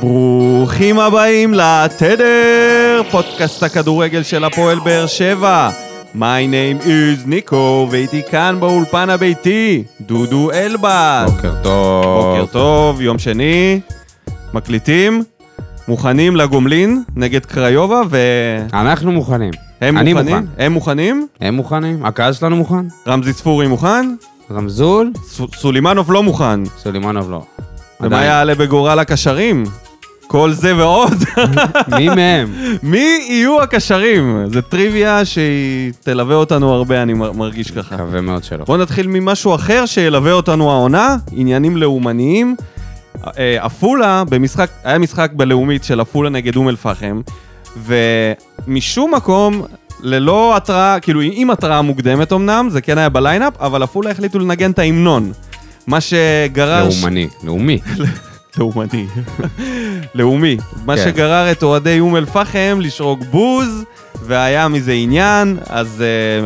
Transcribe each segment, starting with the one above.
ברוכים הבאים לתדר, פודקאסט הכדורגל של הפועל באר שבע. My name is ניקו, ואיתי כאן באולפן הביתי, דודו אלבז. בוקר טוב. בוקר טוב, יום שני, מקליטים, מוכנים לגומלין נגד קריובה, והם אנחנו מוכנים. אני מוכנים? מוכן. הם מוכנים? הם מוכנים? הקהל שלנו מוכן? רמזי ספורי מוכן? רמזול? ס- סולימנוב לא מוכן. סולימנוב לא. ומה עדיין. יעלה בגורל הקשרים? כל זה ועוד. מי מהם? מי יהיו הקשרים? זו טריוויה שהיא תלווה אותנו הרבה, אני מר- מרגיש ככה. מקווה מאוד שלא. בואו נתחיל ממשהו אחר שילווה אותנו העונה, עניינים לאומניים. אה, עפולה, במשחק, היה משחק בלאומית של עפולה נגד אום אל-פחם, ומשום מקום, ללא התראה, כאילו עם התראה מוקדמת אמנם, זה כן היה בליינאפ, אבל עפולה החליטו לנגן את ההמנון. מה שגרר... לאומני. לאומי. לאומני. לאומי. מה כן. שגרר את אוהדי אום אל-פחם לשרוק בוז, והיה מזה עניין, אז,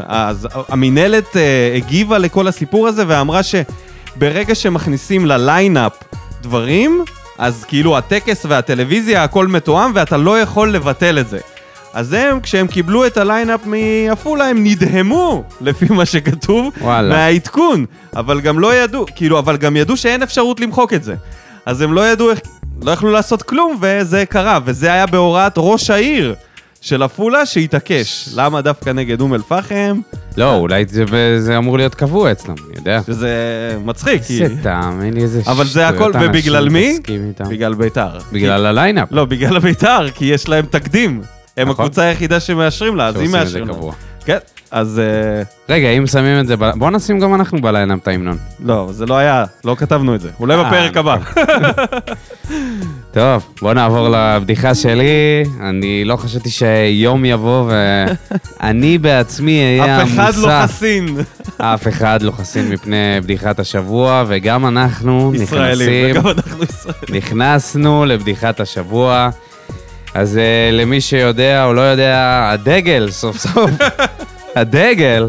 אה, אז המינהלת אה, הגיבה לכל הסיפור הזה ואמרה שברגע שמכניסים לליינאפ דברים, אז כאילו הטקס והטלוויזיה, הכל מתואם, ואתה לא יכול לבטל את זה. אז הם, כשהם קיבלו את הליינאפ מעפולה, הם נדהמו, לפי מה שכתוב, וואלה. מהעדכון. אבל גם לא ידעו, כאילו, אבל גם ידעו שאין אפשרות למחוק את זה. אז הם לא ידעו איך, לא יכלו לעשות כלום, וזה קרה. וזה היה בהוראת ראש העיר של עפולה שהתעקש. למה דווקא נגד אום אל-פחם? לא, אולי זה- זה אמור להיות קבוע אצלם, אני יודע. שזה מצחיק, כי... איזה טעם, אין לי איזה אבל זה הכל, שטויות, ובגלל אנשים מי? מתעסקים איתם. בגלל ביתר. בגלל הליינאפ. לא, בגלל ביתר, כי יש להם תקדים. הם נכון. הקבוצה היחידה שמאשרים לה, אז היא שעושים את זה מאשרים לה. קבוע. כן, אז... אה, רגע, אם שמים את זה, ב- בוא נשים גם אנחנו בליינאפ את ההמנון. לא, זה לא היה, לא כתבנו את זה. אולי אה, בפרק הבא. טוב, בוא נעבור לבדיחה שלי. אני לא חשבתי שיום יבוא ואני בעצמי אף אהיה המוסף. אחד לא חסין. אף אחד לא חסין מפני בדיחת השבוע, וגם אנחנו ישראלים, נכנסים, וגם אנחנו ישראלים. נכנסנו לבדיחת השבוע. אז uh, למי שיודע או לא יודע, הדגל סוף סוף, הדגל,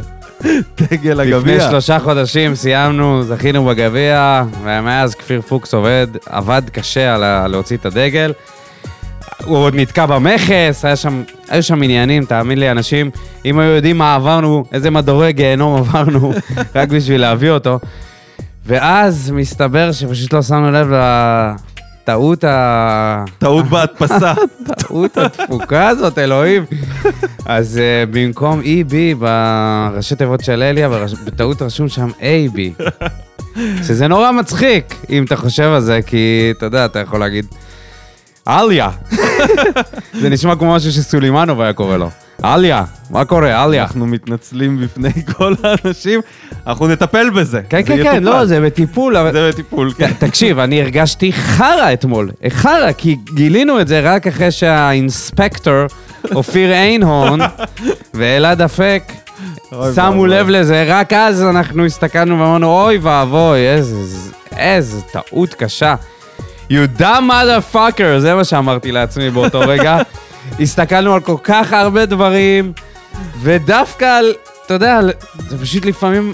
דגל לפני הגביע. שלושה חודשים סיימנו, זכינו בגביע, ומאז כפיר פוקס עובד, עבד קשה על ה- להוציא את הדגל. הוא עוד נתקע במכס, היה שם, היו שם עניינים, תאמין לי, אנשים, אם היו יודעים מה עברנו, איזה מדורי גיהנום עברנו, רק בשביל להביא אותו. ואז מסתבר שפשוט לא שמנו לב לטעות ה... טעות בהדפסה. כן. טעות התפוקה הזאת, אלוהים. אז אה, במקום EB, בראשי תיבות של אליה, ברש- בטעות רשום שם AB. שזה נורא מצחיק, אם אתה חושב על זה, כי אתה יודע, אתה יכול להגיד, אליה. זה נשמע כמו משהו שסולימנוב היה קורא לו. אליה, מה קורה, אליה? אנחנו מתנצלים בפני כל האנשים, אנחנו נטפל בזה. כן, זה כן, כן, יטופל. לא, זה בטיפול, אבל... זה בטיפול, כן. ת- תקשיב, אני הרגשתי חרא אתמול. חרא, כי גילינו את זה רק אחרי שהאינספקטור, אופיר איינהורן ואלעד אפק, אוי שמו ואבוי. לב לזה, רק אז אנחנו הסתכלנו ואמרנו, אוי ואבוי, איזה, איזה טעות קשה. You dumb motherfucker, זה מה שאמרתי לעצמי באותו רגע. הסתכלנו על כל כך הרבה דברים, ודווקא על, אתה יודע, על- זה פשוט לפעמים,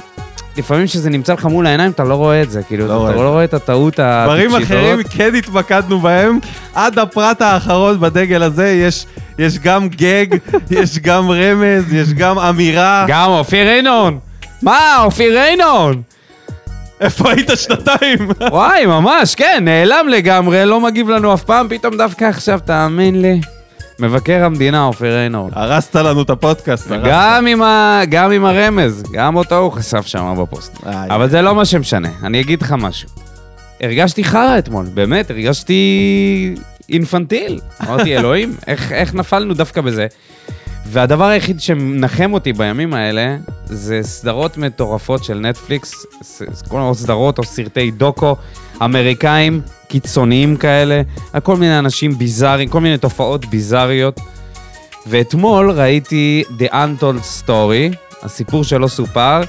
לפעמים שזה נמצא לך מול העיניים, אתה לא רואה את זה, כאילו, לא רואה. אתה לא רואה את הטעות דברים הטיפשית אחרים הזאת. כן התמקדנו בהם, עד הפרט האחרון בדגל הזה יש, יש גם גג, יש גם רמז, יש גם אמירה. גם אופיר איינון! מה, אופיר איינון? איפה היית שנתיים? וואי, ממש, כן, נעלם לגמרי, לא מגיב לנו אף פעם, פתאום דווקא עכשיו, תאמין לי. מבקר המדינה, אופיר איינור. הרסת לנו את הפודקאסט. הרסת. גם עם, ה... גם עם הרמז, גם אותו הוא חשף שם בפוסט. איי. אבל זה לא מה שמשנה, אני אגיד לך משהו. הרגשתי חרא אתמול, באמת, הרגשתי אינפנטיל. אמרתי, אלוהים, איך, איך נפלנו דווקא בזה? והדבר היחיד שמנחם אותי בימים האלה, זה סדרות מטורפות של נטפליקס, ס- ס- כל מיני סדרות או סרטי דוקו, אמריקאים קיצוניים כאלה, על כל מיני אנשים ביזאריים, כל מיני תופעות ביזאריות. ואתמול ראיתי The Untold Story, הסיפור שלא סופר,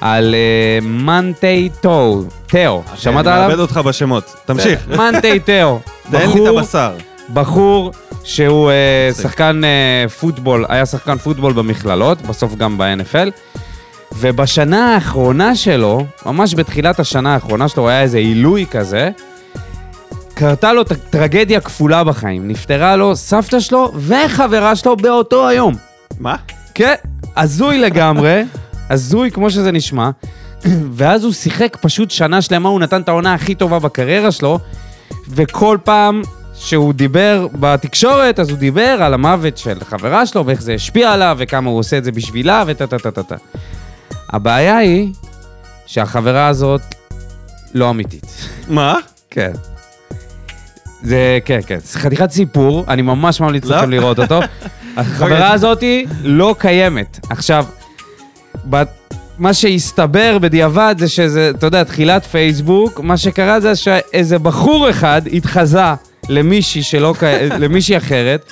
על uh, מנטי טו, תאו, שמעת אני כן, מאבד עליו? אותך בשמות. תמשיך. מנטי תאו, תן לי את בחור הבשר. בחור שהוא אה, שחקן אה, פוטבול, היה שחקן פוטבול במכללות, בסוף גם ב-NFL, ובשנה האחרונה שלו, ממש בתחילת השנה האחרונה שלו, היה איזה עילוי כזה, קרתה לו ט- טרגדיה כפולה בחיים. נפטרה לו סבתא שלו וחברה שלו באותו היום. מה? כן, הזוי לגמרי, הזוי כמו שזה נשמע. ואז הוא שיחק פשוט שנה שלמה, הוא נתן את העונה הכי טובה בקריירה שלו, וכל פעם שהוא דיבר בתקשורת, אז הוא דיבר על המוות של חברה שלו, ואיך זה השפיע עליו, וכמה הוא עושה את זה בשבילה, וטה טה טה טה טה. הבעיה היא שהחברה הזאת לא אמיתית. מה? כן. זה, כן, כן, זה חתיכת סיפור, אני ממש ממליץ לא? לכם לראות אותו. החברה הזאתי לא קיימת. עכשיו, בת- מה שהסתבר בדיעבד זה שזה, אתה יודע, תחילת פייסבוק, מה שקרה זה שאיזה בחור אחד התחזה למישהי שלא, קי- למישהי אחרת,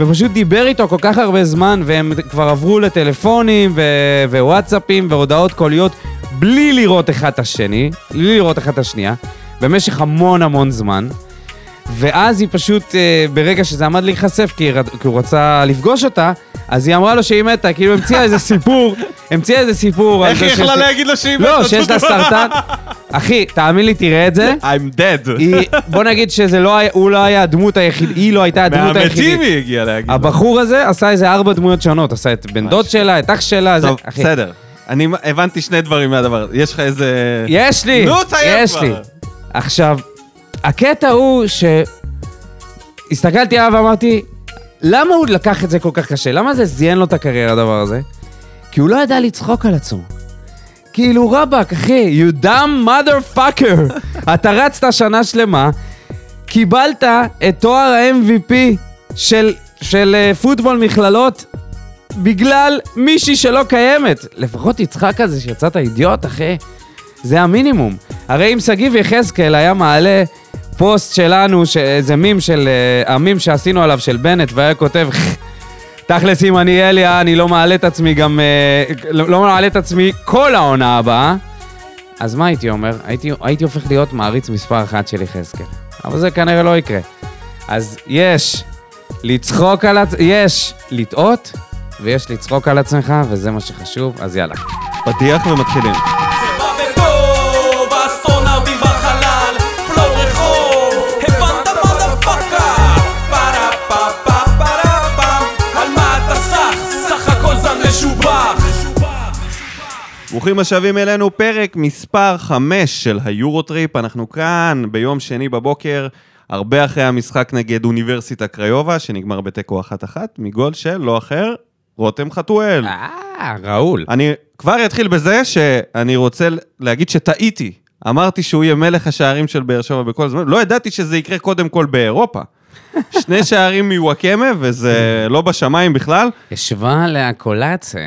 ופשוט דיבר איתו כל כך הרבה זמן, והם כבר עברו לטלפונים ו- ווואטסאפים והודעות קוליות, בלי לראות אחד את השני, בלי לראות אחד את השנייה, במשך המון המון זמן. ואז היא פשוט, אה, ברגע שזה עמד להיחשף, כי, היא רד- כי הוא רצה לפגוש אותה, אז היא אמרה לו שהיא מתה, כאילו המציאה איזה סיפור, המציאה איזה סיפור. על איך זה היא שיש יכלה לה- להגיד לו שהיא לא, בת שיש לה אותו דבר? סרטן. אחי, תאמין לי, תראה את זה. I'm dead. היא, בוא נגיד שזה לא היה, הוא לא היה הדמות היחיד, היא לא הייתה הדמות מהמתים היחידית. היא הגיעה להגיד. לו. הבחור הזה עשה איזה ארבע דמויות שונות, עשה את בן דוד שלה, את אח שלה, זה, טוב, אחי. בסדר. אני הבנתי שני דברים מהדבר הזה. יש לך איזה... יש לי, נו, תסיים יש כבר. לי. עכשיו, הקטע הוא ש... הסתכלתי עליו ואמרתי, למה הוא לקח את זה כל כך קשה? למה זה זיין לו את הקריירה, הדבר הזה? כי הוא לא ידע לצחוק על עצמו. כאילו, רבאק, אחי, you dumb motherfucker. אתה רצת שנה שלמה, קיבלת את תואר ה-MVP של, של אה, פוטבול מכללות בגלל מישהי שלא קיימת. לפחות תצחק על זה שיצאת אידיוט, אחי. זה המינימום. הרי אם שגיב יחזקאל היה מעלה פוסט שלנו, ש- איזה מים של... אה, המים שעשינו עליו של בנט, והיה כותב... תכלס, אם אני אליה, אני לא מעלה את עצמי גם... אה, לא לא מעלה את עצמי כל העונה הבאה. אז מה הייתי אומר? הייתי, הייתי הופך להיות מעריץ מספר אחת של יחזקאל. אבל זה כנראה לא יקרה. אז יש לצחוק על עצמך, יש לטעות, ויש לצחוק על עצמך, וזה מה שחשוב, אז יאללה. פתיח ומתחילים. בא בטוב, האסטרונאוטים בחלל, פלואו רחוב, הבנת מודפאקה. פרה פה פה פרה פם, על מה אתה סח? סך הכל זן משובח. ברוכים השבים אלינו, פרק מספר 5 של היורוטריפ. אנחנו כאן ביום שני בבוקר, הרבה אחרי המשחק נגד אוניברסיטה קריובה, שנגמר בתיקו אחת אחת, מגול של לא אחר, רותם חתואל. אה, ראול. אני כבר אתחיל בזה שאני רוצה להגיד שטעיתי. אמרתי שהוא יהיה מלך השערים של באר שבע בכל זמן, לא ידעתי שזה יקרה קודם כל באירופה. שני שערים מוואקמה, וזה לא בשמיים בכלל. ישבה עליה קולאצה.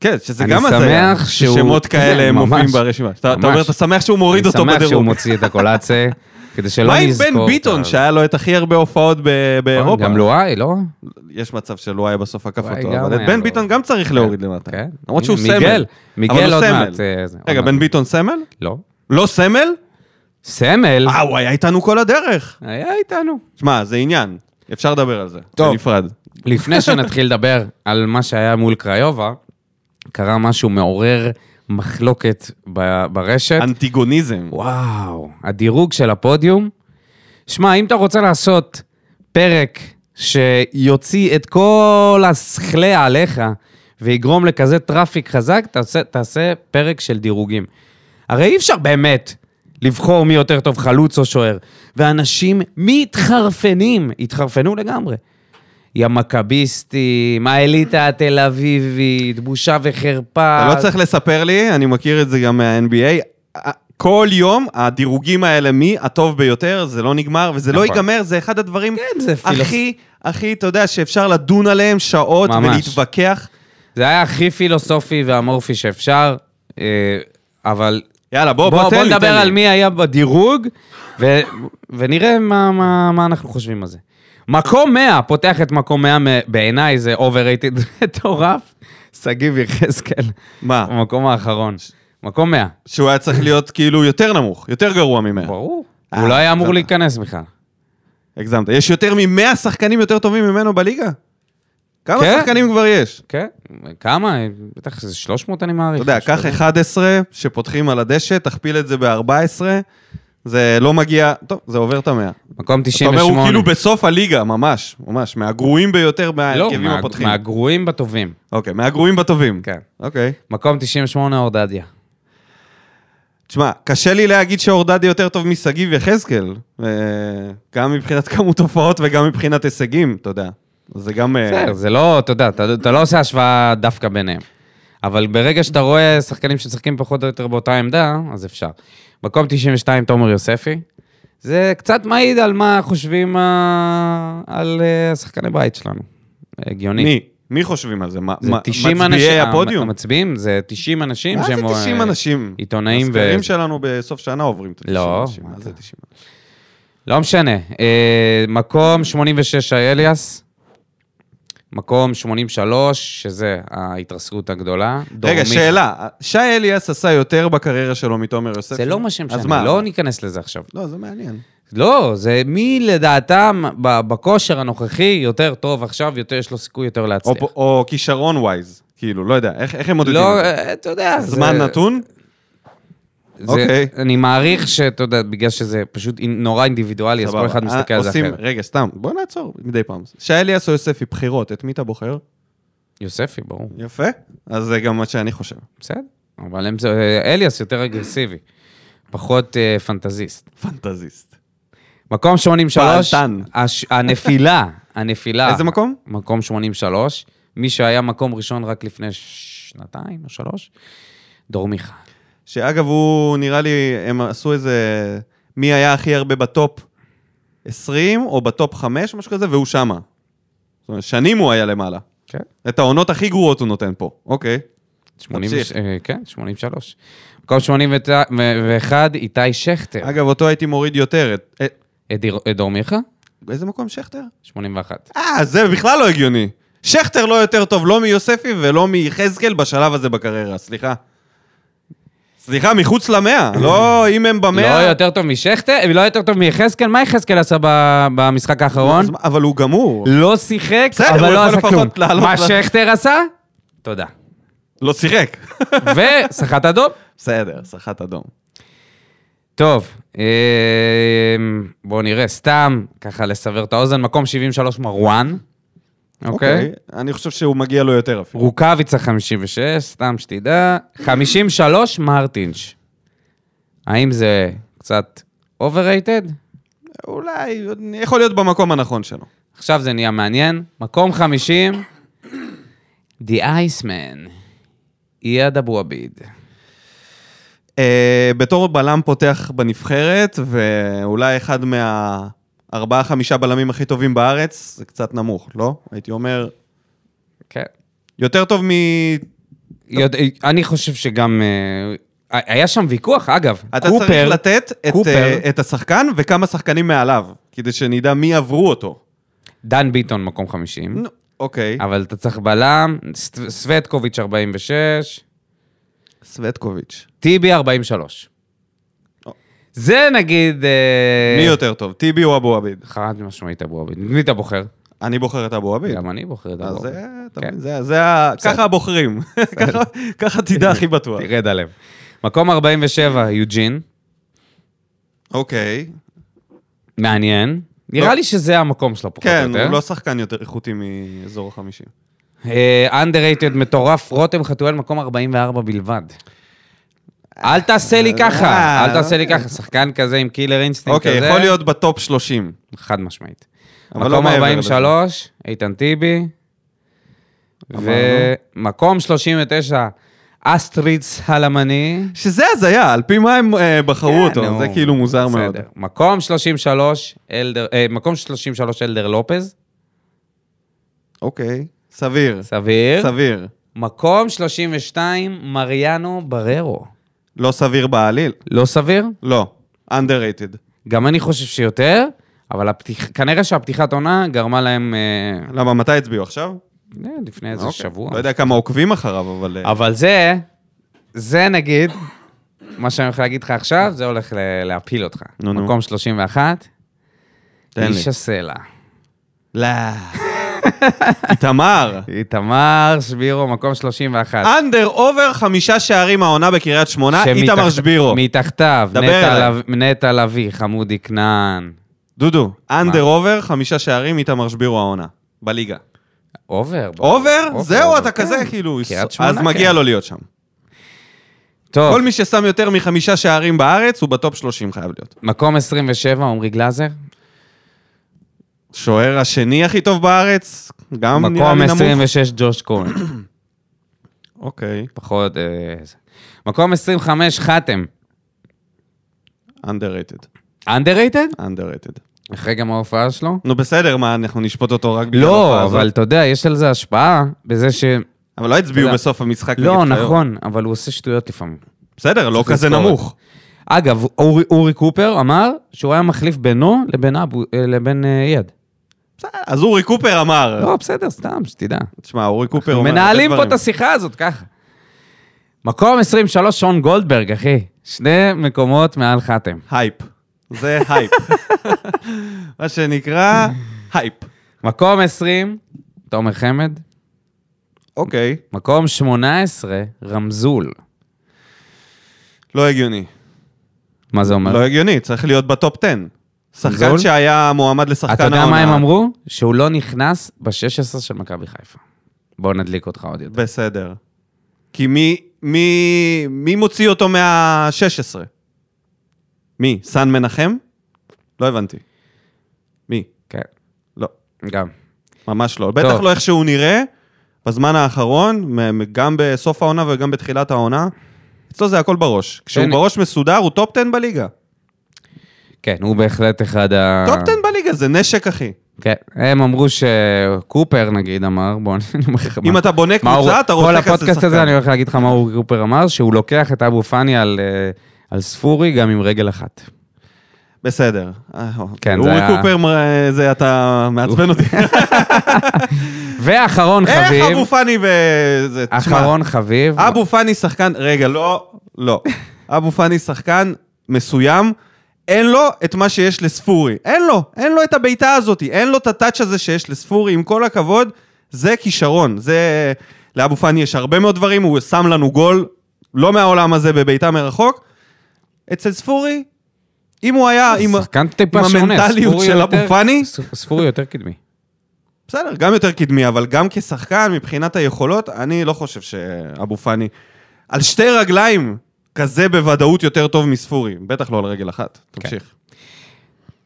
כן, שזה אני גם הזיה. שמח שהוא- ששמות כאלה כן, הם מופיעים ממש. ברשימה. אתה אתה ממש. אומר, אתה שמח שהוא מוריד אותו אני שמח שהוא לא בדירוג. מוציא את הקולאצה, כדי שלא מה עם נזכור. בן ביטון, אה, אותה. שהיה לו את הכי הרבה הופעות ב- באירופה? נכון, גם לואי, לא? יש מצב שלא היה בסוף עקף וואי, אותו, גם אבל את היה בן לו. ביטון גם צריך להוריד למטה. כן. למרות שהוא מיגל, סמל. אבל מיגל הוא עוד סמל. מעט. אה, זה, רגע, עוד בן מעט. ביטון סמל? לא. לא סמל? סמל? אה, הוא היה איתנו כל הדרך. היה איתנו. שמע, זה עניין. אפשר לדבר על זה. טוב. בנפרד. לפני שנתחיל לדבר על מה שהיה מול קריובה, קרה משהו מעורר מחלוקת ב- ברשת. אנטיגוניזם. וואו, הדירוג של הפודיום. שמע, אם אתה רוצה לעשות פרק שיוציא את כל השכלה עליך ויגרום לכזה טראפיק חזק, תעשה, תעשה פרק של דירוגים. הרי אי אפשר באמת לבחור מי יותר טוב, חלוץ או שוער. ואנשים מתחרפנים, התחרפנו לגמרי. יא מכביסטים, האליטה התל אביבית, בושה וחרפה. אתה לא צריך לספר לי, אני מכיר את זה גם מה-NBA. אה, כל יום הדירוגים האלה, מי הטוב ביותר, זה לא נגמר וזה לא נכון. ייגמר, זה אחד הדברים כן, זה פילוס- הכי, הכי, אתה יודע, שאפשר לדון עליהם שעות ממש. ולהתווכח. זה היה הכי פילוסופי ואמורפי שאפשר, אה, אבל יאללה, בוא, בוא, בוא, תן בוא לי, נדבר תן לי. על מי היה בדירוג, ו, ונראה מה, מה, מה אנחנו חושבים על זה. מקום 100, פותח את מקום 100, מ- בעיניי זה overrated מטורף, שגיב יחזקאל, מה? במקום האחרון. מקום 100, שהוא היה צריך להיות כאילו יותר נמוך, יותר גרוע ממאה. ברור. אה, הוא לא היה אמור בסדר. להיכנס בכלל. הגזמת. יש יותר מ-100 שחקנים יותר טובים ממנו בליגה? כמה כן. שחקנים כבר יש? כן? כמה? בטח איזה 300 אני מעריך. אתה יודע, משהו קח כזה. 11 שפותחים על הדשא, תכפיל את זה ב-14, זה לא מגיע, טוב, זה עובר את המאה. מקום אתה אומר, 98. הוא כאילו בסוף הליגה, ממש, ממש, מהגרועים ביותר לא, מההרכבים מה- הפותחים. מהגרועים בטובים. אוקיי, מהגרועים בטובים. כן. אוקיי. מקום 98, אורדדיה. תשמע, קשה לי להגיד שאורדדי יותר טוב משגיב יחזקאל, אה, גם מבחינת כמות הופעות וגם מבחינת הישגים, אתה יודע. זה גם... אה, בסדר, זה לא, אתה יודע, אתה אתה לא עושה השוואה דווקא ביניהם. אבל ברגע שאתה רואה שחקנים שמשחקים פחות או יותר באותה עמדה, אז אפשר. מקום 92, תומר יוספי. זה קצת מעיד על מה חושבים ה- על אה, השחקני בית שלנו. הגיוני. מי? מי חושבים על זה? מה- זה מה- 90 אנשים. מצביעי המ- הפודיום? המצביעים זה 90 אנשים מה זה שהם... 90 אה, אנשים? עיתונאים ו- הסקרים שלנו בסוף שנה עוברים את ה-90 לא, אנשים. מה מה זה אתה? 90 אנשים? לא משנה. אה, מקום 86, שי אליאס. מקום 83, שזה ההתרסקות הגדולה. דור רגע, מיכה. שאלה. שי אליאס עשה יותר בקריירה שלו מתומר יוספי? זה לא מה שהם אז שם, מה? לא ניכנס לזה עכשיו. לא, זה מעניין. לא, זה מי לדעתם ב- בכושר הנוכחי יותר טוב עכשיו, יותר יש לו סיכוי יותר או, להצליח. או כישרון ווייז, כאילו, לא יודע, איך, איך הם מודדים? לא, את זה? אה, אתה יודע, זה- זמן נתון? זה- אוקיי. אני מעריך שאתה יודע, בגלל שזה פשוט אינ- נורא אינדיבידואלי, אז כל אחד אה, מסתכל על זה עושים- אחרת. רגע, סתם, בוא נעצור מדי פעם. שי אליאס או יוספי, בחירות, את מי אתה בוחר? יוספי, ברור, יפה. אז זה גם מה שאני חושב. בסדר. אבל הם זה- אה, אליאס יותר אגרסיבי, פחות אה, פנטזיסט. פנטזיסט. מקום 83, פעלתן. הש- הנפילה, הנפילה. איזה מקום? מקום 83, מי שהיה מקום ראשון רק לפני שנתיים או שלוש, דור מיכה. שאגב, הוא נראה לי, הם עשו איזה... מי היה הכי הרבה בטופ 20 או בטופ 5, משהו כזה, והוא שמה. זאת אומרת, שנים הוא היה למעלה. כן. את העונות הכי גרועות הוא נותן פה. אוקיי. 80, תמשיך. אה, כן, 83. מקום 81, איתי שכטר. אגב, אותו הייתי מוריד יותר. את- אה, את דיר- את דור מיכה? באיזה מקום שכטר? 81. אה, זה בכלל לא הגיוני. שכטר לא יותר טוב לא מיוספי ולא מיחזקאל בשלב הזה בקריירה, סליחה. סליחה, מחוץ למאה, לא אם הם לא במאה. יותר טוב משכטר? לא יותר טוב מיחזקאל? מה יחזקאל עשה ב- במשחק האחרון? לא, אז מה, אבל הוא גמור. לא שיחק, בסדר, הוא אבל לא יכול עשה כלום. לפחות לעלות מה ל- שכטר עשה? תודה. לא שיחק. וסחט אדום? בסדר, סחט אדום. טוב, אמ, בואו נראה, סתם, ככה לסבר את האוזן, מקום 73 מרואן, אוקיי? אני חושב שהוא מגיע לו יותר אפילו. רוקאביצה 56, סתם שתדע. 53 מרטינש. האם זה קצת overrated? אולי, יכול להיות במקום הנכון שלו. עכשיו זה נהיה מעניין. מקום 50, The Iceman, איאד אבו עביד. אה, בתור בלם פותח בנבחרת, ואולי אחד מהארבעה-חמישה בלמים הכי טובים בארץ, זה קצת נמוך, לא? הייתי אומר, כן. יותר טוב מ... יודע- אני חושב שגם... אה, היה שם ויכוח, אגב. אתה קופר- צריך לתת את, קופר. אה, את השחקן וכמה שחקנים מעליו, כדי שנדע מי עברו אותו. דן ביטון מקום 50, נו, אוקיי, אבל אתה צריך בלם, סט- סווטקוביץ' 46, סווטקוביץ'. טיבי 43. או. זה נגיד... אה, מי יותר טוב, טיבי או אבו עביד? חד משמעית אבו עביד. מי אתה בוחר? אני בוחר את אבו עביד. גם אני בוחר את אז אבו זה, עביד. אתה כן. מבין, זה- זה ה... ככה הבוחרים. ככה- ככה תדע הכי בטוח. תרד עליהם. מקום 47, יוג'ין. אוקיי. מעניין. לא. נראה לי שזה המקום שלו פחות כן, או יותר. הוא לא שחקן יותר איכותי מאזור החמישים. אה, underrated מטורף, רותם חתואל מקום 44 בלבד. אל תעשה לי ככה, אה, אל תעשה לי ככה. שחקן כזה עם קילר אינסטינקט כזה. אוקיי, יכול להיות בטופ 30. חד משמעית. אבל לא מקום מעבר 43, איתן טיבי. אמרנו. ומקום 39, אסטריץ הלמני. שזה הזיה, על פי מה הם אה, בחרו כן, אותו, נו, זה כאילו מוזר מאוד. בסדר. מקום 33, אלדר, אה, מקום 33, אלדר לופז. אוקיי, סביר. סביר. סביר. מקום 32, מריאנו בררו. לא סביר בעליל. לא סביר? לא, underrated. גם אני חושב שיותר, אבל הפתיח, כנראה שהפתיחת עונה גרמה להם אה, למה, מתי הצביעו עכשיו? אה, לפני איזה אוקיי. שבוע. לא יודע כמה עוקבים אחריו, אבל... אה, כן. אבל זה, זה נגיד, מה שאני הולך להגיד לך עכשיו, זה הולך ל- להפיל אותך. נו, נו. מקום 31, תן לי. איש הסלע. לא. איתמר. איתמר שבירו, מקום 31. אנדר אובר חמישה שערים העונה בקריית שמונה, שמתח- איתמר שבירו. מתחתיו, דבר נטע אליי. לב- נטע לביא, חמודי כנען. דודו, אנדר אובר חמישה שערים, איתמר שבירו העונה. בליגה. אובר. אובר? זהו, אובר, אתה כזה, כן. כאילו, קריית שמונה, אז מגיע כן. לו להיות שם. טוב, כל מי ששם יותר מחמישה שערים בארץ, הוא בטופ 30 חייב להיות. מקום 27, עמרי גלאזר. שוער השני הכי טוב בארץ, גם נראה מקום לי נמוך. 26, ג'וש כהן. אוקיי, פחות... אה, זה. מקום 25, חתם. underrated, אנדררייטד? underrated. אחרי גם ההופעה שלו? נו בסדר, מה, אנחנו נשפוט אותו רק בגלל ההופעה לא, הזאת? אבל אתה יודע, יש על זה השפעה בזה ש... אבל לא הצביעו אתה יודע. בסוף המשחק. לא, נגד חיפה. נכון, אבל הוא עושה שטויות לפעמים. בסדר, לא צריך כזה לזכור את נמוך. אגב, אורי, אורי קופר אמר שהוא היה מחליף בינו לבין, אבו, אה, לבין אה, אייד. בסדר, אז אורי קופר אמר. לא, בסדר, סתם, שתדע. תשמע, אורי קופר אומר... מנהלים הרבה פה את דברים. השיחה הזאת, ככה. מקום 23, שון גולדברג, אחי. שני מקומות מעל חתם. הייפ. זה הייפ. מה שנקרא, הייפ. מקום 20, תומר חמד. אוקיי, מקום 18, רמזול. לא הגיוני. מה זה אומר? לא הגיוני, צריך להיות בטופ 10. שחקן זול? שהיה מועמד לשחקן אתה העונה. יודע מה הם אמרו? שהוא לא נכנס ב-16 של מכבי חיפה. בואו נדליק אותך עוד יותר. בסדר. כי מי, מי, מי מוציא אותו מה-16? מי? סן מנחם? לא הבנתי. מי? כן, לא, גם. ממש לא. בטח לא איך שהוא נראה בזמן האחרון, מ- מ- גם בסוף העונה וגם בתחילת העונה. אצלו זה הכל בראש. כשהוא כן. בראש מסודר, הוא טופ 10 בליגה. כן, הוא בהחלט אחד ה... טופ 10 בליגה זה נשק, אחי. כן, הם אמרו שקופר נגיד אמר, בוא אני אומר לך. אם מה- אתה בונה מה הוא- קבוצה, אתה רוצה כזה שחקן. כל הפודקאסט הזה אני הולך להגיד לך מה הוא קופר אמר, שהוא לוקח את אבו פאני על, אה, על ספורי גם עם רגל אחת. בסדר. כן, זה זה היה... היה- אורי קופר, מ- זה אתה מעצבן אותי. ואחרון איך חביב, אבו פאני וזה... תשמע, אחרון חביב, אבו פאני שחקן... רגע, לא, לא. אבו פאני שחקן מסוים, אין לו את מה שיש לספורי. אין לו, אין לו את הבעיטה הזאת, אין לו את הטאץ' הזה שיש לספורי. עם כל הכבוד, זה כישרון. זה... לאבו פאני יש הרבה מאוד דברים, הוא שם לנו גול, לא מהעולם הזה, בבעיטה מרחוק. אצל ספורי, אם הוא היה... אם- שחקן טיפה עם שונה, המנטליות ספורי של יותר- אבו פאני? ס- ספורי יותר קדמי. בסדר, גם יותר קדמי, אבל גם כשחקן, מבחינת היכולות, אני לא חושב שאבו פאני... על שתי רגליים, כזה בוודאות יותר טוב מספורי. בטח לא על רגל אחת. כן. תמשיך.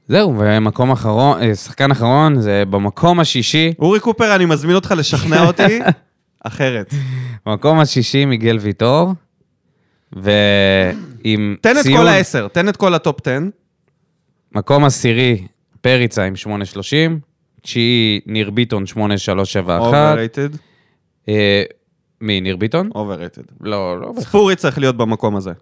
זהו, ומקום אחרון, אה, שחקן אחרון, זה במקום השישי, אורי קופר, אני מזמין אותך לשכנע אותי אחרת. במקום השישי מיגל ויטור, ועם תן את ציון, כל העשר, תן את כל הטופ 10. מקום עשירי, פריצה עם 8.30, תשיעי, ניר ביטון 8.371. אובררייטד, אה, מי, ניר ביטון? אובררייטד. לא, לא. בהכרח. ספורי צריך להיות במקום הזה.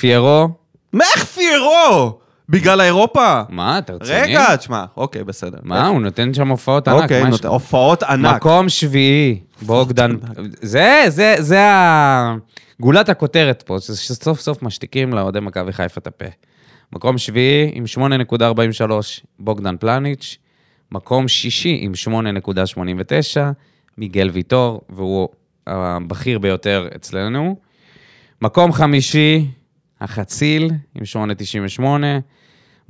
פיירו? מה, איך פיירו? בגלל האירופה? מה, אתה רציני? רגע, תשמע, אוקיי, בסדר. מה, הוא נותן שם הופעות ענק. אוקיי, מה יש נות- לך? הופעות ענק. מקום שביעי, בוגדן. זה, זה, זה ה... גולת הכותרת פה, זה שסוף סוף משתיקים לאוהדי מכבי חיפה את הפה. מקום שביעי עם 8.43, בוגדן פלניץ'. מקום שישי עם 8.89, מיגל ויטור, והוא הבכיר ביותר אצלנו. מקום חמישי, החציל עם 8.98.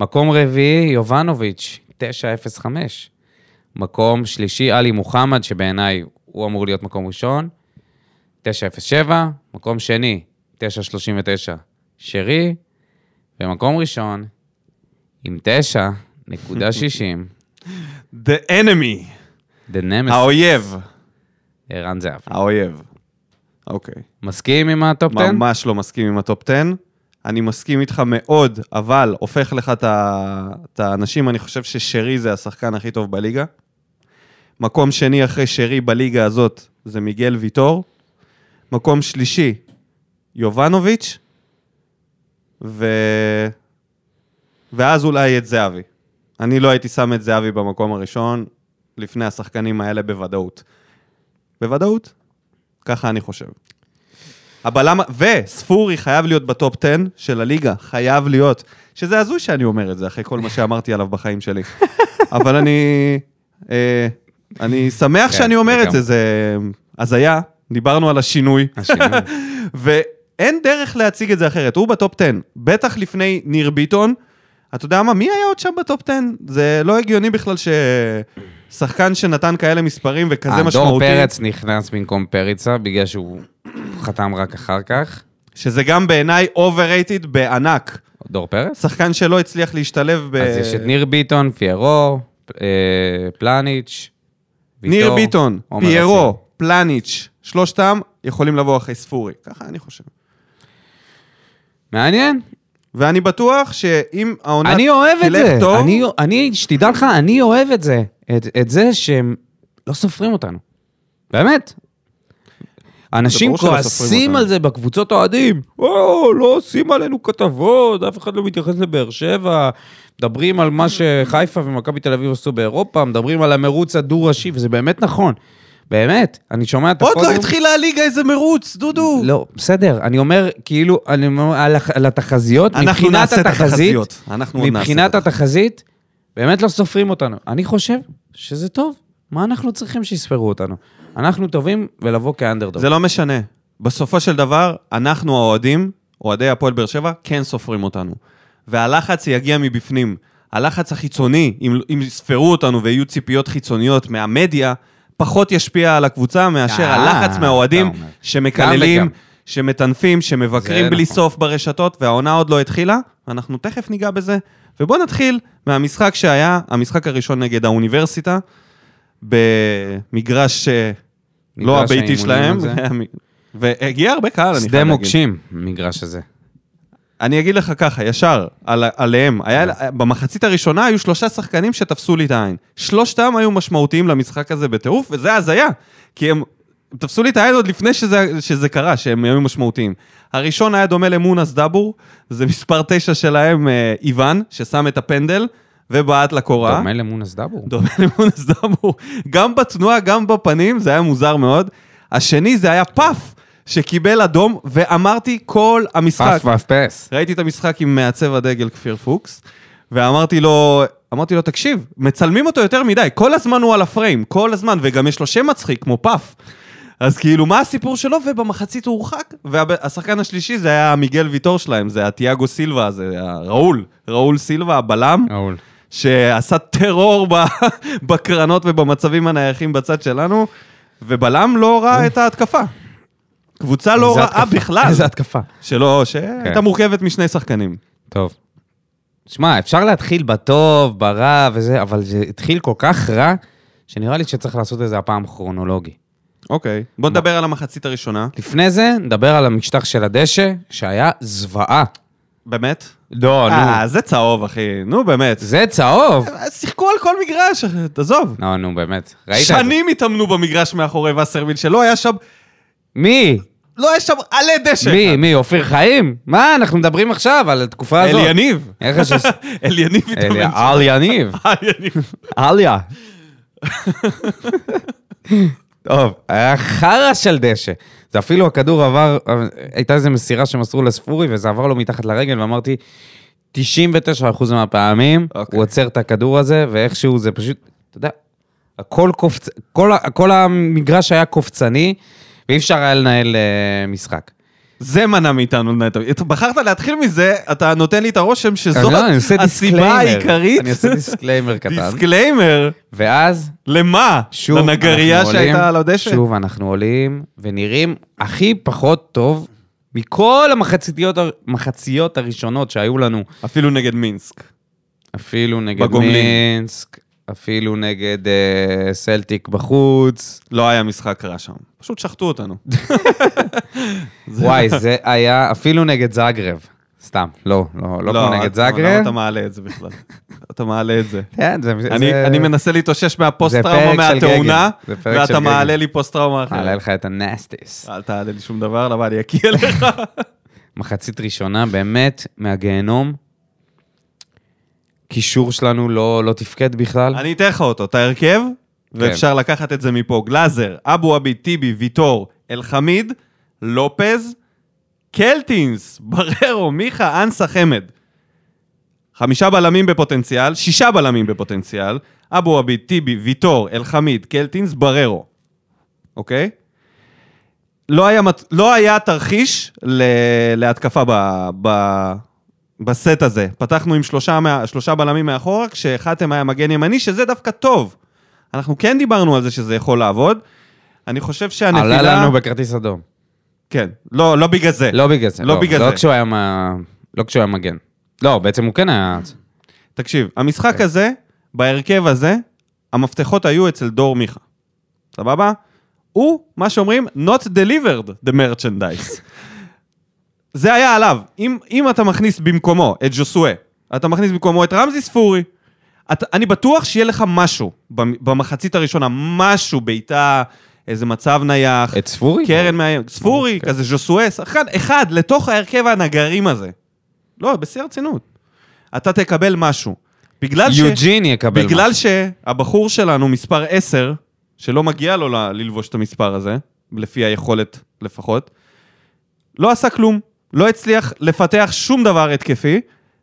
מקום רביעי, יובנוביץ', 9.05. מקום שלישי, עלי מוחמד, שבעיניי הוא אמור להיות מקום ראשון, 9.07, מקום שני, 9.39, שרי, ומקום ראשון, עם 9.60, The enemy, The Nemesis, האויב. ערן זהב. האויב. אוקיי. מסכים עם הטופ 10? ממש לא מסכים עם הטופ 10. אני מסכים איתך מאוד, אבל הופך לך את ה- את האנשים, אני חושב ששרי זה השחקן הכי טוב בליגה. מקום שני אחרי שרי בליגה הזאת זה מיגל ויטור. מקום שלישי, יובנוביץ'. ו... ואז אולי את זהבי. אני לא הייתי שם את זהבי במקום הראשון, לפני השחקנים האלה בוודאות. בוודאות? ככה אני חושב. הבלם, וספורי חייב להיות בטופ 10 של הליגה, חייב להיות. שזה הזוי שאני אומר את זה, אחרי כל מה שאמרתי עליו בחיים שלי. אבל אני... אה, אני שמח כן, שאני אומר את לגמרי. זה, זה הזיה, דיברנו על השינוי, השינוי. ואין דרך להציג את זה אחרת. הוא בטופ 10, בטח לפני ניר ביטון. אתה יודע מה, מי היה עוד שם בטופ 10? זה לא הגיוני בכלל ששחקן שנתן כאלה מספרים וכזה אה, דור משמעותי, פרץ נכנס במקום פריצה, בגלל שהוא חתם רק אחר כך. שזה גם בעיניי overrated בענק. דור פרץ? שחקן שלא הצליח להשתלב ב... אז יש את ניר ביטון, פיירו, אה, פלניץ', ניר ויטור, ביטון, עומר אצילי. פיירו, פלניץ', שלושתם יכולים לבוא אחרי ספורי. ככה אני חושב. מעניין. ואני בטוח שאם העונה אני אוהב את תלך זה. טוב, אני, אני, שתדע לך, אני אוהב את זה. את, את זה שהם לא סופרים אותנו. באמת. אנשים ברור שלא סופרים כועסים אותנו. על זה בקבוצות אוהדים. או, לא עושים עלינו כתבות, אף אחד לא מתייחס לבאר שבע. מדברים על מה שחיפה ומכבי תל אביב עשו באירופה, מדברים על המרוץ הדו-ראשי, וזה באמת נכון. באמת, אני שומע את עוד לא הפודיום. התחילה הליגה איזה מרוץ, דודו. לא, בסדר, אני אומר, כאילו, אני אומר על, הח- על התחזיות, אנחנו מבחינת נעשה את התחזית, התחזיות. אנחנו עוד נעשה את מבחינת התחזיות. התחזית, באמת לא סופרים אותנו. אני חושב שזה טוב. מה אנחנו צריכים שיספרו אותנו? אנחנו טובים ולבוא כאנדרדוג. זה לא משנה. בסופו של דבר, אנחנו האוהדים, אוהדי הפועל באר שבע, כן סופרים אותנו. והלחץ יגיע מבפנים. הלחץ החיצוני, אם, אם יספרו אותנו ויהיו ציפיות חיצוניות מהמדיה, פחות ישפיע על הקבוצה מאשר אה, הלחץ מהאוהדים אתה אומר. גם שמקללים, וגם. שמטנפים, שמבקרים זה בלי נכון. סוף ברשתות, והעונה עוד לא התחילה, ואנחנו תכף ניגע בזה. ובואו נתחיל מהמשחק שהיה, המשחק הראשון נגד האוניברסיטה, במגרש אה, מגרש לא הביתי האימונים שלהם, הזה. והגיע הרבה קהל, אני שדה חייב להגיד. מוקשים, מגרש הזה. אני אגיד לך ככה, ישר, על, עליהם. היה, אוקיי. במחצית הראשונה היו שלושה שחקנים שתפסו לי את העין. שלושתם היו משמעותיים למשחק הזה בטירוף, וזה הזיה, כי הם... הם תפסו לי את העין עוד לפני שזה, שזה קרה, שהם היו משמעותיים. הראשון היה דומה למונס דאבור, זה מספר תשע שלהם, אה, איוון, ששם את הפנדל ובעט לקורה. דומה למונס דאבור. דומה למונס דאבור. גם בתנועה, גם בפנים, זה היה מוזר מאוד. השני זה היה פאף, שקיבל אדום, ואמרתי כל המשחק. פאף פאף פס. ראיתי את המשחק עם מעצב הדגל כפיר פוקס, ואמרתי לו, אמרתי לו, תקשיב, מצלמים אותו יותר מדי, כל הזמן הוא על הפריים, כל הזמן, וגם יש לו שם מצחיק, כמו פאף. אז כאילו, מה הסיפור שלו? ובמחצית הוא הורחק, והשחקן השלישי זה היה מיגל ויטור שלהם, זה התיאגו סילבה, זה ראול, ראול סילבה, הבלם. ראול. שעשה טרור ב- בקרנות ובמצבים הנייחים בצד שלנו, ובלם לא ראה את ההתקפה. קבוצה לא אה. איזה רעה התקפה. בכלל, איזה התקפה. שלא, שהייתה כן. מורכבת משני שחקנים. טוב. שמע, אפשר להתחיל בטוב, ברע וזה, אבל זה התחיל כל כך רע, שנראה לי שצריך לעשות את זה הפעם כרונולוגי. אוקיי. בוא נדבר על המחצית הראשונה. לפני זה, נדבר על המשטח של הדשא, שהיה זוועה. באמת? לא, אה, זה צהוב, אחי. נו, באמת. זה צהוב. אה, שיחקו על כל מגרש, אחי, תעזוב. לא, נו, באמת. ראית את זה? שנים התאמנו במגרש מאחורי וסרמיל, שלא היה שם, מי? לא היה שם עלי דשא. מי? מי? אופיר חיים? מה, אנחנו מדברים עכשיו על התקופה הזאת. אל יניב. איך השס... אל יניב התאמן. אלי- שם. אל יניב. אה, יניב. אליה. טוב, היה חרא של דשא. זה אפילו הכדור עבר, הייתה איזו מסירה שמסרו לספורי וזה עבר לו מתחת לרגל ואמרתי, 99% מהפעמים אוקיי. הוא עוצר את הכדור הזה ואיכשהו זה פשוט, אתה יודע, הכל קופצ... כל, ה- כל המגרש היה קופצני ואי אפשר היה לנהל אה, משחק. זה מנע מאיתנו לנהל את ה... אתה בחרת להתחיל מזה, אתה נותן לי את הרושם אני שזאת לא, אני עושה הסיבה disclaimer. העיקרית. אני עושה דיסקליימר קטן. דיסקליימר. ואז למה? שוב, לנגרייה אנחנו עולים, שהייתה על הדשא? שוב, אנחנו עולים ונראים הכי פחות טוב מכל המחציות, הר- מחציות הראשונות שהיו לנו, אפילו נגד מינסק. אפילו נגד בגומלין. מינסק, אפילו נגד אה, סלטיק בחוץ. לא היה משחק רע שם. פשוט שחטו אותנו. וואי, זה היה אפילו נגד זאגרב. סתם, לא, לא, לא כמו נגד אתה- למה זאגרב. אתה מעלה את זה בכלל? אתה מעלה את זה. כן, זה... אני- זה- אני מנסה להתאושש מהפוסט-טראומה זה פרק של מהתאונה, גגל. זה פרק של ואתה גגל. מעלה לי פוסט-טראומה נעלה אחרת. אה, לך את הנסטיס. אל תעלה לי שום דבר, למה אני אקיע לך? מחצית ראשונה, באמת, מהגיהנום. קישור שלנו לא, לא תפקד בכלל. אני אתן לך אותו, את ההרכב, ואפשר לקחת את זה מפה. גלאזר, אבו אבי, טיבי, ויטור, אלחמיד, לופז, קלטינס, בררו, מיכה, אנסה, חמד. חמישה בלמים בפוטנציאל, שישה בלמים בפוטנציאל, אבו עביד, טיבי, ויטור, אלחמיד, קלטינס, בררו, אוקיי? לא היה, מת- לא היה תרחיש ל, להתקפה ב, ב, בסט הזה. פתחנו עם שלושה, מה, שלושה בלמים מאחורה, כשאחתם היה מגן ימני, שזה דווקא טוב. אנחנו כן דיברנו על זה שזה יכול לעבוד. אני חושב שהנפילה... עלה לנו בכרטיס אדום. כן. לא, לא בגלל זה. לא בגלל זה. לא בגלל לא זה. כשהוא היה מה- לא כשהוא היה מגן. לא, בעצם הוא כן היה... תקשיב, המשחק הזה, בהרכב הזה, המפתחות היו אצל דור מיכה. סבבה? הוא, מה שאומרים, not delivered the merchandise. זה היה עליו. אם, אם אתה מכניס במקומו את ג'וסואה, אתה מכניס במקומו את רמזי ספורי, את, אני בטוח שיהיה לך משהו במ- במחצית הראשונה, משהו, בעיטה, איזה מצב נייח. את ספורי? קרן מאיים, ספורי, אוקיי. כזה ז'וסואס, אחד, אחד, לתוך ההרכב הנגרים הזה. לא, בשיא הרצינות. אתה תקבל משהו. בגלל ש... יוג'ין יקבל משהו. בגלל שהבחור שלנו, מספר 10, שלא מגיע לו ל- ללבוש את המספר הזה, לפי היכולת לפחות, לא עשה כלום. לא הצליח לפתח שום דבר התקפי,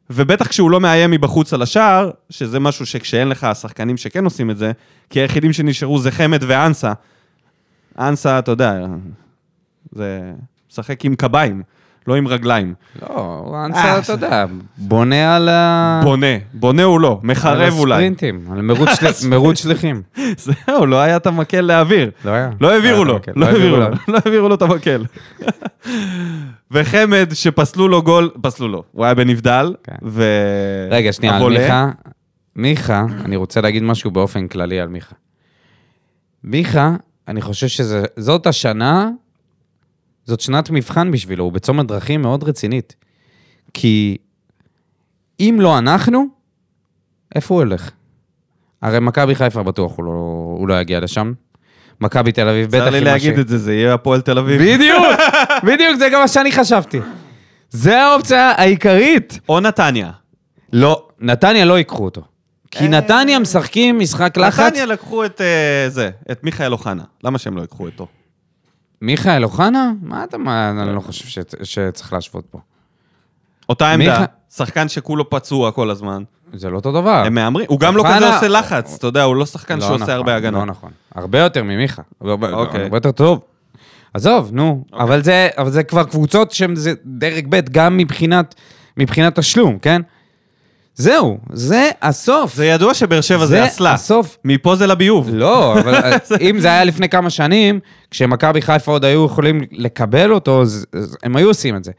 ובטח כשהוא לא מאיים מבחוץ על השער, שזה משהו שכשאין לך השחקנים שכן עושים את זה, כי היחידים שנשארו זה חמד ואנסה. אנסה, אתה יודע, זה משחק עם קביים, לא עם רגליים. לא, אה, אנסה, אתה יודע, בונה על ה... בונה, בונה הוא לא, אה. על מחרב אולי. הספרינטים, על מרוץ של- מרוץ שליחים. זהו, לא היה את המקל להעביר. לא היה. לא העבירו לו, אוקיי, לא העבירו לו, לא העבירו לו את המקל. וחמד, שפסלו לו גול, פסלו לו, הוא היה בנבדל, כן. ו... רגע, שנייה, על הבולה- מיכה. מיכה, אני רוצה להגיד משהו באופן כללי על מיכה. מיכה, אני חושב שזאת השנה, זאת שנת מבחן בשבילו, הוא בצומת דרכים מאוד רצינית. כי אם לא אנחנו, איפה הוא ילך? הרי מכבי חיפה בטוח הוא לא, הוא לא יגיע לשם. מכבי תל אביב בטח... צר לי עם מה להגיד ש- את זה, זה יהיה הפועל תל אביב. בדיוק, בדיוק, זה גם מה שאני חשבתי. זה האופציה העיקרית. או נתניה. לא, נתניה לא ייקחו אותו. כי נתניה משחקים משחק לחץ. נתניה לא- לקחו את אה, זה, את מיכאל אוחנה. למה שהם לא יקחו אותו? מיכאל אוחנה? מה אתה, מה, אני לא חושב שצ- שצריך להשוות פה. אותה עמדה, מיכה- שחקן שכולו פצוע כל הזמן. זה לא אותו דבר. הם מהמרים, הוא גם לא אוחנה- כזה עושה לחץ, אתה יודע, הוא לא שחקן לא שעושה נכון, הרבה הגנה. לא נכון. הרבה יותר ממיכה. הרבה אוקיי. הרבה יותר טוב. עזוב, נו. אבל זה- אבל זה כבר קבוצות שהן זה דרג ב', גם מבחינת- מבחינת תשלום, כן? זהו, זה הסוף. זה ידוע שבאר שבע זה אסלה. הסוף. מפה זה לביוב. לא, אבל אם זה היה לפני כמה שנים, כשמכבי חיפה עוד היו יכולים לקבל אותו, אז, אז הם היו עושים את זה.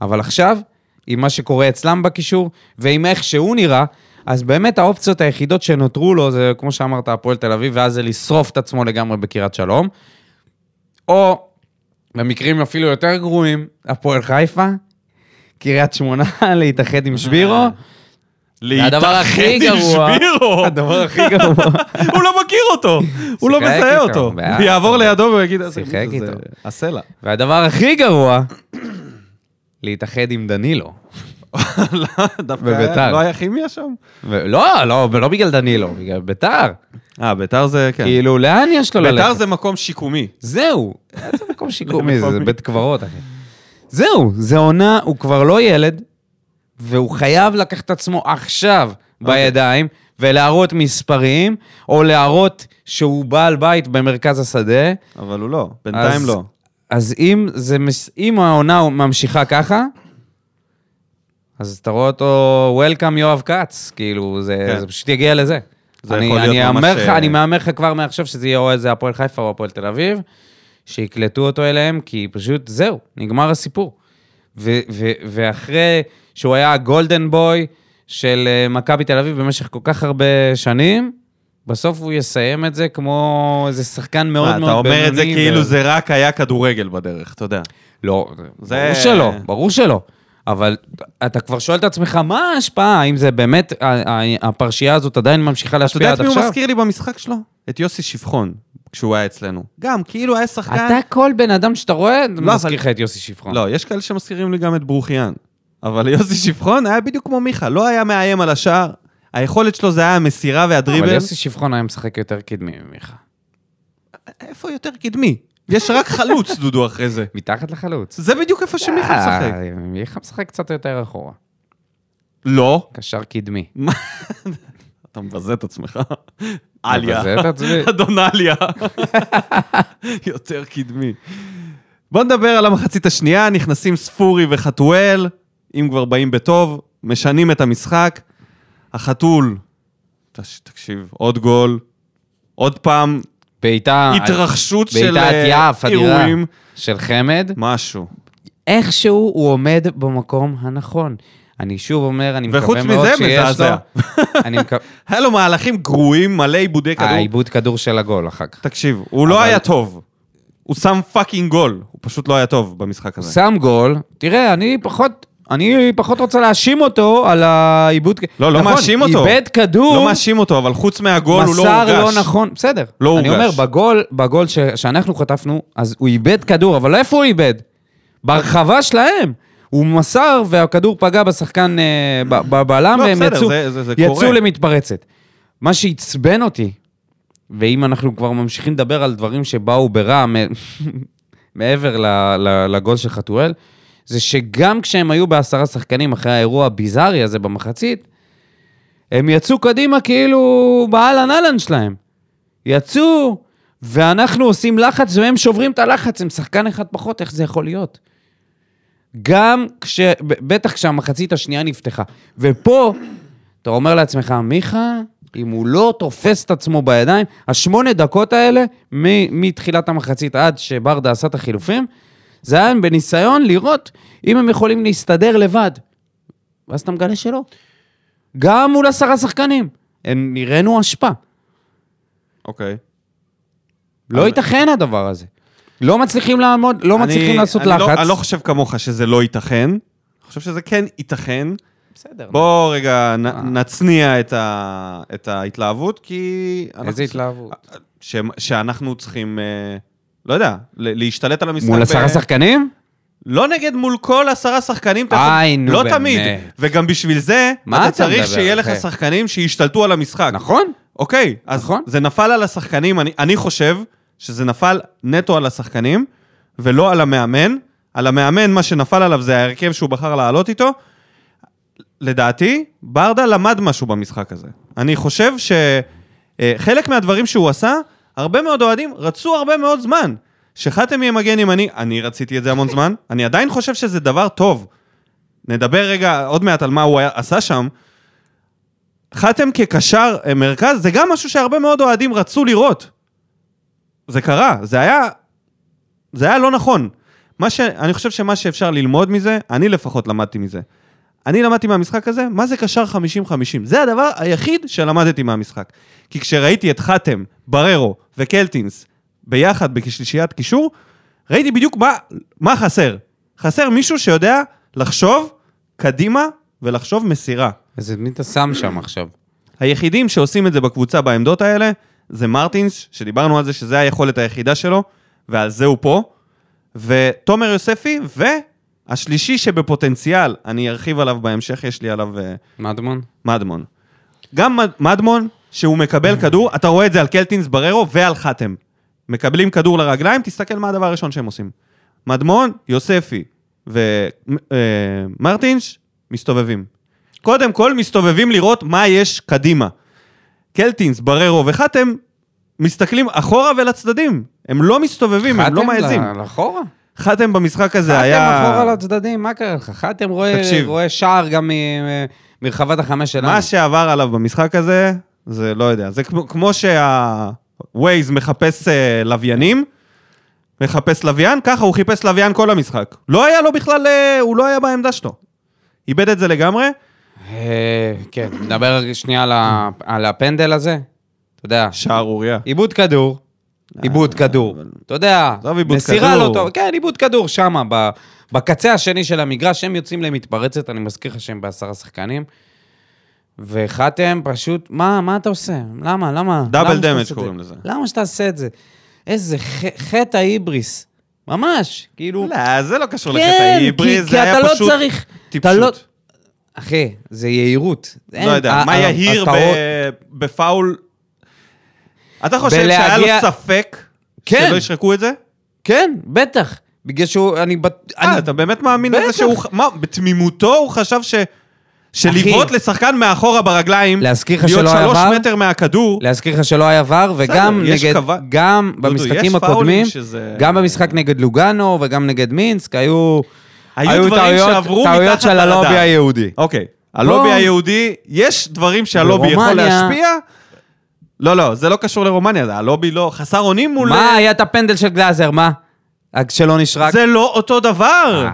אבל עכשיו, עם מה שקורה אצלם בקישור, ועם איך שהוא נראה, אז באמת האופציות היחידות שנותרו לו, זה כמו שאמרת, הפועל תל אביב, ואז זה לשרוף את עצמו לגמרי בקריית שלום. או במקרים אפילו יותר גרועים, הפועל חיפה, קריית שמונה, להתאחד עם שבירו. הדבר הכי להתאחד עם גרוע. שבירו. הדבר הכי גרוע. הוא לא מכיר אותו, הוא לא שיחק מזהה איתו, אותו. בעד. הוא יעבור לידו והוא יגיד, "איזה שיחק מישהו זה, איתו. הסלע. והדבר הכי גרוע, להתאחד עם דנילו. לא, דווקא בביתר. היה- לא היה כימיה שם? ו- לא, לא, לא בגלל דנילו, בגלל ביתר. אה, ביתר זה, כן. כאילו, לאן יש לו ללכת? ביתר זה מקום שיקומי. זהו, איזה מקום שיקומי, זה, זה לפעמים. בית קברות, אחי. זהו, זה עונה, הוא כבר לא ילד, והוא חייב לקחת את עצמו עכשיו אוקיי. בידיים, ולהראות מספרים, או להראות שהוא בעל בית במרכז השדה. אבל הוא לא, בינתיים אז- לא. אז אם, זה, מס- אם העונה ממשיכה ככה, אז אתה רואה אותו Welcome יואב כץ, כאילו, זה, כן. זה פשוט יגיע לזה. זה אני, יכול להיות אני ממש, אומר לך, אה, אני מהמר לך כבר מעכשיו שזה יהיה או איזה הפועל חיפה או הפועל תל אביב, שיקלטו אותו אליהם, כי פשוט זהו, נגמר הסיפור. ו- ו- ואחרי שהוא היה הגולדן בוי של אה, מכבי תל אביב במשך כל כך הרבה שנים, בסוף הוא יסיים את זה כמו איזה שחקן מאוד מה, מאוד אתה בינוני. אומר את זה כאילו ו- זה רק היה כדורגל בדרך, אתה יודע. לא, זה- זה... ברור שלא, ברור שלא. אבל אתה כבר שואל את עצמך, מה ההשפעה? האם זה באמת, ה- ה- הפרשייה הזאת עדיין ממשיכה אתה להשפיע יודע עד את מי הוא עכשיו? מזכיר לי במשחק שלו? את יוסי שבחון, כשהוא היה אצלנו. גם, כאילו היה שחקן... אתה כל בן אדם שאתה רואה, מזכיר לך לא, אבל- את יוסי שבחון. לא, יש כאלה שמזכירים לי גם את ברוכיאן. אבל יוסי שבחון היה בדיוק כמו מיכה, לא היה מאיים על השער. היכולת שלו זה היה המסירה אבל והדריבל. יוסי שבחון היה משחק יותר קדמי ממך. איפה יותר קדמי? יש רק חלוץ, דודו, אחרי זה. מתחת לחלוץ. אה, זה בדיוק איפה שמיכה משחק. אה, מיכה משחק קצת יותר אחורה. לא. קשר קדמי. מה? אתה מבזה את עצמך. עליה. מבזה את עצמי. אדון עליה. יותר קדמי. בוא נדבר על המחצית השנייה, נכנסים ספורי וחתואל, אם כבר באים בטוב, משנים את המשחק. החתול, תש- תקשיב, עוד גול, עוד פעם, בעיטה... אה, התרחשות של בעיטת אה, יעף, אדירה. אירועים. של חמד. משהו. איכשהו הוא עומד במקום הנכון. אני שוב אומר, אני וחוץ מקווה מאוד מזה, שיש לו... מזעזע. אני מקו- היה לו מהלכים גרועים, מלא עיבודי כדור. העיבוד כדור של הגול אחר כך. תקשיב, הוא לא אבל- היה טוב. הוא שם פאקינג גול. הוא פשוט לא היה טוב במשחק הוא הזה. שם גול, תראה, אני פחות... אני פחות רוצה להאשים אותו על העיבוד... לא, לא מאשים אותו. נכון, איבד כדור, לא מאשים אותו, אבל חוץ מהגול הוא לא הורגש. מסר לא נכון, בסדר. לא הורגש. אני אומר, בגול, בגול ש... שאנחנו חטפנו, אז הוא איבד כדור, אבל איפה הוא איבד? ברחבה שלהם. הוא מסר והכדור פגע בשחקן, אה, ב- בבלם, לא, והם בסדר, יצאו, זה- זה- זה קורה. יצאו למתפרצת. מה שעצבן אותי, ואם אנחנו כבר ממשיכים לדבר על דברים שבאו ברע מ- מעבר ל- ל- לגול של חתואל, זה שגם כשהם היו בעשרה שחקנים אחרי האירוע הביזארי הזה במחצית, הם יצאו קדימה כאילו באהלן אהלן שלהם. יצאו, ואנחנו עושים לחץ והם שוברים את הלחץ, הם שחקן אחד פחות, איך זה יכול להיות? גם כש... ב- בטח כשהמחצית השנייה נפתחה. ופה, אתה אומר לעצמך, מיכה, אם הוא לא תופס את עצמו בידיים, השמונה דקות האלה, מ- מתחילת המחצית עד שברדה עשה את החילופים, זה היה בניסיון לראות אם הם יכולים להסתדר לבד. ואז אתה מגלה שלא. גם מול עשרה שחקנים. הם נראינו אשפה. אוקיי. לא אבל- ייתכן הדבר הזה. לא מצליחים לעמוד, לא מצליחים אני- לעשות אני לא- לחץ. אני לא חושב כמוך שזה לא ייתכן. אני חושב שזה כן ייתכן. בסדר. בואו רגע אה. נ- נצניע את ה- את ההתלהבות, כי... אנחנו איזה צריכים- התלהבות. ש- שאנחנו צריכים, אה, לא יודע, ל- להשתלט על המשחק. מול ב- עשרה שחקנים? לא נגד מול כל עשרה שחקנים, אתה איי, יכול- נו, לא באמת. תמיד. וגם בשביל זה, מה אתה אתה צריך מדבר, שיהיה לך אחי? שחקנים שישתלטו על המשחק. נכון. אוקיי, אז נכון. זה נפל על השחקנים, אני, אני חושב שזה נפל נטו על השחקנים, ולא על המאמן. על המאמן, מה שנפל עליו זה ההרכב שהוא בחר לעלות איתו. לדעתי, ברדה למד משהו במשחק הזה. אני חושב שחלק מהדברים שהוא עשה, הרבה מאוד אוהדים רצו הרבה מאוד זמן. שחתם יהיה מגן ימני, אני רציתי את זה המון זמן, אני עדיין חושב שזה דבר טוב. נדבר רגע עוד מעט על מה הוא היה, עשה שם. חתם כקשר אה, מרכז, זה גם משהו שהרבה מאוד אוהדים רצו לראות. זה קרה, זה היה... זה היה לא נכון. מה ש... אני חושב שמה שאפשר ללמוד מזה, אני לפחות למדתי מזה. אני למדתי מהמשחק הזה, מה זה קשר 50-50? זה הדבר היחיד שלמדתי מהמשחק. כי כשראיתי את חתם, בררו וקלטינס ביחד בשלישיית קישור, ראיתי בדיוק מה, מה חסר. חסר מישהו שיודע לחשוב קדימה ולחשוב מסירה. אז את מי אתה שם שם עכשיו? היחידים שעושים את זה בקבוצה בעמדות האלה זה מרטינס, שדיברנו על זה שזה היכולת היחידה שלו, ועל זה הוא פה, ותומר יוספי, והשלישי שבפוטנציאל, אני ארחיב עליו בהמשך, יש לי עליו אה, מדמון? מדמון. גם מד- מדמון, שהוא מקבל כדור, אתה רואה את זה על קלטינס בררו ועל חתם. מקבלים כדור לרגליים, תסתכל מה הדבר הראשון שהם עושים. מדמון, יוספי ומרטינש מסתובבים. קודם כל מסתובבים לראות מה יש קדימה. קלטינס, בררו וחתם מסתכלים אחורה ולצדדים. הם לא מסתובבים, הם לא חתם מעזים. ל- אה, לאחורה? חתם במשחק הזה היה... חתם אחורה לצדדים, מה קרה לך? חתם רואה- תקשיב. רואה שער גם מ- מרחבת החמש שלנו. מה שעבר עליו במשחק הזה, זה לא יודע. זה כמו, כמו שהווייז מחפש אה, לוויינים, מחפש לוויין, ככה הוא חיפש לוויין כל המשחק. לא היה לו בכלל, אה, הוא לא היה בעמדה שלו. איבד את זה לגמרי. אה, כן, נדבר שנייה על ה- על הפנדל הזה. אתה יודע, שערוריה. עיבוד כדור, עיבוד כדור. אתה יודע, אה, עזוב עיבוד מסירה כדור. לא טוב. כן, עיבוד כדור שמה, ב- בקצה השני של המגרש, הם יוצאים למתפרצת, אני מזכיר לך שהם בעשרה שחקנים. וחתם פשוט, מה, מה אתה עושה? למה, למה? Double למה שתעשה damage את זה? קוראים לזה. למה שתעשה את זה? איזה ח- חטא ההיבריס. ממש, כאילו... לא, זה לא קשור לחטא כן, ההיברי, כי- זה כי היה אתה לא פשוט צריך... טיפשות. אתה לא- אה, אחי, זה יהירות. לא יודע, מה יהיר ב- בפאול? אתה חושב שהיה לו בלהגיע- ספק כן. שלא ישרקו את זה? כן, בטח. בגלל שהוא... אני... בט- אה, אני- אתה באמת מאמין לזה בטח. שהוא... ח- מה, בתמימותו הוא חשב ש... של אחי. לבעוט לשחקן מאחורה ברגליים, להזכיר לך להיות שלא היה שלוש עבר? מטר מהכדור, להזכיר לך שלא היה עבר, וגם בסדר, יש נגד, כבוד- גם דודו, יש במשחקים פאולים הקודמים, שזה- גם במשחק נגד לוגאנו וגם נגד מינסק, היו... היו דברים שעברו טעויות מתחת של לרדאר. הלובי היהודי. אוקיי. הלובי היהודי, יש דברים שהלובי יכול ברומניה- להשפיע. לא, לא, זה לא קשור לרומניה, זה הלובי לא... חסר אונים מול... מה היה את הפנדל של גלאזר, מה? רק שלא נשרק. זה לא אותו דבר. אה.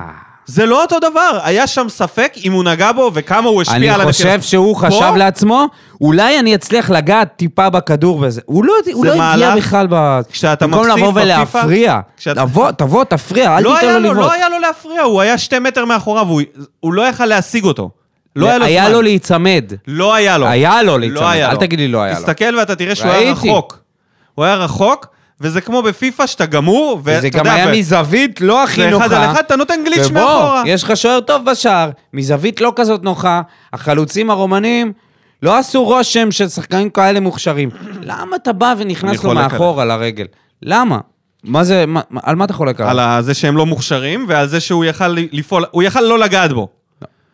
זה לא אותו דבר. היה שם ספק אם הוא נגע בו וכמה הוא השפיע על אני הנפילה. חושב שהוא פה? חשב לעצמו, אולי אני אצליח לגעת טיפה בכדור וזה. הוא לא הוא לא הגיע מהלך- בכלל ב... כשאתה במקום מפסיד לבוא בפיפ"א- ולהפריע. כשאתה- לבוא, תבוא, תפריע, אל לא תיתן היה לו לו, לבעוט. לא היה לו להפריע, הוא היה שתי מטר מאחוריו, הוא- הוא לא יכל להשיג אותו. לא היה לו זמן. היה לו להיצמד. לא היה לו. היה לו להיצמד, היה אל לו. תגיד לי לא היה לו. תסתכל ואתה תראה שהוא היה ראיתי. רחוק. הוא היה רחוק, וזה כמו בפיפא שאתה גמור, ואתה זה יודע... גם היה ו- מזווית לא הכי זה נוחה. אחד על אחד, אתה נותן גליץ' ובוא, מאחורה. יש לך שוער טוב בשער, מזווית לא כזאת נוחה, החלוצים הרומנים לא עשו רושם של שחקנים כאלה מוכשרים. למה אתה בא אני ונכנס לו חולק מאחור על הרגל? למה? מה זה, מה, מה- על מה אתה חולק עליו? על ה- זה שהם לא מוכשרים, ועל זה שהוא יכל ל- לפעול, הוא יכל לא לגעת בו.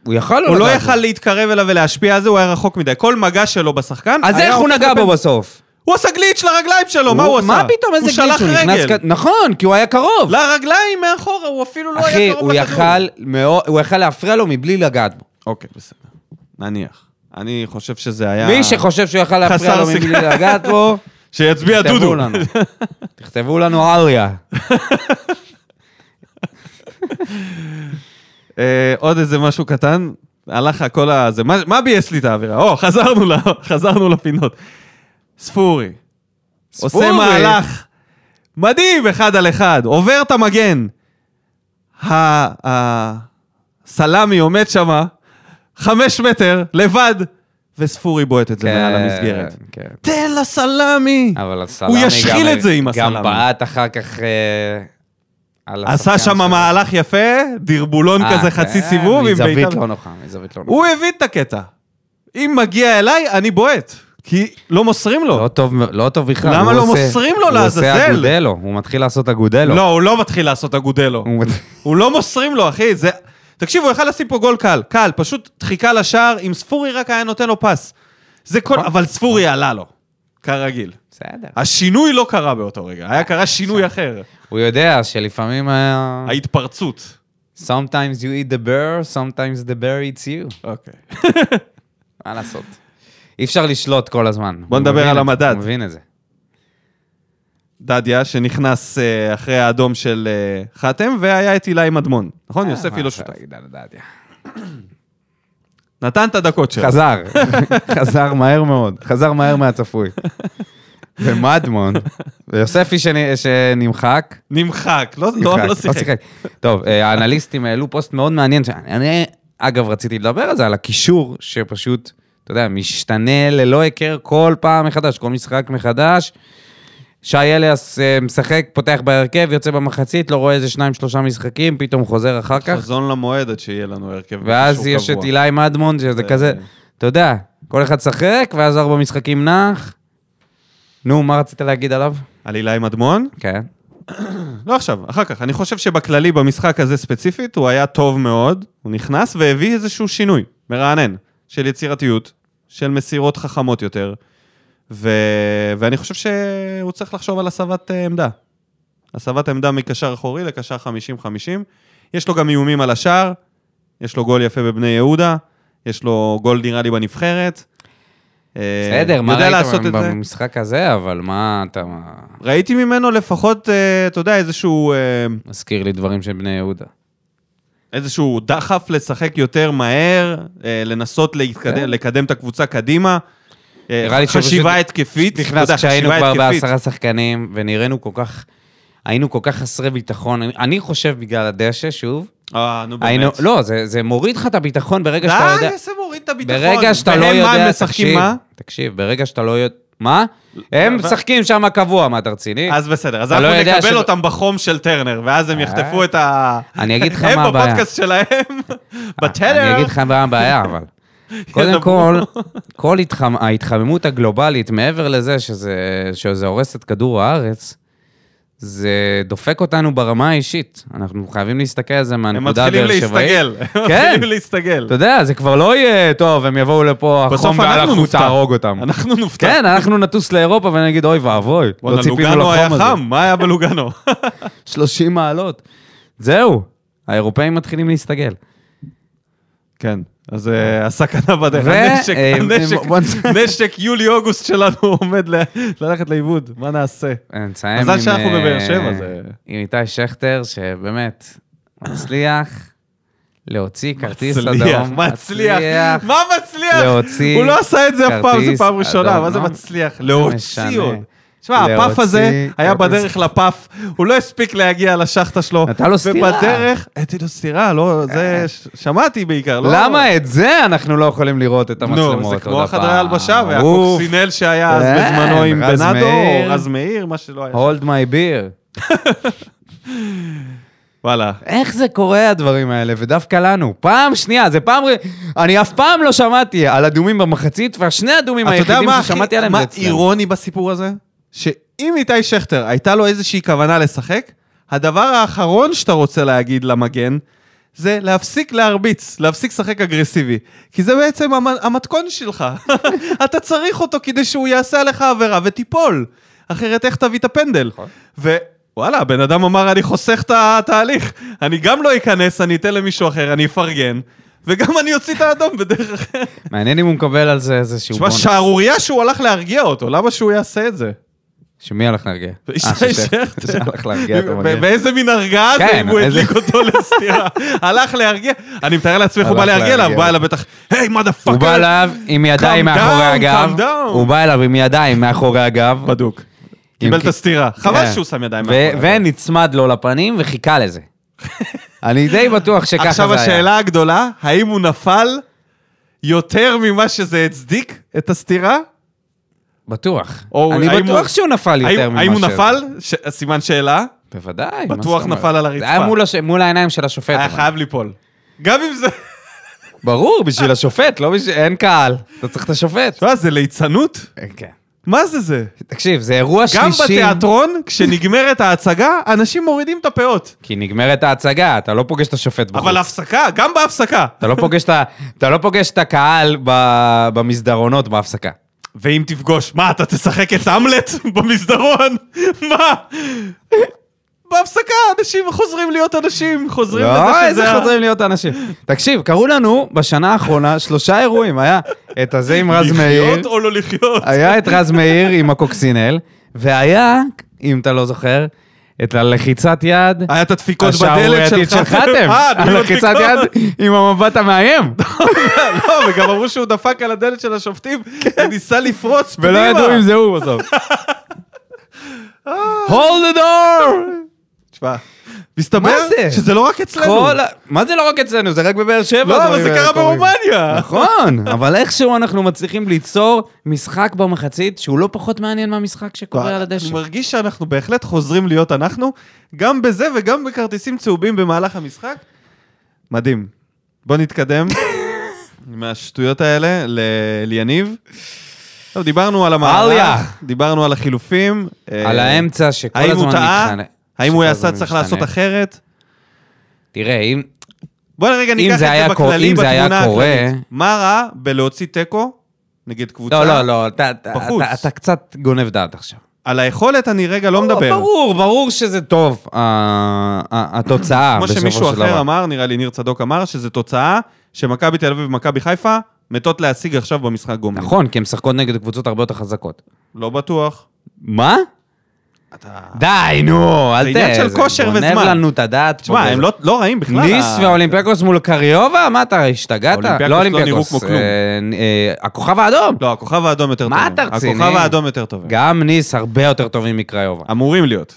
הוא יכל הוא לא לגעת בו. יכל להתקרב אליו ולהשפיע על זה, הוא היה רחוק מדי. כל מגע שלו בשחקן... אז היה איך הוא הופך נגע בו לפנדל. בסוף? הוא עשה גליץ' לרגליים שלו, מה הוא עשה? מה פתאום, איזה גליץ' הוא הוא שלח נכנס רגל. כ- נכון, כי הוא היה קרוב. לרגליים מאחורה, הוא אפילו לא אחי, היה קרוב הוא לכדור. יכל מאוד- הוא יכל להפריע לו מבלי לגעת בו. אוקיי, בסדר. נניח. אני חושב שזה היה... מי שחושב שהוא יכל להפריע חסר לו מבלי סיכוי. לגעת בו, שיצביע תכתבו דודו. לנו. אה, תכתבו לנו אריה. אה, עוד איזה משהו קטן, הלך הכל ה... זה, מה, מה ביאס לי את האווירה? או, חזרנו, ל, חזרנו לפינות. ספורי. עושה מהלך מדהים אחד על אחד, עובר את המגן. ה- הסלאמי עומד שמה, חמש מטר, לבד, וספורי בועט את זה מעל כן, המסגרת. כן. תן לסלאמי! אבל הסלאמי הוא ישחיל גם- את זה עם הסלאמי. גם בעט אחר כך אה, על עשה שם שלו. מהלך יפה, דרבולון אה, כזה כן, חצי סיבוב, עם מזווית בעיטה. לא נוחה, מזווית לא נוחה. הוא הבין את הקטע. אם מגיע אליי, אני בועט. כי לא מוסרים לא לו. טוב, לא טוב בכלל. למה הוא לא עושה- מוסרים לו לעזאזל? הוא עושה אגודלו, הוא מתחיל לעשות אגודלו. לא, הוא לא מתחיל לעשות אגודלו. הוא מת- הוא לא מוסרים לו, אחי. זה... תקשיב, הוא יכל לשים פה גול קל. קל, פשוט דחיקה לשער, אם ספורי רק היה נותן לו פס. זה כל... נכון. אבל ספורי עלה לו, כרגיל. בסדר. השינוי לא קרה באותו רגע, היה קרה שינוי אה. אחר. הוא יודע שלפעמים... אה, ההתפרצות. Sometimes you eat the bear, sometimes the bear eats you. אוקיי. מה לעשות? אי אפשר לשלוט כל הזמן. בוא הוא נדבר מבין על את- המדד. הוא מבין את זה. דדיה, שנכנס אה, אחרי האדום של אה, חתם, והיה את הילה עם אדמון. נכון? יוספי אה, מה לא אפשר שותף. להגיד על הדדיה? נתן את הדקות שלו. חזר, חזר מהר מאוד, חזר מהר מהצפוי. ומדמון, ויוספי שנ- שנמחק, נמחק, לא, לא, לא שיחק. טוב, אה, האנליסטים העלו פוסט מאוד מעניין, ש- אני אגב רציתי לדבר על זה, על הקישור שפשוט, אתה יודע, משתנה ללא היכר כל פעם מחדש, כל משחק מחדש. שי אליאס אה, משחק, פותח בהרכב, יוצא במחצית, לא רואה איזה שניים, שלושה משחקים, פתאום חוזר אחר כך. חזון למועד עד שיהיה לנו הרכב. ואז בקישור יש את קבוע. כן. אילי מדמון, שזה זה- כזה, אתה יודע, כל אחד שחק, ואז ארבע משחקים נח. נו, מה רצית להגיד עליו? על הילה עם אדמון? כן. לא עכשיו, אחר כך. אני חושב שבכללי, במשחק הזה ספציפית, הוא היה טוב מאוד, הוא נכנס והביא איזשהו שינוי, מרענן, של יצירתיות, של מסירות חכמות יותר, ו... ואני חושב שהוא צריך לחשוב על הסבת אה, עמדה. הסבת עמדה מקשר אחורי לקשר 50-50. יש לו גם איומים על השער, יש לו גול יפה בבני יהודה, יש לו גול נראה לי בנבחרת. אה, בסדר, מה יודע לעשות ראית את זה. במשחק הזה, אבל מה אתה ראיתי ממנו לפחות, אה, אתה יודע, איזשהו... אה, מזכיר לי דברים של בני יהודה. איזשהו דחף לשחק יותר מהר, אה, לנסות להתקדם, כן. לקדם את הקבוצה קדימה. אה, נראה לי חשיבה שפשוט התקפית. אתה נכנס יודע, כשהיינו חשיבה כבר התקפית. בעשרה שחקנים, ונראינו כל כך, היינו כל כך חסרי ביטחון. אני- אני חושב בגלל הדשא, שוב, אה, נו באמת. היינו, לא, זה זה מוריד לך את הביטחון ברגע שאתה יודע. די, זה מוריד את הביטחון. ברגע שאתה לא והם, יודע, מה הם תקשיב, משחקים מה? תקשיב, ברגע שאתה לא יודע... מה? הם אבל- משחקים שם קבוע, מה, אתה רציני? אז בסדר, אז אתה אנחנו לא יודע נקבל ש- אותם בחום של טרנר, ואז הם אה. יחטפו את ה... אני אגיד לך מה הם הבעיה. בפודקאסט שלהם, בטלר. אני אגיד לך מה הבעיה, אבל. קודם כל, כל התחמ- ההתחממות הגלובלית, מעבר לזה שזה, שזה הורס את כדור הארץ, זה דופק אותנו ברמה האישית. אנחנו חייבים להסתכל על זה הם מהנקודה מתחילים הבאר שבעית. להסתגל. הם כן. מתחילים להסתגל. אתה יודע, זה כבר לא יהיה, טוב, הם יבואו לפה, החום בסוף ועל אנחנו החוץ נופתע. תהרוג אותם. אנחנו נופתע. כן, אנחנו נטוס לאירופה ונגיד, אוי ואבוי, לא וואלה, ציפינו לוגאנו היה לחום הזה. חם, מה היה בלוגאנו? 30 מעלות. זהו, האירופאים מתחילים להסתגל. כן, אז אה, הסכנה בדרך. ו- הנשק- אה, הנשק- בוא נ- נשק יולי-אוגוסט שלנו עומד ל- ללכת לאיבוד, מה נעשה? אני נסיים מזל עם, שאנחנו אה, בבאר שבע, זה- עם איתי שכטר, שבאמת מצליח להוציא כרטיס מצליח, לדרום. מצליח, מצליח. מה מצליח? להוציא הוא לא עשה את זה אף פעם, זו כרטיס פעם ראשונה, אדום. מה זה לא, מצליח? להוציא משנה. עוד. תשמע, הפאף להוציא הזה היה כרטיס. בדרך לפאף, הוא לא הספיק להגיע לשחטה שלו. נתן לו סטירה. ובדרך, הייתי לו סטירה, לא, זה ש- שמעתי בעיקר, לא... אה. למה את זה אנחנו לא יכולים לראות את המצלמות עוד נו, הפעם? זה כמו החדרי הלבשה והקוקסינל שהיה אז כן, בזמנו עם רז בנאדו, או מאיר. רז מאיר, מה שלא היה. הולד מיי ביר. וואלה. איך זה קורה הדברים האלה, ודווקא לנו? פעם שנייה, זה פעם... ר- אני אף פעם לא שמעתי על אדומים במחצית, והשני האדומים אתה יודע היחידים מה ששמעתי הכי עליהם זה מה אצלנו. אירוני בסיפור הזה? שאם איתי שכטר הייתה לו איזושהי כוונה לשחק, הדבר האחרון שאתה רוצה להגיד למגן, זה להפסיק להרביץ, להפסיק לשחק אגרסיבי. כי זה בעצם המ- המתכון שלך. אתה צריך אותו כדי שהוא יעשה עליך עבירה ותיפול. אחרת איך תביא את הפנדל? נכון. ווואלה, הבן אדם אמר, אני חוסך את התהליך. אני גם לא אכנס, אני אתן למישהו אחר, אני אפרגן. וגם אני אוציא את האדום בדרך אחרת. מעניין אם הוא מקבל על זה איזשהו תשמע, בונוס. שערורייה שהוא הלך להרגיע אותו, למה שהוא יעשה את זה? שמי הלך להרגיע? אה, אישי ששכטר. שכטר. שהלך להרגיע את ב- המגן. באיזה מין הרגעה זה כן, אם הוא איזה- הדליק אותו לסטירה? הלך להרגיע? אני מתאר לעצמי, הוא הלך בא להרגיע להרגיע. אליו, בא אליו בטח, היי, מה דה הוא בא פאקר? אליו עם ידיים Calm מאחורי down, הגב. calm down. הוא בא אליו עם ידיים מאחורי הגב. בדוק. עם קיבל את כי- הסטירה. חבל כן. שהוא שם ידיים ו- מאחורי. הגב. ונצמד לו לפנים וחיכה לזה. אני די בטוח שככה זה היה. עכשיו השאלה הגדולה, האם הוא נפל יותר ממה שזה הצדיק את הסטירה? בטוח. או אני האם בטוח הוא- שהוא נפל יותר האם ממה האם הוא ש- נפל? ש- סימן שאלה? בוודאי. מה בטוח זאת אומרת? נפל על הרצפה. זה היה מול הש- מול העיניים של השופט. היה כן, אבל. חייב ליפול. גם אם זה... ברור, בשביל השופט, לא בשביל... אין קהל. אתה צריך את השופט. תשמע, זה ליצנות? כן. מה זה זה? תקשיב, זה אירוע גם שלישי. בתיאטרון, כשנגמרת ההצגה, אנשים מורידים את הפאות. כי נגמרת ההצגה, אתה לא פוגש את השופט בחוץ. אבל הפסקה, גם בהפסקה. אתה לא פוגש את ה- אתה לא פוגש את הקהל ב- במסדרונות בהפסקה. ואם תפגוש, מה, אתה תשחק את המלט במסדרון? מה? בהפסקה אנשים חוזרים להיות אנשים, חוזרים לזה לא, שזה... איזה ה- חוזרים להיות אנשים. תקשיב, קרו לנו בשנה האחרונה שלושה אירועים. היה את הזה עם רז מאיר, לחיות או לא לחיות. היה את רז מאיר עם הקוקסינל, והיה, אם אתה לא זוכר, את הלחיצת יד היה את הדפיקות בדלת השערורייתית של חתם. אה, דפיקות הלחיצת בדלת. יד עם המבט המאיים. לא, וגם אמרו שהוא דפק על הדלת של השופטים, וניסה לפרוץ פנימה. ולא ידעו אם זה הוא בסוף. אה. hold the door! תשמע, מסתבר מה זה? שזה לא רק אצלנו. כל ה- מה זה לא רק אצלנו? זה רק בבאר שבע. לא, אבל הדברים זה האלה קרה קורים. ברומניה. נכון, אבל איכשהו אנחנו מצליחים ליצור משחק במחצית שהוא לא פחות מעניין מהמשחק שקורה על אני הדשא. מרגיש שאנחנו בהחלט חוזרים להיות אנחנו, גם בזה וגם בכרטיסים צהובים במהלך המשחק. מדהים. בוא נתקדם מהשטויות האלה ל- ליניב. טוב, דיברנו על אליה. המהלך, דיברנו על החילופים. אה, על האמצע שכל האם הזמן הוא טעה? מתחנה. האם הוא שכל יעשה, הזמן צריך משתנה. לעשות אחרת? תראה, אם... בוא רגע ניקח את זה היה זה קורה- בכללי, אם זה היה בתמונה קורה- הכללית. מה רע בלהוציא תיקו נגד קבוצה? לא, לא, לא, אתה- אתה- בחוץ. אתה- אתה קצת גונב דעת עכשיו. על היכולת אני רגע לא מדבר. ברור, ברור שזה טוב, ה- ה- התוצאה כמו אה, בסופו של שמישהו דבר. אחר אמר, נראה לי ניר צדוק אמר, שזו תוצאה שמכבי תל אביב ומכבי חיפה מתות להשיג עכשיו במשחק גומלין. נכון, כי הן משחקות נגד קבוצות הרבה יותר חזקות. לא בטוח. מה? די, נו, אל ת... זה עניין של כושר גונב וזמן. לנו את הדעת. פה תשמע, בזה. הם לא- לא רעים בכלל. ניס ה- ואולימפיאקוס מול קריובה? מה אתה, השתגעת? אולימפיאקוס לא לא נראו כמו אולימפיאקוס. כלום. אה, אה, הכוכב האדום. לא, הכוכב האדום יותר טובים. מה אתה רציני? הכוכב האדום יותר טובים. גם ניס הרבה יותר טובים מקריובה. אמורים להיות.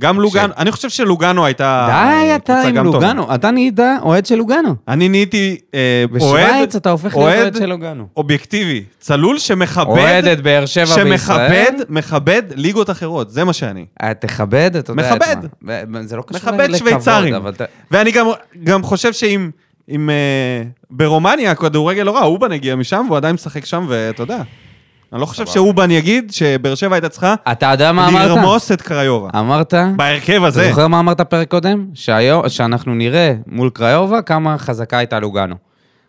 גם לוגנו, אני חושב שלוגנו הייתה... די, אתה קבוצה עם אה, גם טובה. לוגנו. אתה נהיית אוהד של לוגנו. אני נהייתי אה, אוהד... בשוויץ אתה הופך להיות אוהד של לוגנו. אובייקטיבי, צלול שמכבד... אוהד את באר שבע בישראל. שמכבד, מכבד ליגות אחרות, זה מה שאני. אה, תכבד, אתה יודע את מכבד. מה. ו- זה לא קשור מכבד שוויצרים. אבל אתה- ואני גם, גם חושב שאם... אם אה, ברומניה הכדורגל לא רע, אובן הגיע משם והוא עדיין משחק שם, ואתה יודע. אני לא חושב שאובן יגיד שבאר שבע הייתה צריכה אתה יודע מה אמרת? לרמוס את קריובה. אמרת? בהרכב אתה הזה. זוכר מה אמרת פרק קודם? שהיום, שאנחנו נראה מול קריובה כמה חזקה הייתה לוגאנו.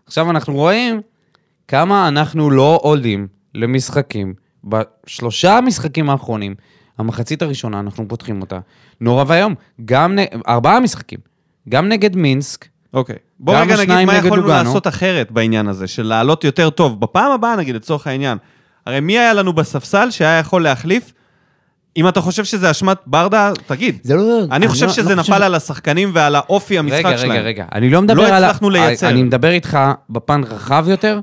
עכשיו אנחנו רואים כמה אנחנו לא עולים למשחקים. בשלושה המשחקים האחרונים, המחצית הראשונה, אנחנו פותחים אותה. נורא ואיום. גם, נ... ארבעה משחקים. גם נגד מינסק, אוקיי. בואו גם רגע השניים נגיד מה נגד יכולנו לוגאנו. לעשות אחרת בעניין הזה, של לעלות יותר טוב. בפעם הבאה, נגיד, לצורך העניין, הרי מי היה לנו בספסל שהיה יכול להחליף? אם אתה חושב שזה אשמת ברדה, תגיד. זה לא- אני חושב לא- שזה לא חושב נפל על השחקנים ועל האופי המשחק רגע, שלהם. רגע, רגע, אני לא מדבר לא על... ה- הצלחנו לייצר. אני מדבר איתך בפן רחב יותר.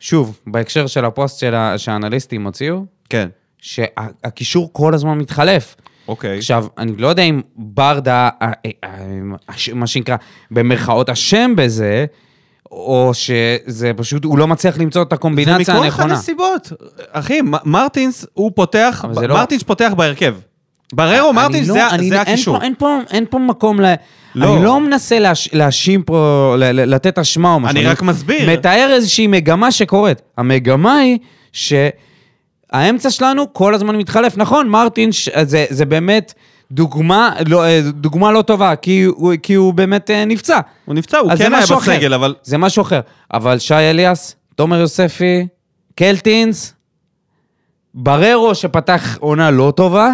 שוב, בהקשר של הפוסט של ה- שהאנליסטים הוציאו, כן, שהקישור כל הזמן מתחלף. אוקיי. עכשיו, אני לא יודע אם ברדה, אה, אה, אה, הש- מה שנקרא, במרכאות אשם בזה, או שזה פשוט, הוא לא מצליח למצוא את הקומבינציה זה מכל הנכונה. אחד הסיבות. אחי, מ- מרטינס, הוא פותח, אבל זה ב- לא- מרטינס פותח בהרכב. בררו, אני מרטינס, לא- זה ה- אני- זה אין הקישור. פה- אין פה- אין פה מקום ל... לא. אני לא מנסה להש- להאשים פה, ל- ל- לתת אשמה או משהו. אני רק מסביר. מתאר איזושהי מגמה שקורית. המגמה היא שהאמצע שלנו כל הזמן מתחלף. נכון, מרטין, ש- זה, זה באמת דוגמה לא, אה, דוגמה לא טובה, כי הוא, כי הוא באמת אה, נפצע. הוא נפצע, הוא אז זה כן היה משהו אחר. בסגל, אבל... זה משהו אחר. אבל שי אליאס, תומר יוספי, קלטינס, בררו שפתח עונה לא טובה,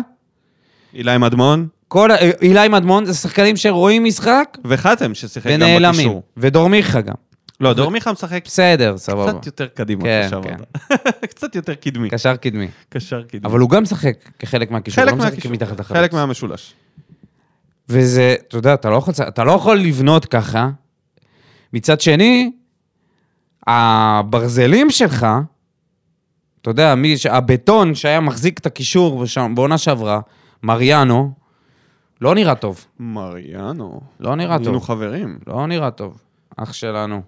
אילי מדמון, כל, ה- אילי מדמון, זה שחקנים שרואים משחק וחתם ששיחק כן, גם ונעלמים. בקישור. ודור מיכה גם. לא, דור מיכה משחק בסדר, סבבה. קצת יותר קדימה, כן, קשר כן. עבודה. קצת יותר קדמי. קשר קדמי. קשר קדמי. אבל הוא גם משחק כחלק מהקישור, הוא חלק לא משחק מהקישור, מתחת לחלוץ. חלק מהמשולש. וזה, אתה יודע, אתה לא יכול, אתה לא יכול לבנות ככה. מצד שני, הברזלים שלך, אתה יודע, מי, ש- הבטון שהיה מחזיק את הקישור בשם- בעונה שעברה, מריאנו, לא נראה טוב. מריאנו. לא נראה היינו טוב. חברים. לא נראה טוב, אח שלנו.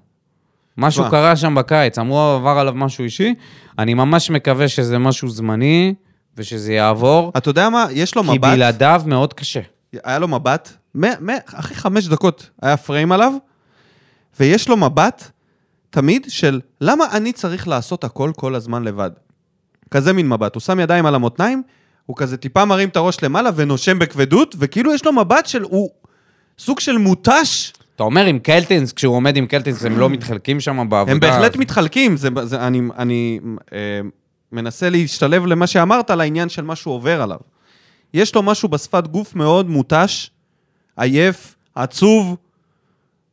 משהו תשמע. קרה שם בקיץ, אמרו עבר עליו משהו אישי, אני ממש מקווה שזה משהו זמני ושזה יעבור, אתה יודע מה? יש לו כי לא, מבט, בלעדיו מאוד קשה. היה לו מבט, מ- מ- אחרי חמש דקות היה פריים עליו, ויש לו מבט תמיד של למה אני צריך לעשות הכל כל הזמן לבד. כזה מין מבט. הוא שם ידיים על המותניים, הוא כזה טיפה מרים את הראש למעלה ונושם בכבדות, וכאילו יש לו מבט של הוא סוג של מותש. אתה אומר עם קלטינס, כשהוא עומד עם קלטינס, הם לא מתחלקים שם בעבודה. הם בהחלט מתחלקים, זה, זה, אני, אני אה, מנסה להשתלב למה שאמרת, לעניין של מה שהוא עובר עליו. יש לו משהו בשפת גוף מאוד מותש, עייף, עצוב,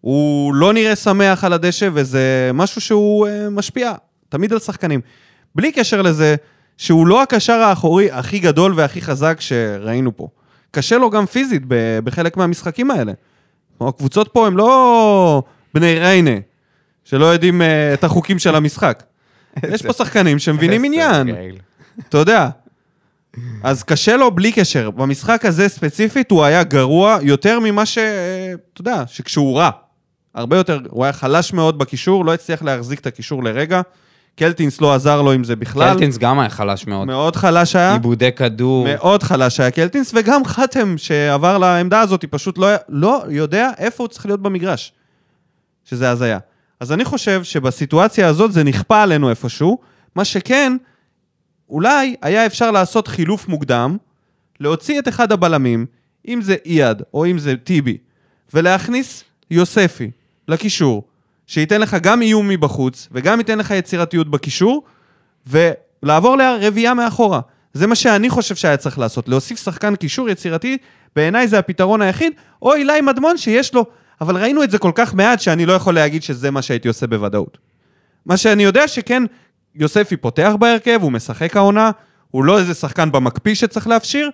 הוא לא נראה שמח על הדשא, וזה משהו שהוא אה, משפיע תמיד על שחקנים. בלי קשר לזה שהוא לא הקשר האחורי הכי גדול והכי חזק שראינו פה. קשה לו גם פיזית ב- בחלק מהמשחקים האלה. הקבוצות פה הם לא בני ריינה, שלא יודעים אה, את החוקים של המשחק. יש פה שחקנים שמבינים עניין. אוקיי. אתה יודע. אז קשה לו בלי קשר. במשחק הזה ספציפית הוא היה גרוע יותר ממה ש... אה, אתה יודע, שכשהוא רע. הרבה יותר, הוא היה חלש מאוד בקישור, לא הצליח להחזיק את הקישור לרגע. קלטינס לא עזר לו עם זה בכלל. קלטינס גם היה חלש מאוד. מאוד חלש היה. עיבודי כדור. מאוד חלש היה קלטינס, וגם חתם שעבר לעמדה הזאת, הוא פשוט לא, לא יודע איפה הוא צריך להיות במגרש, שזה הזיה. אז אני חושב שבסיטואציה הזאת זה נכפה עלינו איפשהו, מה שכן, אולי היה אפשר לעשות חילוף מוקדם, להוציא את אחד הבלמים, אם זה אייד או אם זה טיבי, ולהכניס יוספי לקישור, שייתן לך גם איום מבחוץ, וגם ייתן לך יצירתיות בקישור, ולעבור לרביעייה מאחורה. זה מה שאני חושב שהיה צריך לעשות, להוסיף שחקן קישור יצירתי, בעיניי זה הפתרון היחיד, או אילי מדמון שיש לו, אבל ראינו את זה כל כך מעט שאני לא יכול להגיד שזה מה שהייתי עושה בוודאות. מה שאני יודע שכן, יוספי פותח בהרכב, הוא משחק העונה, הוא לא איזה שחקן במקפיא שצריך להפשיר.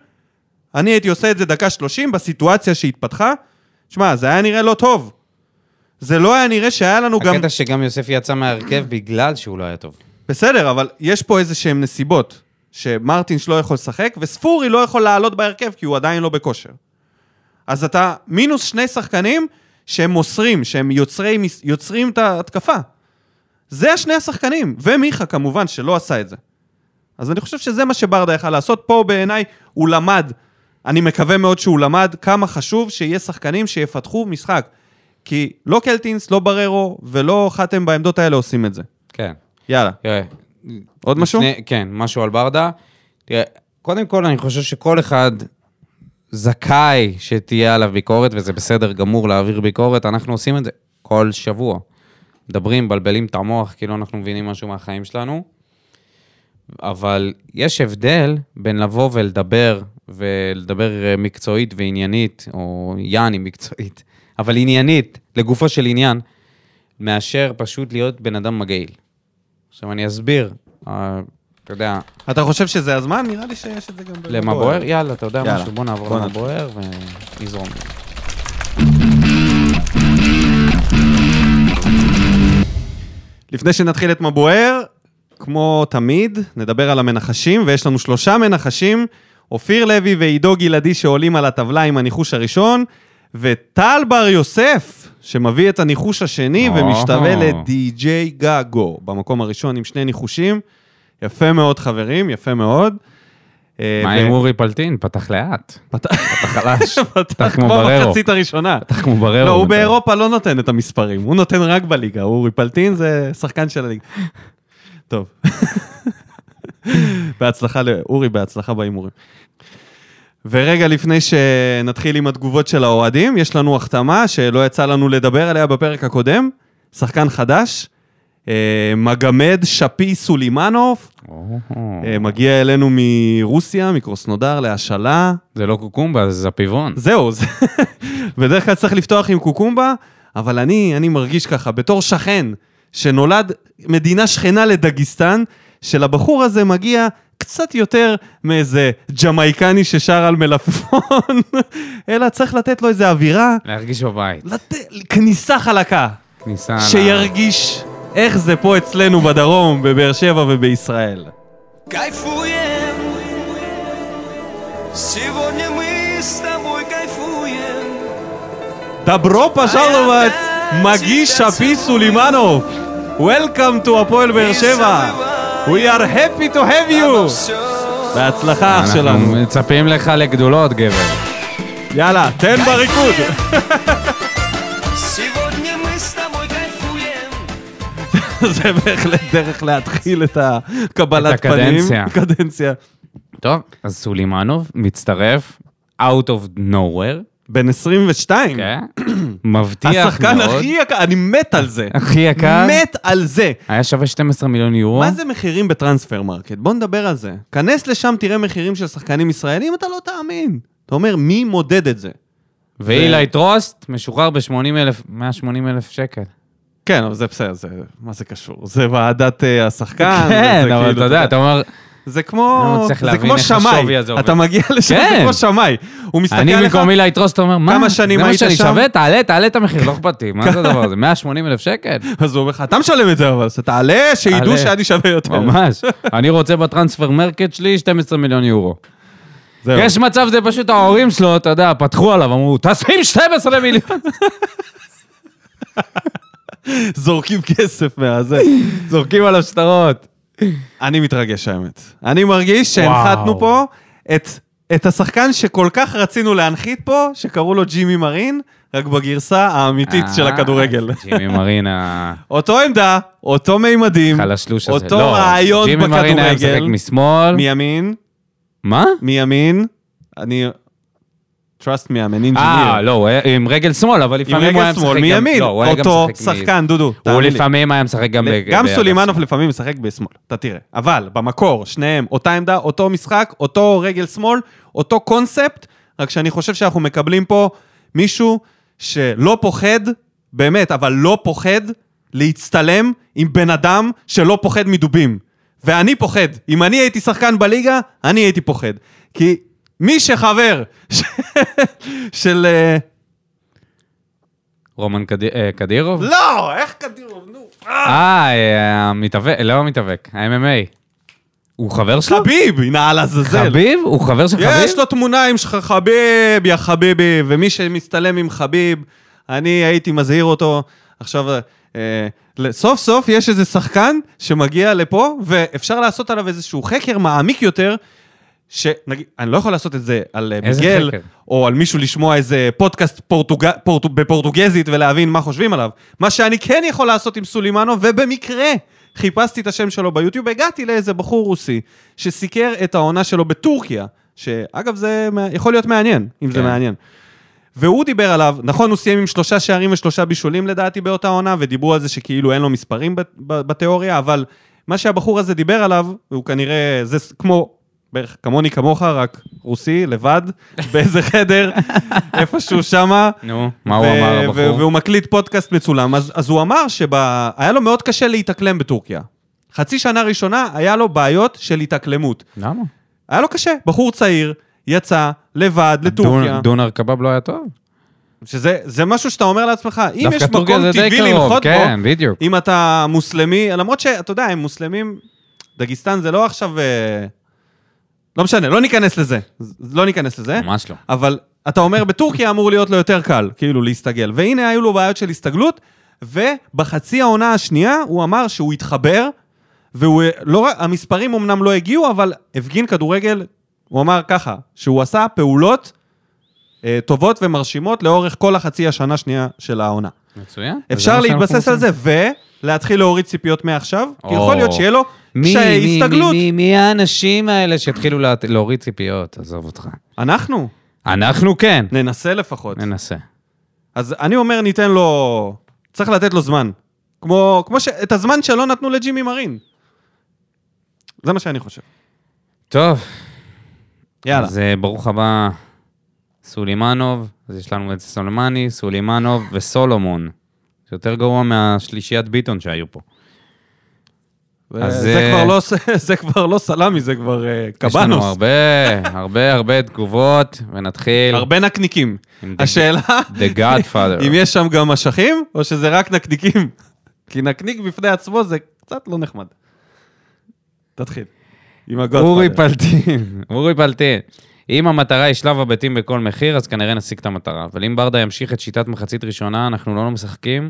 אני הייתי עושה את זה דקה שלושים בסיטואציה שהתפתחה. שמע, זה היה נראה לא טוב. זה לא היה נראה שהיה לנו גם... הקטע שגם יוספי יצא מההרכב בגלל שהוא לא היה טוב. בסדר, אבל יש פה איזה שהן נסיבות, שמרטינש לא יכול לשחק, וספורי לא יכול לעלות בהרכב, כי הוא עדיין לא בכושר. אז אתה מינוס שני שחקנים שהם מוסרים, שהם יוצרי, מס- יוצרים את ההתקפה. זה השני השחקנים, ומיכה כמובן, שלא עשה את זה. אז אני חושב שזה מה שברדה יכל לעשות. פה בעיניי הוא למד, אני מקווה מאוד שהוא למד, כמה חשוב שיהיה שחקנים שיפתחו משחק. כי לא קלטינס, לא בררו ולא חתם בעמדות האלה עושים את זה. כן. יאללה. תראה, עוד משהו? לפני- כן, משהו על ברדה. תראה, קודם כל, אני חושב שכל אחד זכאי שתהיה עליו ביקורת, וזה בסדר גמור להעביר ביקורת, אנחנו עושים את זה כל שבוע. מדברים, מבלבלים את המוח, כאילו אנחנו מבינים משהו מהחיים שלנו. אבל יש הבדל בין לבוא ולדבר, ולדבר אה, מקצועית ועניינית, או יעני מקצועית, אבל עניינית, לגופו של עניין, מאשר פשוט להיות בן אדם מגעיל. עכשיו אני אסביר, אה, אתה יודע, אתה חושב שזה הזמן? נראה לי שיש את זה גם למה בוער? יאללה, אתה יודע יאללה, משהו, בוא בוא אה, נעבור למה נעבור. בוער ונזרום. לפני שנתחיל את מה בוער, כמו תמיד, נדבר על המנחשים, ויש לנו שלושה מנחשים, אופיר לוי ועידו גלעדי שעולים על הטבלה עם הניחוש הראשון, וטל בר יוסף, שמביא את הניחוש השני או. ומשתווה לדי.ג'יי גאגו, במקום הראשון עם שני ניחושים. יפה מאוד, חברים, יפה מאוד. אה, מה ו- עם אורי פלטין? פתח לאט. פת- פתח חלש. פתח פתח כמו כמו בררו. במחצית הראשונה. פתח כמו בררו. לא, הוא באירופה לא נותן את המספרים, הוא נותן רק בליגה, אורי פלטין זה שחקן של הליגה. טוב. בהצלחה לאורי, בהצלחה בהימורים. ורגע לפני שנתחיל עם התגובות של האוהדים, יש לנו החתמה שלא יצא לנו לדבר עליה בפרק הקודם, שחקן חדש, אה, מגמד שפי סולימנוב, או-הו. אה, מגיע אלינו מרוסיה, מקרוסנודר, להשאלה, זה לא קוקומבה, זה הפיבון. זהו, זה... בדרך כלל צריך לפתוח עם קוקומבה, אבל אני, אני מרגיש ככה, בתור שכן שנולד מדינה שכנה לדגיסטן, שלבחור הזה מגיע קצת יותר מאיזה ג'מייקני ששר על מלפפון, אלא צריך לתת לו איזה אווירה, להרגיש בבית. לת... כניסה חלקה, כניסה... ל- שירגיש איך זה פה אצלנו בדרום, בבאר שבע ובישראל. Кайфуем Сегодня мы с тобой кайфуем דברו פז'לובט, מגיש שפי סולימנוב. Welcome to הפועל באר שבע. We are happy to have you. Все בהצלחה אח שלנו. אנחנו מצפים לך לגדולות, גבר. יאללה, תן בריקוד. Сегодня мы с тобой кайфуем זה בהחלט דרך להתחיל את את הקבלת פנים. הקדנציה. קדנציה. טוב, אז סולימנוב מצטרף, out of nowhere, בן 22. כן? מבטיח מאוד. השחקן הכי יקר, אני מת על זה. הכי יקר. מת על זה. היה שווה 12 מיליון יורו. מה זה מחירים בטרנספר מרקט? בוא נדבר על זה. כנס לשם, תראה מחירים של שחקנים ישראלים, אתה לא תאמין. אתה אומר, מי מודד את זה? ואילי טרוסט משוחרר ב-80 אלף, 180 אלף שקל. כן, אבל זה בסדר, זה, מה זה קשור? זה ועדת אה, השחקן. כן, וזה אבל כאילו, אתה יודע, אתה אומר, זה כמו, לא מצליח זה להבין כמו איך שמאי. השווי הזה עובד. אתה מגיע לשם, זה כן. כמו שמאי. הוא מסתכל אני עליך, במקום אילי טרוסט, אתה אומר, מה, כמה שנים היית זה מה שם?" שאני שווה, תעלה, תעלה את המחיר, לא אכפת לי, מה זה הדבר הזה? 180 אלף שקל? אז הוא אומר לך, אתה משלם את זה, אבל אז תעלה, שידעו לא- תעלה. שאני שווה יותר. ממש. אני רוצה בטרנספר מרקט שלי 12 מיליון יורו. זהו. יש מצב, זה פשוט ההורים שלו, אתה יודע, פתחו עליו, אמרו, תשים 12 מיליון. זורקים כסף מהזה. זורקים עליו שטרות. אני מתרגש, האמת. אני מרגיש שהנחתנו וואו. פה את... את השחקן שכל כך רצינו להנחית פה, שקראו לו ג'ימי מרין, רק בגרסה האמיתית של אה, הכדורגל. ג'ימי מרינה. אותו עמדה, אותו מימדים, חלשלוש הזה. אותו לא, רעיון ג'ימי מרינה היה משחק בכדורגל. משמאל. מימין, מה? מימין, אני... trust me, I'm an engineer. אה, לא, הוא היה עם רגל שמאל, אבל עם לפעמים הוא היה רגל משחק שמאל, גם... מימין, לא, הוא היה גם אותו משחק מ- שחקן, דודו. הוא תאמין לי. לפעמים היה משחק גם... ב- גם ב- סולימנוב לפעמים משחק בשמאל, אתה תראה. אבל במקור, שניהם, אותה עמדה, אותו משחק, אותו רגל שמאל, אותו קונספט, רק שאני חושב שאנחנו מקבלים פה מישהו שלא פוחד, באמת, אבל לא פוחד להצטלם עם בן אדם שלא פוחד מדובים. ואני פוחד. אם אני הייתי שחקן בליגה, אני הייתי פוחד. כי מי שחבר ש- של... אה, רומן קד- אה, קדירוב? לא, איך קדירוב, נו. אה, אה, המתאבק, לא המתאבק, ה-MMA. הוא חבר שלו? חביב, נעל עזאזל. חביב? הוא חבר של חביב? יש לו תמונה עם שלך, חביב, יא חביבי, ומי שמצטלם עם חביב, אני הייתי מזהיר אותו. עכשיו, אה, ל- סוף סוף יש איזה שחקן שמגיע לפה, ואפשר לעשות עליו איזשהו חקר מעמיק יותר, שנגיד, אני לא יכול לעשות את זה על אה, איזה מיגל, חקר? או על מישהו לשמוע איזה פודקאסט פורטוג... פורט... בפורטוגזית ולהבין מה חושבים עליו. מה שאני כן יכול לעשות עם סולימנו, ובמקרה חיפשתי את השם שלו ביוטיוב, הגעתי לאיזה בחור רוסי שסיקר את העונה שלו בטורקיה, שאגב, זה מה- יכול להיות מעניין, אם זה כן. מעניין. והוא דיבר עליו, נכון, הוא סיים עם שלושה שערים ושלושה בישולים לדעתי באותה עונה, ודיברו על זה שכאילו אין לו מספרים בת- ב- בתיאוריה, אבל מה שהבחור הזה דיבר עליו, הוא כנראה, זה ס- כמו, בערך כמוני כמוך, רק רוסי, לבד, באיזה חדר, איפשהו שמה. נו, מה הוא אמר ו- ו- הבחור? והוא מקליט פודקאסט מצולם, אז, אז הוא אמר שהיה לו מאוד קשה להתאקלם בטורקיה. חצי שנה ראשונה היה לו בעיות של התאקלמות. למה? היה לו קשה, בחור צעיר, יצא לבד לטורקיה. דונ- דונר קבב לא היה טוב? שזה זה משהו שאתה אומר לעצמך, אם יש דווקא טורקיה מקום זה די טבעי קרוב, לנחות כן, בו, בדיוק. אם אתה מוסלמי, למרות שאתה יודע, הם מוסלמים, דגיסטן זה לא עכשיו... אה, לא משנה, לא ניכנס לזה. ז- לא ניכנס לזה. ממש לא. אבל אתה אומר, בטורקיה אמור להיות לו יותר קל, כאילו, להסתגל. והנה, היו לו בעיות של הסתגלות, ובחצי העונה השנייה הוא אמר שהוא התחבר, והוא, לא, רק- המספרים אמנם לא הגיעו, אבל הפגין כדורגל, הוא אמר ככה, שהוא עשה פעולות אה, טובות ומרשימות לאורך כל החצי השנה השנייה של העונה. מצוין. אפשר להתבסס על זה, ולהתחיל להוריד ציפיות מעכשיו, כי יכול להיות שיהיה לו קשיי הסתגלות. מי האנשים האלה שהתחילו לה- להוריד ציפיות? עזוב אותך. אנחנו אנחנו כן. ננסה לפחות. ננסה. אז אני אומר, ניתן לו... צריך לתת לו זמן. כמו, כמו ש... את הזמן שלא נתנו לג'ימי מרין. זה מה שאני חושב. טוב, יאללה. אז אה, ברוך הבא, סולימנוב, אז יש לנו את סולמני, סולימנוב וסולומון. זה יותר גרוע מהשלישיית ביטון שהיו פה. ו- אז, זה, אה, כבר לא, ס- זה כבר לא סלמי, זה כבר אה, יש לנו קבנוס. הרבה, הרבה הרבה תגובות, ונתחיל הרבה נקניקים. עם The- השאלה, The Godfather. אם יש שם גם אשכים, או שזה רק נקניקים? כי נקניק בפני עצמו זה קצת לא נחמד. תתחיל. עם הגודפאדר. אורי פלטין, אורי פלטין. אם המטרה היא שלב הבתים בכל מחיר, אז כנראה נשיג את המטרה. אבל אם ברדה ימשיך את שיטת מחצית ראשונה, אנחנו לא משחקים,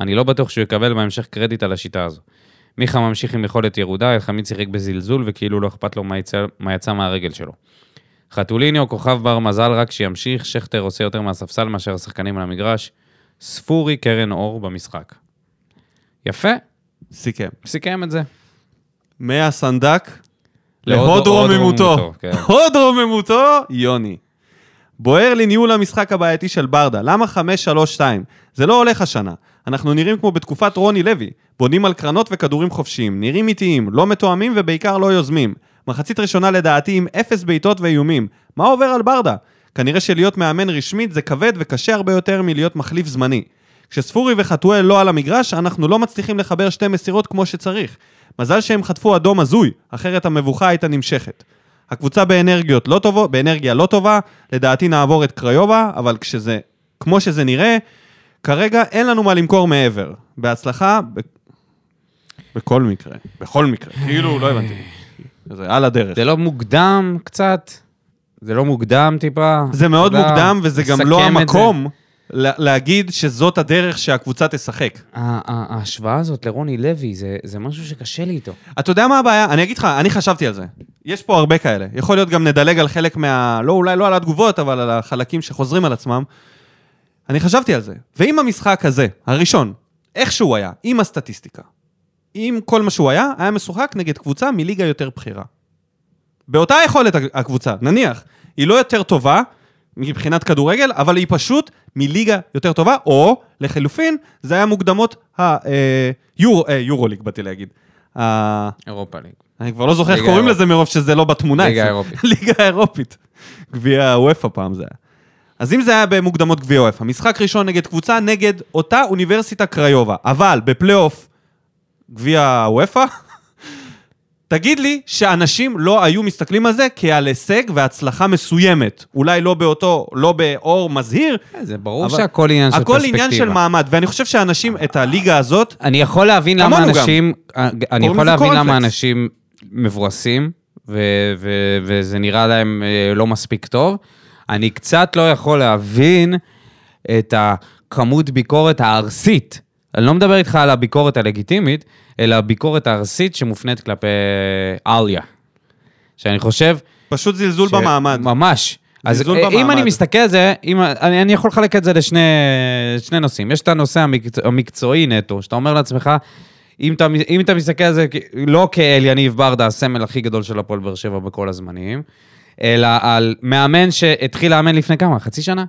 אני לא בטוח שהוא יקבל בהמשך קרדיט על השיטה הזו. מיכה ממשיך עם יכולת ירודה, אלחמיד שיחק בזלזול, וכאילו לא אכפת לו מה יצא, מה יצא מהרגל שלו. חתוליניו, כוכב בר מזל, רק שימשיך, שכטר עושה יותר מהספסל מאשר השחקנים על המגרש. ספורי, קרן אור במשחק. יפה, סיכם. סיכם את זה. מהסנדק להוד- להוד הוד רוממותו. רוממותו, כן. הוד רוממותו, יוני. בוער לי ניהול המשחק הבעייתי של ברדה, למה 5-3-2? זה לא הולך השנה. אנחנו נראים כמו בתקופת רוני לוי, בונים על קרנות וכדורים חופשיים, נראים איטיים, לא מתואמים ובעיקר לא יוזמים. מחצית ראשונה לדעתי עם אפס בעיטות ואיומים. מה עובר על ברדה? כנראה שלהיות מאמן רשמית זה כבד וקשה הרבה יותר מלהיות מחליף זמני. כשספורי וחתואל לא על המגרש, אנחנו לא מצליחים לחבר שתי מסירות כמו שצריך. מזל שהם חטפו אדום הזוי, אחרת המבוכה הייתה נמשכת. הקבוצה באנרגיות לא טובה, באנרגיה לא טובה, לדעתי נעבור את קריובה, אבל כשזה, כמו שזה נראה, כרגע אין לנו מה למכור מעבר. בהצלחה, ב... בכל מקרה, בכל מקרה. כאילו, לא הבנתי. זה על הדרך. זה לא מוקדם קצת? זה לא מוקדם טיפה? זה מאוד אתה יודע, מוקדם, וזה גם לסכם לא את זה. המקום לה- להגיד שזאת הדרך שהקבוצה תשחק. ה- ה- ההשוואה הזאת לרוני לוי, זה, זה משהו שקשה לי איתו. אתה יודע מה הבעיה? אני אגיד לך, אני חשבתי על זה. יש פה הרבה כאלה. יכול להיות גם נדלג על חלק מה... לא, אולי לא על התגובות, אבל על החלקים שחוזרים על עצמם. אני חשבתי על זה. ואם המשחק הזה, הראשון, איך שהוא היה, עם הסטטיסטיקה, עם כל מה שהוא היה, היה משוחק נגד קבוצה מליגה יותר בכירה. באותה יכולת הקבוצה, נניח, היא לא יותר טובה מבחינת כדורגל, אבל היא פשוט מליגה יותר טובה, או לחלופין, זה היה מוקדמות אה, היורוליג, באתי להגיד. ה- אירופה ליג. אה, אני כבר לא זוכר איך ליגה קוראים האירופית. לזה מרוב שזה לא בתמונה. ליגה אצלי. האירופית. ליגה האירופית. גביע וופא פעם זה היה. אז אם זה היה במוקדמות גביע וופא, משחק ראשון נגד קבוצה, נגד אותה אוניברסיטה קריובה, אבל בפלייאוף גביע וופא, תגיד לי שאנשים לא היו מסתכלים על זה כעל הישג והצלחה מסוימת. אולי לא באותו, לא באור מזהיר, כן, זה ברור אבל- שהכל עניין של הכל פרספקטיבה. עניין של מעמד, ואני חושב שאנשים את הליגה הזאת, אני יכול להבין למה כמונו גם. אנשים, אני קוראים יכול לזה להבין למה קורנפלקס. אנשים מבואסים, ו- ו- וזה נראה להם אה, לא מספיק טוב. אני קצת לא יכול להבין את הכמות ביקורת הארסית. אני לא מדבר איתך על הביקורת הלגיטימית, אלא הביקורת הארסית שמופנית כלפי עליה. שאני חושב... פשוט זלזול ש- במעמד. ממש. אז זלזול אה, אם במעמד. אני מסתכל על זה, אם, אני, אני יכול לחלק את זה לשני שני נושאים. יש את הנושא המקצוע, המקצועי נטו, שאתה אומר לעצמך, אם אתה, אם אתה מסתכל על זה כ- לא כאל יניב ברדה, הסמל הכי גדול של הפועל באר שבע בכל הזמנים, אלא על מאמן שהתחיל לאמן לפני כמה? חצי שנה?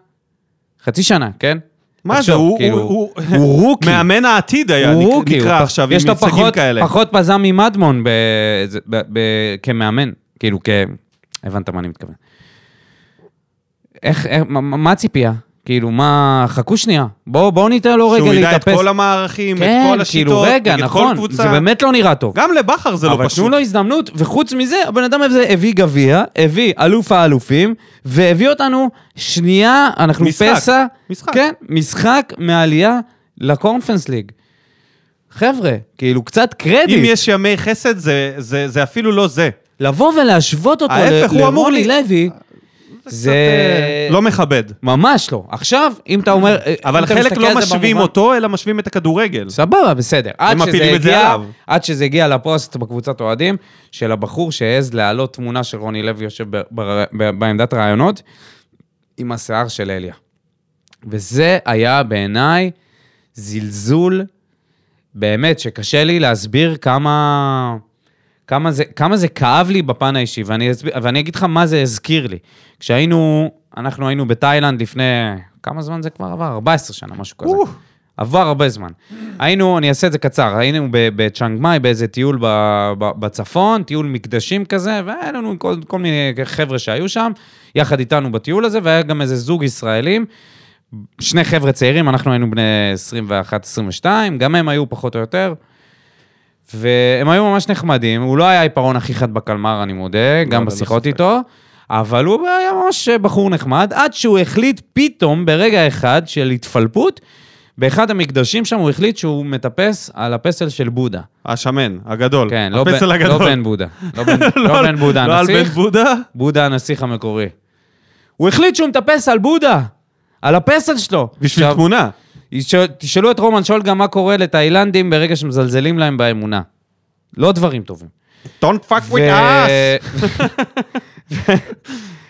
חצי שנה, כן? מה זה, תחשוב, הוא כאילו, הוא- הוא רוקי. מאמן העתיד היה, הוא נק- רוקי, נקרא הוא- עכשיו, עם יש לו מצגים פחות- כאלה. פחות פזם ממדמון ב- זה- ב- ב- כמאמן, כאילו כ... הבנת מה אני מתכוון. איך, איך- מה- מה מה הציפייה? כאילו, מה, חכו שנייה, בואו בוא ניתן לו רגע שהוא ידע את להתאפס. כל המערכים, את כן, כל כאילו, השיטות, רגע, נגד כל נכון, זה קבוצה. באמת לא נראה טוב. גם לבכר זה לא אבל תנו פשוט. לו הזדמנות, וחוץ מזה, הבן אדם הזה הביא גביע, הביא אלוף האלופים, והביא אותנו שנייה, אנחנו משחק, פסע, משחק. כן, משחק מהעלייה לקונפרנס ליג. חבר'ה, כאילו, קצת אם קרדיט, יש ימי חסד, זה- זה זה אפילו לא זה. לבוא ולהשוות אותו ההפך, ל- הוא אמור לרוני לי- לוי, קצת, זה... אה, לא מכבד. ממש לא. עכשיו, אם אתה אומר... אה, אם אבל אתה חלק מסתכל על לא זה משווים במובן- אותו, אלא משווים את הכדורגל. סבבה, בסדר. עד שזה, מפילים את זה הגיע, עליו. עד שזה הגיע לפוסט בקבוצת אוהדים של הבחור שהעז להעלות תמונה של רוני לוי יושב ב, ב, ב, בעמדת ראיונות עם השיער של אליה. וזה היה בעיניי זלזול, באמת, שקשה לי להסביר כמה... כמה זה, כמה זה כאב לי בפן האישי, ואני, אסביר, ואני אגיד לך מה זה הזכיר לי. כשהיינו, אנחנו היינו בתאילנד לפני, כמה זמן זה כבר עבר? 14 שנה, משהו כזה. אוף. עבר הרבה זמן. היינו, אני אעשה את זה קצר, היינו ב- בצ'אנג מאי באיזה טיול ב- ב- בצפון, טיול מקדשים כזה, והיה לנו כל, כל מיני חבר'ה שהיו שם, יחד איתנו בטיול הזה, והיה גם איזה זוג ישראלים, שני חבר'ה צעירים, אנחנו היינו בני 21-22, גם הם היו פחות או יותר. והם היו ממש נחמדים, הוא לא היה העיפרון הכי חד בקלמר, אני מודה, גם ללא בשיחות ספק. איתו, אבל הוא היה ממש אה, בחור נחמד, עד שהוא החליט פתאום, ברגע אחד של התפלפות, באחד המקדשים שם הוא החליט שהוא מטפס על הפסל של בודה. השמן, הגדול. כן, לא, הפסל בן, הגדול. לא בן בודה. לא בן, לא בן בודה, לא על הנסיך. בן בודה? בודה הנסיך המקורי. הוא החליט שהוא מטפס על בודה, על הפסל שלו. בשביל עכשיו, תמונה. יש- תשאלו את רומן שולגה מה קורה לתאילנדים ברגע שמזלזלים להם באמונה. לא דברים טובים. Don't fuck with us! ו- ו-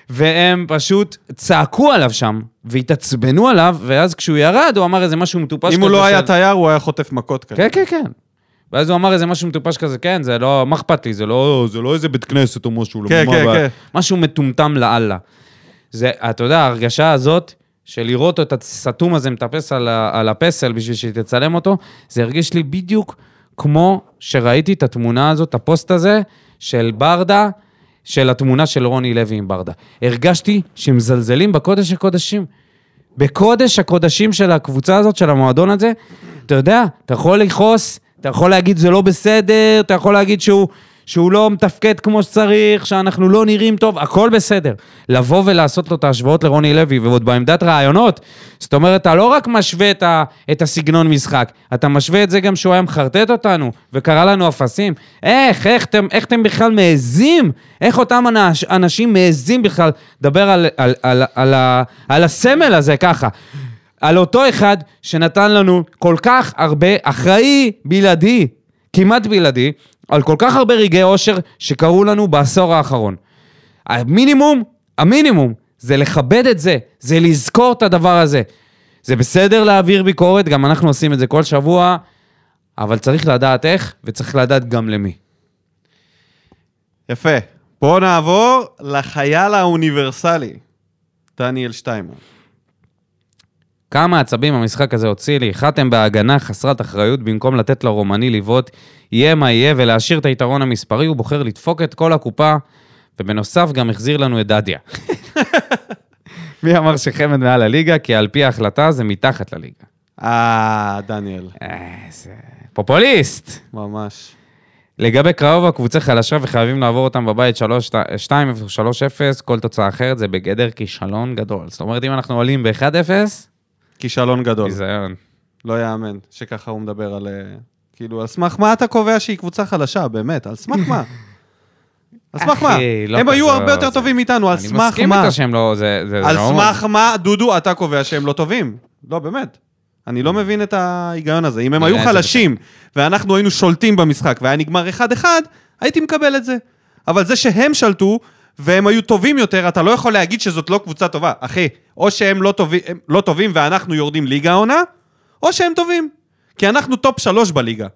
והם פשוט צעקו עליו שם, והתעצבנו עליו, ואז כשהוא ירד, הוא אמר איזה משהו מטופש כזה. אם הוא לא היה של- תייר, הוא היה חוטף מכות כאלה. כן, כן, כן. ואז הוא אמר איזה משהו מטופש כזה, כן, זה לא, מה אכפת לי, זה לא, זה לא איזה בית כנסת או משהו, לא, כן, מה כן, הבעיה?" כן. משהו מטומטם לאללה. זה, אתה יודע, ההרגשה הזאת של לראות את הסתום הזה מטפס על, ה- על הפסל בשביל שתצלם אותו, זה הרגיש לי בדיוק כמו שראיתי את התמונה הזאת, את הפוסט הזה, של ברדה, של התמונה של רוני לוי עם ברדה. הרגשתי שמזלזלים בקודש הקודשים. בקודש הקודשים של הקבוצה הזאת, של המועדון הזה, אתה יודע, אתה יכול לכעוס, אתה יכול להגיד זה לא בסדר, אתה יכול להגיד שהוא, שהוא לא מתפקד כמו שצריך, שאנחנו לא נראים טוב, הכל בסדר. לבוא ולעשות לו את ההשוואות לרוני לוי, ועוד בעמדת רעיונות, זאת אומרת, אתה לא רק משווה את, ה, את הסגנון משחק, אתה משווה את זה גם שהוא היה מחרטט אותנו, וקרא לנו אפסים. איך, איך אתם, איך אתם בכלל מעזים? איך אותם אנש, אנשים מעזים בכלל לדבר על, על, על, על, על, על הסמל הזה ככה? על אותו אחד שנתן לנו כל כך הרבה אחראי בלעדי, כמעט בלעדי, על כל כך הרבה רגעי אושר שקרו לנו בעשור האחרון. המינימום, המינימום, זה לכבד את זה, זה לזכור את הדבר הזה. זה בסדר להעביר ביקורת, גם אנחנו עושים את זה כל שבוע, אבל צריך לדעת איך, וצריך לדעת גם למי. יפה. בואו נעבור לחייל האוניברסלי, דניאל שטיימן. כמה עצבים המשחק הזה הוציא לי, חתם בהגנה חסרת אחריות במקום לתת לרומני לבעוט, יהיה מה יהיה ולהשאיר את היתרון המספרי, הוא בוחר לדפוק את כל הקופה, ובנוסף גם החזיר לנו את דדיה. מי אמר שחמד מעל הליגה? כי על פי ההחלטה זה מתחת לליגה. אה, דניאל, איזה... פופוליסט! ממש. לגבי קראובה, קבוצה חלשה וחייבים לעבור אותם בבית 3-2 3-0, כל תוצאה אחרת זה בגדר כישלון גדול. זאת אומרת, אם אנחנו עולים ב-1-0, כישלון גדול. ביזיון. לא יאמן שככה הוא מדבר על... אה, כאילו, על סמך מה אתה קובע שהיא קבוצה חלשה, באמת? על סמך מה? על סמך מה? אחי, לא הם היו כזו- הרבה יותר זה- טובים מאיתנו, על אני סמך מסכים מה? איתו שהם לא... זה, זה, זה על לא- סמך מה, דודו, אתה קובע שהם לא טובים? לא, באמת. אני לא מבין את ההיגיון הזה. אם הם נראה היו את זה חלשים, ואנחנו היינו שולטים במשחק, והיה נגמר 1-1, הייתי מקבל את זה. אבל זה שהם שלטו, והם היו טובים יותר, אתה לא יכול להגיד שזאת לא קבוצה טובה. אחי, או שהם לא, טובי, הם לא טובים ואנחנו יורדים ליגה העונה, או שהם טובים. כי אנחנו טופ שלוש בליגה.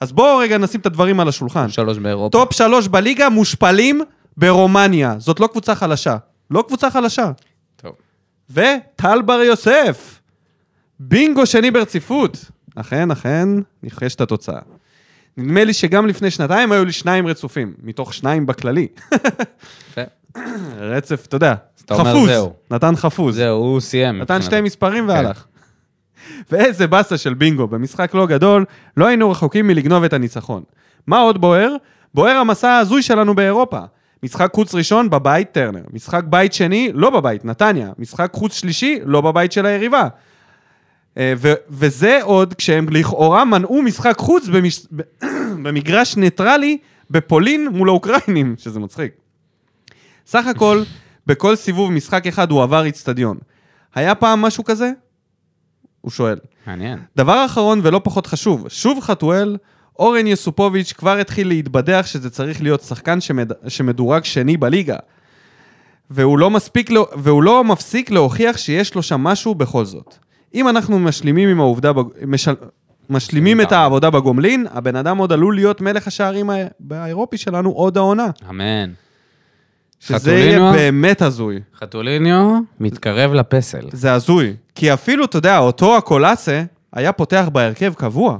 אז בואו רגע נשים את הדברים על השולחן. שלוש באירופה. טופ שלוש בליגה מושפלים ברומניה. זאת לא קבוצה חלשה. לא קבוצה חלשה. טוב. וטל בר יוסף. בינגו שני ברציפות. אכן, אכן, ניחש את התוצאה. נדמה לי שגם לפני שנתיים היו לי שניים רצופים, מתוך שניים בכללי. יפה. רצף, אתה יודע, אתה אומר, חפוז. זהו. נתן חפוז. זהו, הוא סיים. נתן שתי מבחינתו. מספרים והלך. ואיזה באסה של בינגו, במשחק לא גדול, לא היינו רחוקים מלגנוב את הניצחון. מה עוד בוער? בוער המסע ההזוי שלנו באירופה. משחק חוץ ראשון, בבית טרנר. משחק בית שני, לא בבית, נתניה. משחק חוץ שלישי, לא בבית של היריבה. אה, ו- וזה עוד כשהם לכאורה מנעו משחק חוץ במש... ב- במגרש ניטרלי בפולין מול האוקראינים, שזה מצחיק. סך הכל, בכל סיבוב משחק אחד הוא עבר איצטדיון. היה פעם משהו כזה? הוא שואל. מעניין. דבר אחרון ולא פחות חשוב, שוב חתואל, אורן יסופוביץ' כבר התחיל להתבדח שזה צריך להיות שחקן שמד... שמדורג שני בליגה. והוא לא, מספיק לא... והוא לא מפסיק להוכיח שיש לו שם משהו בכל זאת. אם אנחנו משלימים עם העובדה, בג... משל... משלימים את העבודה בגומלין, הבן אדם עוד עלול להיות מלך השערים הא- האירופי שלנו עוד העונה. אמן. שזה יהיה חתולינו? באמת הזוי. חתוליניו מתקרב לפסל. זה הזוי. כי אפילו, אתה יודע, אותו הקולאסה היה פותח בהרכב קבוע.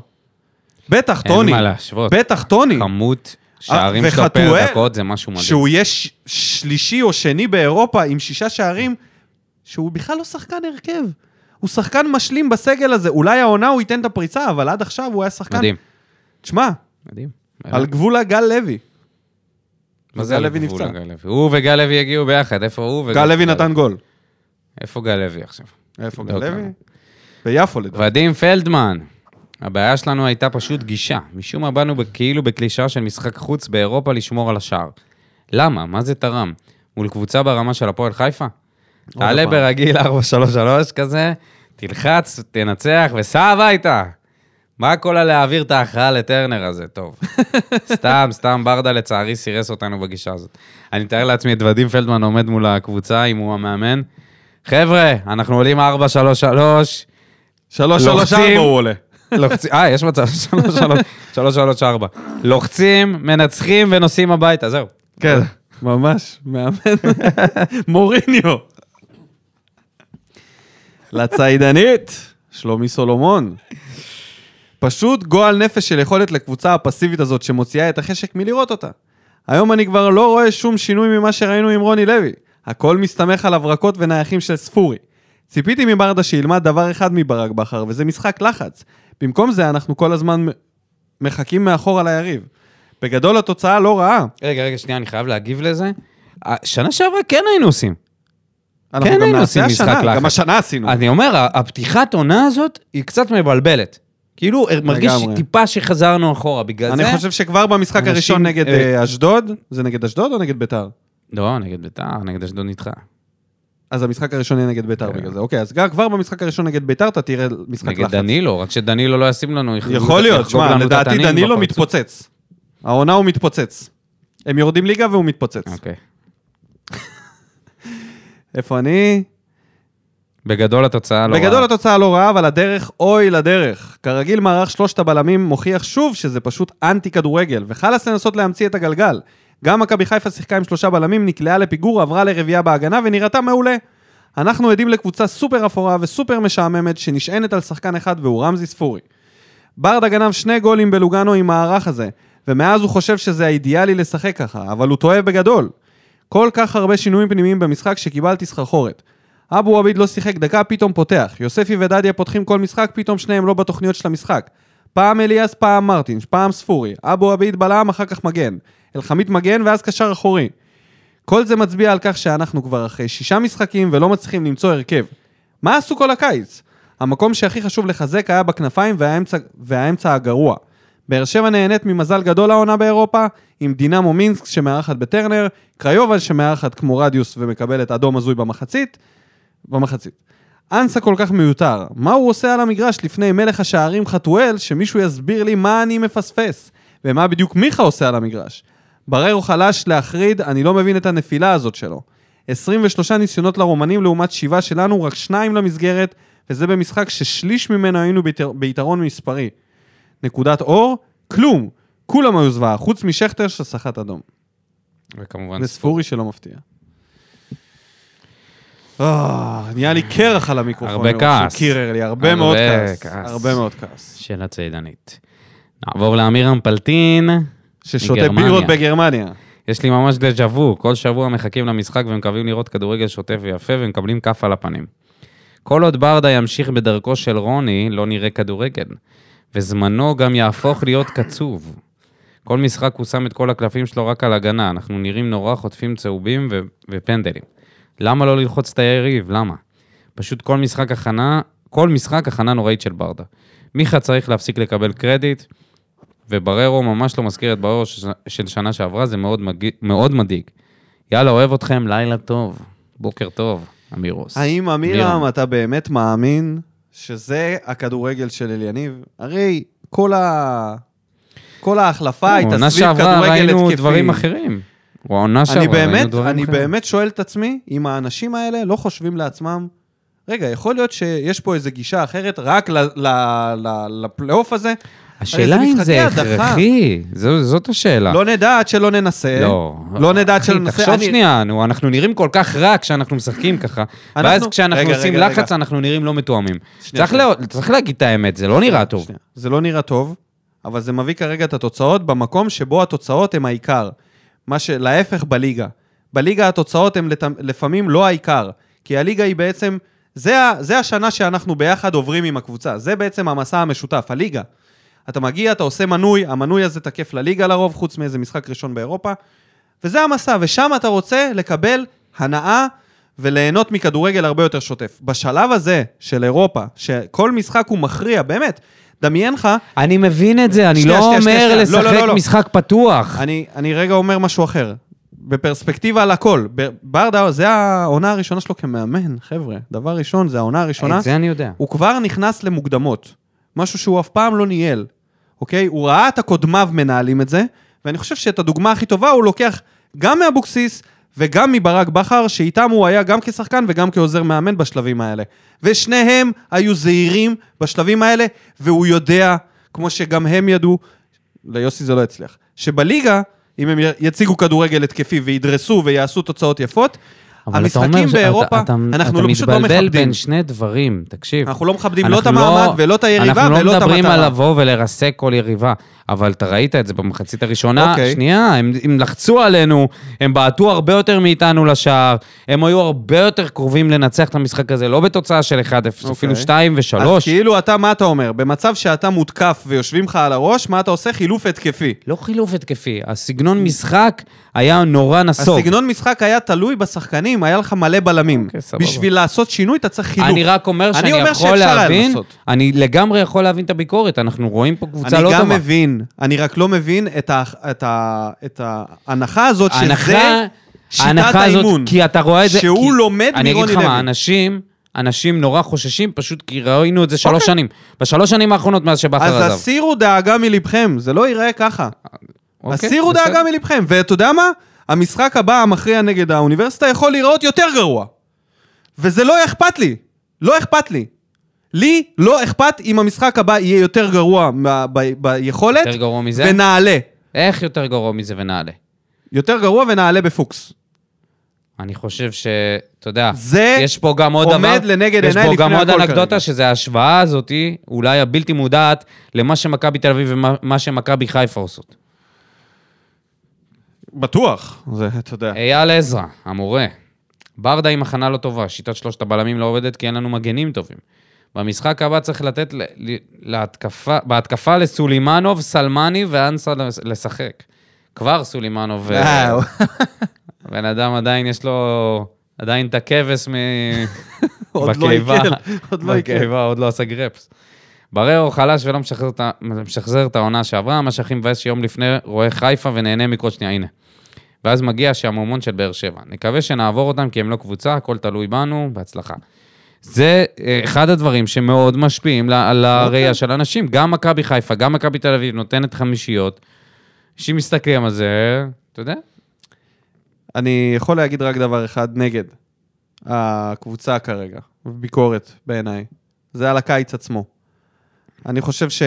בטח טוני. אין מה להשוות. בטח טוני. כמות שערים אה, שלו וחתואל, פר דקות זה משהו מדהים. שהוא יהיה ש- שלישי או שני באירופה עם שישה שערים, שהוא בכלל לא שחקן הרכב. הוא שחקן משלים בסגל הזה. אולי העונה הוא ייתן את הפריצה, אבל עד עכשיו הוא היה שחקן... מדהים. תשמע, מדהים. על גבול הגל לוי. מה גל על לוי גבול נפצע. הגל לוי? הוא וגל לוי הגיעו ביחד, איפה הוא? וגל- גל לוי נתן גול. איפה גל לוי עכשיו? איפה גל לא לוי? כאן. ביפו לדעתי. ודים פלדמן, הבעיה שלנו הייתה פשוט גישה. משום מה באנו ב- כאילו בקלישאה של משחק חוץ באירופה לשמור על השער. למה? מה זה תרם? מול קבוצה ברמה של הפועל חיפה? תעלה פעם. ברגיל 4-3-3 כזה, תלחץ, תנצח וסע הביתה. מה כל הלהעביר את ההכרעה לטרנר הזה? טוב. סתם, סתם ברדה לצערי סירס אותנו בגישה הזאת. אני מתאר לעצמי את ודים פלדמן עומד מול הקבוצה, אם הוא המאמן. חבר'ה, אנחנו עולים 4-3-3. שלוש, שלוש, לוחצים. ארבע הוא עולה. לוחצים, אה, יש מצב, שלוש, שלוש, שלוש, שלוש, ארבע. לוחצים, מנצחים ונוסעים הביתה, זהו. כן, ממש, מאמן. מוריניו. לציידנית, שלומי סולומון. פשוט גועל נפש של יכולת לקבוצה הפסיבית הזאת שמוציאה את החשק מלראות אותה. היום אני כבר לא רואה שום שינוי ממה שראינו עם רוני לוי. הכל מסתמך על הברקות ונייחים של ספורי. ציפיתי מברדה שילמד דבר אחד מברק בכר, וזה משחק לחץ. במקום זה אנחנו כל הזמן מ- מחכים מאחור על היריב. בגדול התוצאה לא רעה. רגע, רגע, שנייה, אני חייב להגיב לזה. אה, שנה שעברה כן היינו עושים. אנחנו כן גם היינו נעשה עושים משחק השנה, לחץ. גם השנה עשינו. אני אומר, ה- הפתיחת עונה הזאת היא קצת מבלבלת. כאילו, מרגיש לגמרי. טיפה שחזרנו אחורה, בגלל זה... אני חושב שכבר במשחק אנשים- הראשון נגד אה, אה, אשדוד, זה נגד אשדוד או נגד ביתר? לא, נגד ביתר, נגד אשדוד נדחה. אז המשחק הראשון יהיה נגד ביתר כן. בגלל זה. אוקיי, אז גם- כבר במשחק הראשון נגד ביתר אתה תראה משחק נגד לחץ. דנילו, רק שדנילו לא ישים לנו... יחגגו- יכול להיות, יחגוג שמע, לנו את לדעתי התנין דנילו בפרצוף. מתפוצץ. העונה הוא מתפוצץ. הם יורדים ליגה והוא מתפוצץ. אוקיי. איפה אני? בגדול התוצאה לא... בגדול רעה. התוצאה לא רעה, אבל הדרך, אוי לדרך. כרגיל, מערך שלושת הבלמים מוכיח שוב שזה פשוט אנטי כדורגל, וחלאס לנסות להמציא את הגלגל. גם מכבי חיפה שיחקה עם שלושה בלמים, נקלעה לפיגור, עברה לרביעייה בהגנה ונראתה מעולה. אנחנו עדים לקבוצה סופר אפורה וסופר משעממת, שנשענת על שחקן אחד והוא רמזי ספורי. ברדה גנב שני גולים בלוגאנו עם המערך הזה, ומאז הוא חושב שזה האידיאלי לשחק ככה, אבל הוא טועה בגדול. כל כך הרבה שינויים פנימיים במשחק שקיבלתי סחרחורת. אבו עביד לא שיחק דקה, פתאום פותח. יוספי ודדיה פותחים כל משחק, פתאום שניהם לא בתוכניות של המשחק. פעם אליאס, פעם מרטינש, פעם ספורי. אבו עביד בלם, אחר כך מגן. אלחמית מגן, ואז קשר אחורי. כל זה מצביע על כך שאנחנו כבר אחרי שישה משחקים ולא מצליחים למצוא הרכב. מה עשו כל הקיץ? המקום שהכי חשוב לחזק היה בכנפיים והאמצע, והאמצע הגרוע. באר שבע נהנית ממזל גדול העונה באירופה, עם דינמו מינסק שמארחת בטרנר, קריובה שמארחת כמו רדיוס ומקבלת אדום הזוי במחצית, במחצית. אנסה כל כך מיותר, מה הוא עושה על המגרש לפני מלך השערים חתואל, שמישהו יסביר לי מה אני מפספס, ומה בדיוק מיכה עושה על המגרש. בררו חלש להחריד, אני לא מבין את הנפילה הזאת שלו. 23 ניסיונות לרומנים לעומת 7 שלנו, רק 2 למסגרת, וזה במשחק ששליש ממנו היינו ביתר- ביתרון מספרי. נקודת אור, כלום. כולם היו זוועה, חוץ משכטר שסחט אדום. וכמובן, וספורי שלא מפתיע. אה, נהיה לי קרח על המיקרופון. הרבה מרוב כעס. שהוא קירר לי, הרבה הרבה מאוד כעס. כעס. הרבה מאוד כעס. שאלה צידנית. נעבור לאמירם פלטין. ששותה מגרמניה. בירות בגרמניה. יש לי ממש דז'ה וו, כל שבוע מחכים למשחק ומקווים לראות כדורגל שוטף ויפה ומקבלים כף על הפנים. כל עוד ברדה ימשיך בדרכו של רוני, לא נראה כדורגל, וזמנו גם יהפוך להיות קצוב. כל משחק הוא שם את כל הקלפים שלו רק על הגנה, אנחנו נראים נורא חוטפים צהובים ו- ופנדלים. למה לא ללחוץ את היריב? למה? פשוט כל משחק הכנה, כל משחק הכנה נוראית של ברדה. מיכה צריך להפסיק לקבל קרדיט, ובררו ממש לא מזכיר את בררו ש- של שנה שעברה, זה מאוד, מג... מאוד מדאיג. יאללה, אוהב אתכם, לילה טוב, בוקר טוב, אמירוס. האם אמירם, אתה באמת מאמין שזה הכדורגל של אליניב? הרי כל ה... כל ההחלפה הייתה עונה סביב שעברה כדורגל התקפי. ראינו דברים אחרים. העונה שעברה אני ראינו באמת, דברים אני אחרים. באמת שואל את עצמי, אם האנשים האלה לא חושבים לעצמם, רגע, יכול להיות שיש פה איזו גישה אחרת רק ל- ל- ל- לפלייאוף הזה? השאלה הרי אם זה משחקי הדחה. הכרחי, זו- זאת השאלה. לא נדע עד שלא ננסה. לא. לא נדע עד אחי, שלא ננסה. תחשוב אני- שנייה, נו, אנחנו נראים כל כך רע כשאנחנו משחקים ככה, ואז אנחנו- כשאנחנו רגע, עושים רגע, לחץ, רגע. אנחנו נראים לא מתואמים. שנייה, צריך לא- צריך להגיד את האמת, זה לא נראה טוב. אוקיי, שנייה. זה לא נראה טוב, אבל זה מביא כרגע את התוצאות במקום שבו התוצאות הן העיקר. מה שלהפך בליגה. בליגה התוצאות הן לת... לפעמים לא העיקר, כי הליגה היא בעצם, זה, ה... זה השנה שאנחנו ביחד עוברים עם הקבוצה, זה בעצם המסע המשותף, הליגה. אתה מגיע, אתה עושה מנוי, המנוי הזה תקף לליגה לרוב, חוץ מאיזה משחק ראשון באירופה, וזה המסע, ושם אתה רוצה לקבל הנאה וליהנות מכדורגל הרבה יותר שוטף. בשלב הזה של אירופה, שכל משחק הוא מכריע, באמת, דמיין לך, אני מבין את זה, אני שנייה, לא שנייה, שנייה, אומר שנייה. לא, לא, לשחק לא, לא. משחק פתוח. אני, אני רגע אומר משהו אחר. בפרספקטיבה על הכל, ב- ברדה, זה העונה הראשונה שלו כמאמן, חבר'ה. דבר ראשון, זה העונה הראשונה. את זה אני יודע. הוא כבר נכנס למוקדמות, משהו שהוא אף פעם לא ניהל, אוקיי? הוא ראה את הקודמיו מנהלים את זה, ואני חושב שאת הדוגמה הכי טובה הוא לוקח גם מאבוקסיס וגם מברק בכר, שאיתם הוא היה גם כשחקן וגם כעוזר מאמן בשלבים האלה. ושניהם היו זהירים בשלבים האלה, והוא יודע, כמו שגם הם ידעו, ליוסי זה לא יצליח, שבליגה, אם הם י- יציגו כדורגל התקפי וידרסו ויעשו תוצאות יפות, אבל אתה אומר המשחקים שאתה- באירופה, אתה- אנחנו לא- פשוט לא אתה מתבלבל מכבדים. בין שני דברים, תקשיב. אנחנו לא מכבדים לא אנחנו את המעמד ולא את היריבה אנחנו ולא לא את מדברים על המטרה. לבוא ולרסק כל יריבה, אבל אתה ראית את זה במחצית הראשונה. אוקיי. שנייה, הם, הם לחצו עלינו, הם בעטו הרבה יותר מאיתנו לשער, הם היו הרבה יותר קרובים לנצח את המשחק הזה, לא בתוצאה של 1-0, אפילו 2 ו-3. אוקיי. אז כאילו אתה, מה אתה אומר? במצב שאתה מותקף ויושבים לך על הראש, מה אתה עושה? חילוף התקפי. לא חילוף התקפי, הסגנון משחק היה נורא נסוג. הסגנון משחק היה תלוי בשחקנים, היה לך מלא בלמים. אוקיי, סבבה. בשביל לעשות שינוי אתה צריך חילוף. אני רק אומר שאני כאילו- אומר יכול שאפשר היה להבין, לנסות. אני לגמרי יכול להבין את הביקורת, אנחנו רואים פה קבוצה אני לא טובה. גם מבין, אני רק לא מבין את ה- את ה- את ההנחה הזאת ההנחה- שזה שיטת ההנחה הזאת, האימון. כי אתה רואה את זה... שהוא כי- לומד אני מרוני אגיד לך לוי. מה, אנשים, אנשים נורא חוששים, פשוט כי ראינו את זה שלוש אוקיי. שנים. בשלוש שנים האחרונות מאז שבכר עזב. אז הסירו דאגה מלבכם, זה לא ייראה ככה. אוקיי, הסירו בסדר. דאגה מלבכם, ואתה יודע מה? המשחק הבא המכריע נגד האוניברסיטה יכול להיראות יותר גרוע. וזה לא אכפת לי. לא אכפת לי. לי לא אכפת אם המשחק הבא יהיה יותר גרוע ב- ב- ביכולת, יותר גרוע מזה? ונעלה. איך יותר גרוע מזה ונעלה? יותר גרוע ונעלה בפוקס. אני חושב ש... אתה יודע, זה יש פה גם עוד דבר... עומד לנגד יש עיניי פה גם לפני עוד הכל אנקדוטה, כרגע. שזה ההשוואה הזאתי, אולי הבלתי מודעת, למה שמכבי תל אביב ומה שמכבי חיפה עושות. בטוח. זה, אתה יודע. אייל עזרא, המורה. ברדה עם הכנה לא טובה, שיטת שלושת הבלמים לא עובדת כי אין לנו מגנים טובים. במשחק הבא צריך לתת ל- ל- להתקפה, בהתקפה לסולימנוב, סלמני ואנסה לש- לשחק. כבר סולימנוב, אה, וואו. בן אדם עדיין יש לו, עדיין את הכבש מ... עוד לא בקיבה. עיכל, עוד לא עיכל. בקיבה, עוד לא עשה גרפס. בררו חלש ולא משחזר את ה- משחזר את העונה שעברה, מה שהכי מבאס שיום לפני רואה חיפה ונהנה מכל שנייה, הנה. ואז מגיע שהמומון של באר שבע. נקווה שנעבור אותם כי הם לא קבוצה, הכל תלוי בנו, בהצלחה. זה אה, אחד הדברים שמאוד משפיעים ל- על אוקיי. הראייה של אנשים. גם מכבי חיפה, גם מכבי תל אביב נותנת חמישיות. אנשים מסתכלים על זה, אתה יודע? אני יכול להגיד רק דבר אחד נגד הקבוצה כרגע, ביקורת בעיניי. זה על הקיץ עצמו. אני חושב ש...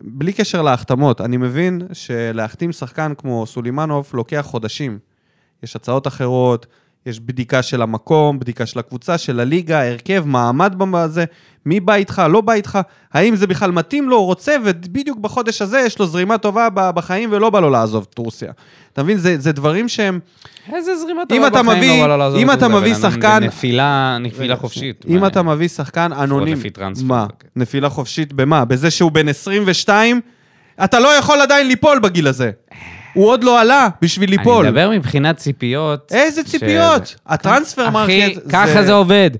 בלי קשר להחתמות, אני מבין שלהחתים שחקן כמו סולימנוב לוקח חודשים. יש הצעות אחרות, יש בדיקה של המקום, בדיקה של הקבוצה, של הליגה, הרכב, מעמד בזה, מי בא איתך, לא בא איתך, האם זה בכלל מתאים לו, הוא רוצה, ובדיוק בחודש הזה יש לו זרימה טובה ב- בחיים ולא בא לו לעזוב את רוסיה. אתה מבין, זה, זה דברים שהם... איזה זרימת אם אבל אתה בחיים, מביא- אבל לא לעזוב אם את אתה זה, מביא בן אדם, זה שחקן- נפילה, נפילה חופשית. אם מה, אה, אתה מביא שחקן אנונימי... לפי טרנספר, מה? כן. נפילה חופשית במה? בזה שהוא בן 22? אתה לא יכול עדיין ליפול בגיל הזה. הוא עוד לא עלה בשביל ליפול. אני מדבר מבחינת ציפיות. איזה ש- כן. ציפיות? הטרנספר אחי, מרקט ככה זה עובד.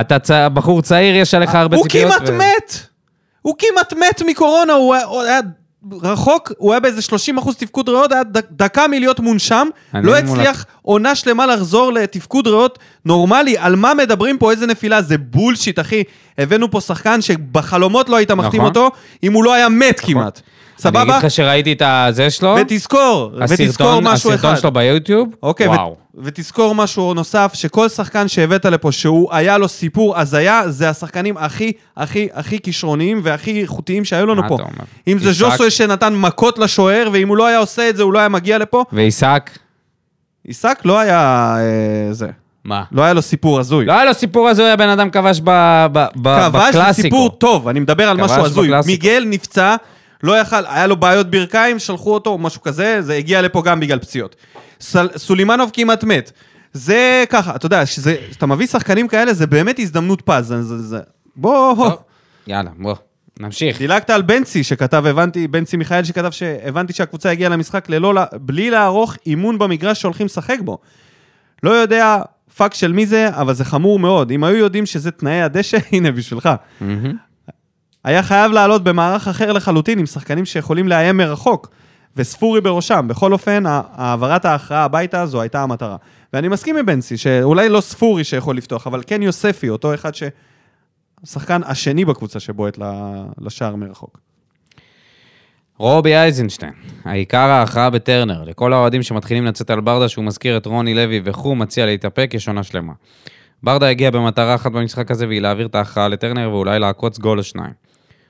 אתה צ- בחור צעיר, יש עליך הרבה הוא ציפיות. כמעט ו- מת! הוא כמעט מת מקורונה, הוא היה- הוא היה רחוק, הוא היה באיזה 30 אחוז תפקוד ריאות, היה ד- דקה מלהיות מונשם, אני לא מול הצליח עונה שלמה לחזור לתפקוד ריאות נורמלי. על מה מדברים פה? איזה נפילה? זה בולשיט, אחי. הבאנו פה שחקן שבחלומות לא היית מחתים נכון. אותו, אם הוא לא היה מת כמעט. אני סבבה? אגיד לך שראיתי את הזה שלו, ותזכור, ותזכור הסרטון, משהו אחד. הסרטון שלו ביוטיוב, אוקיי, וואו. ו- ותזכור משהו נוסף, שכל שחקן שהבאת לפה, שהוא היה לו סיפור הזיה, זה השחקנים הכי, הכי, הכי כישרוניים והכי איכותיים שהיו לנו מה פה. אתה אומר? אם זה יצחק. ז'וסוי שנתן מכות לשוער, ואם הוא לא היה עושה את זה, הוא לא היה מגיע לפה. ועיסק, עיסק לא היה... אה, זה. מה? לא היה לו סיפור הזוי. לא היה לו סיפור הזוי, הבן אדם כבש ב- ב- ב- כבש זה סיפור בקלאסיקו. טוב, אני מדבר על כבש משהו הזוי. בקלאסיקו. מיגל נפצע, לא יכל, היה לו בעיות ברכיים, שלחו אותו או משהו כזה, זה הגיע לפה גם בגלל פציעות. סל, סולימנוב כמעט מת. זה ככה, אתה יודע, שזה- כשאתה מביא שחקנים כאלה, זה באמת הזדמנות פז. זה, זה, זה. בוא, טוב, יאללה, בוא, נמשיך. דילגת על בנצי שכתב, הבנתי, בנצי מיכאל שכתב שהבנתי שהקבוצה הגיעה למשחק ללא, לה- בלי לערוך אימון במגרש שהולכים לשחק בו. לא יודע פאק של מי זה, אבל זה חמור מאוד. אם היו יודעים שזה תנאי הדשא, הנה בשבילך. מהמם. היה חייב לעלות במערך אחר לחלוטין עם שחקנים שיכולים לאיים מרחוק, וספורי בראשם. בכל אופן, ה- העברת ההכרעה הביתה זו הייתה המטרה. ואני מסכים עם בנצי, שאולי לא ספורי שיכול לפתוח, אבל כן יוספי, אותו אחד ש... השחקן השני בקבוצה שבועט ל- לשער מרחוק. רובי אייזנשטיין, העיקר ההכרעה בטרנר, לכל האוהדים שמתחילים לצאת על ברדה שהוא מזכיר את רוני לוי וכו', מציע להתאפק, יש עונה שלמה. ברדה הגיע במטרה אחת במשחק הזה והיא להעביר את ההכרעה לטרנר ואולי לעקוץ גול או שניים.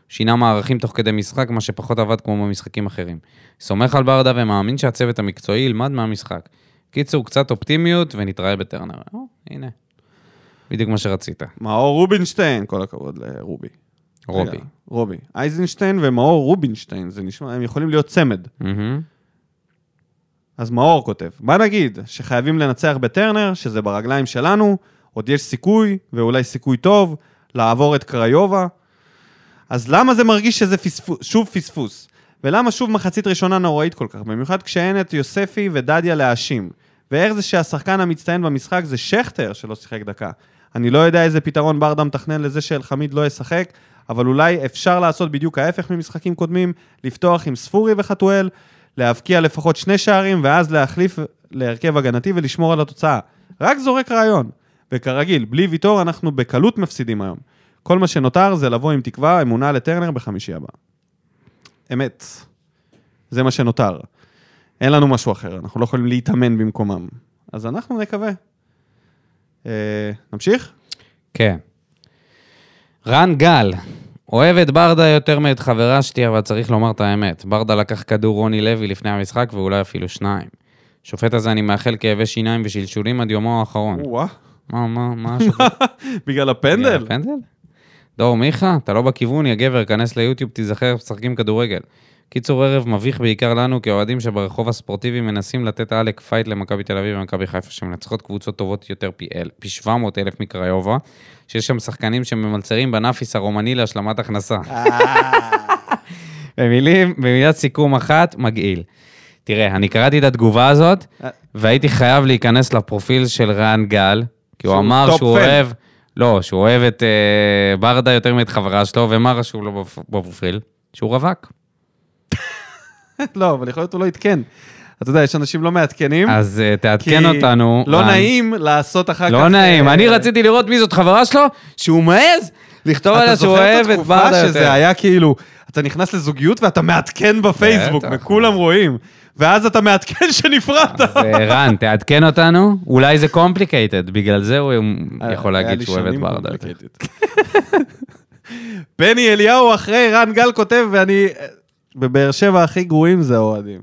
שינה מערכים תוך כדי משחק, מה שפחות עבד כמו במשחקים אחרים. סומך על ברדה ומאמין שהצוות המקצועי ילמד מהמשחק. קיצור, קצת אופטימיות ונתראה בטרנר. או, הנה, בדיוק מה שרצית, מאור רובינשטיין, כל הכבוד לרובי. רובי. רגע, רובי. אייזנשטיין ומאור רובינשטיין, זה נשמע, הם יכולים להיות צמד. מהמם. אז מאור כותב, מה נגיד? שחייבים לנצח בטרנר, שזה ברגליים שלנו, עוד יש סיכוי, ואולי סיכוי טוב, לעבור את קריובה. אז למה זה מרגיש שזה פספוס, שוב פספוס? ולמה שוב מחצית ראשונה נוראית כל כך, במיוחד כשאין את יוספי ודדיה להאשים? ואיך זה שהשחקן המצטיין במשחק זה שכטר שלא שיחק דקה? אני לא יודע איזה פתרון ברדה מתכנן לזה שאלחמיד לא ישחק, אבל אולי אפשר לעשות בדיוק ההפך ממשחקים קודמים, לפתוח עם ספורי וחתואל, להבקיע לפחות שני שערים, ואז להחליף להרכב הגנתי ולשמור על התוצאה. רק זורק רעיון. וכרגיל, בלי ויטור אנחנו בקלות מפסידים היום. כל מה שנותר זה לבוא עם תקווה, אמונה לטרנר בחמישי הבא. אמת. זה מה שנותר. אין לנו משהו אחר, אנחנו לא יכולים להתאמן במקומם. אז אנחנו נקווה. אה, נמשיך? כן. רן גל, אוהב את ברדה יותר מאת חברה שלי, אבל צריך לומר את האמת. ברדה לקח כדור רוני לוי לפני המשחק, ואולי אפילו שניים. שופט הזה אני מאחל כאבי שיניים ושלשולים עד יומו האחרון. או-אה, מה, מה, מה השופט? בגלל הפנדל? פנדל? דור מיכה, אתה לא בכיוון, יא גבר, כנס ליוטיוב, תיזכר איך משחקים כדורגל. קיצור ערב מביך בעיקר לנו כאוהדים שברחוב הספורטיבי מנסים לתת עלק פייט למכבי תל אביב ומכבי חיפה שמנצחות קבוצות טובות יותר פי, אל, פי 700 אלף מקריובה, שיש שם שחקנים שממלצרים בנאפיס הרומני להשלמת הכנסה. במילים, במילת סיכום אחת, מגעיל. תראה, אני קראתי את התגובה הזאת, אה. והייתי חייב להיכנס לפרופיל של רן גל, כי הוא שהוא אמר טופ שהוא פן. אוהב, לא, שהוא אוהב את אה, ברדה יותר מאת חברה שלו, ומה רשום לו בפ- בפרופיל? שהוא רווק. לא, אבל יכול להיות הוא לא עדכן. אתה יודע, יש אנשים לא מעדכנים. אז אה, כי תעדכן אותנו. לא רן. נעים לעשות אחר כך... לא נעים. אה, אני רציתי לראות מי זאת חברה שלו, שהוא מעז לכתוב עליה שהוא אוהב את אתה ברדה זוכר את יותר. התקופה שזה היה כאילו, אתה נכנס לזוגיות ואתה מעדכן בפייסבוק, בטח. וכולם רואים, ואז אתה מעדכן שנפרדת. אז אה, רן, תעדכן אותנו, אולי זה complicated, בגלל זה הוא אה, יכול להגיד שהוא אוהב את ברדה. יותר. פני אליהו אחרי רן גל כותב, ואני... אה, בבאר שבע הכי גרועים זה האוהדים.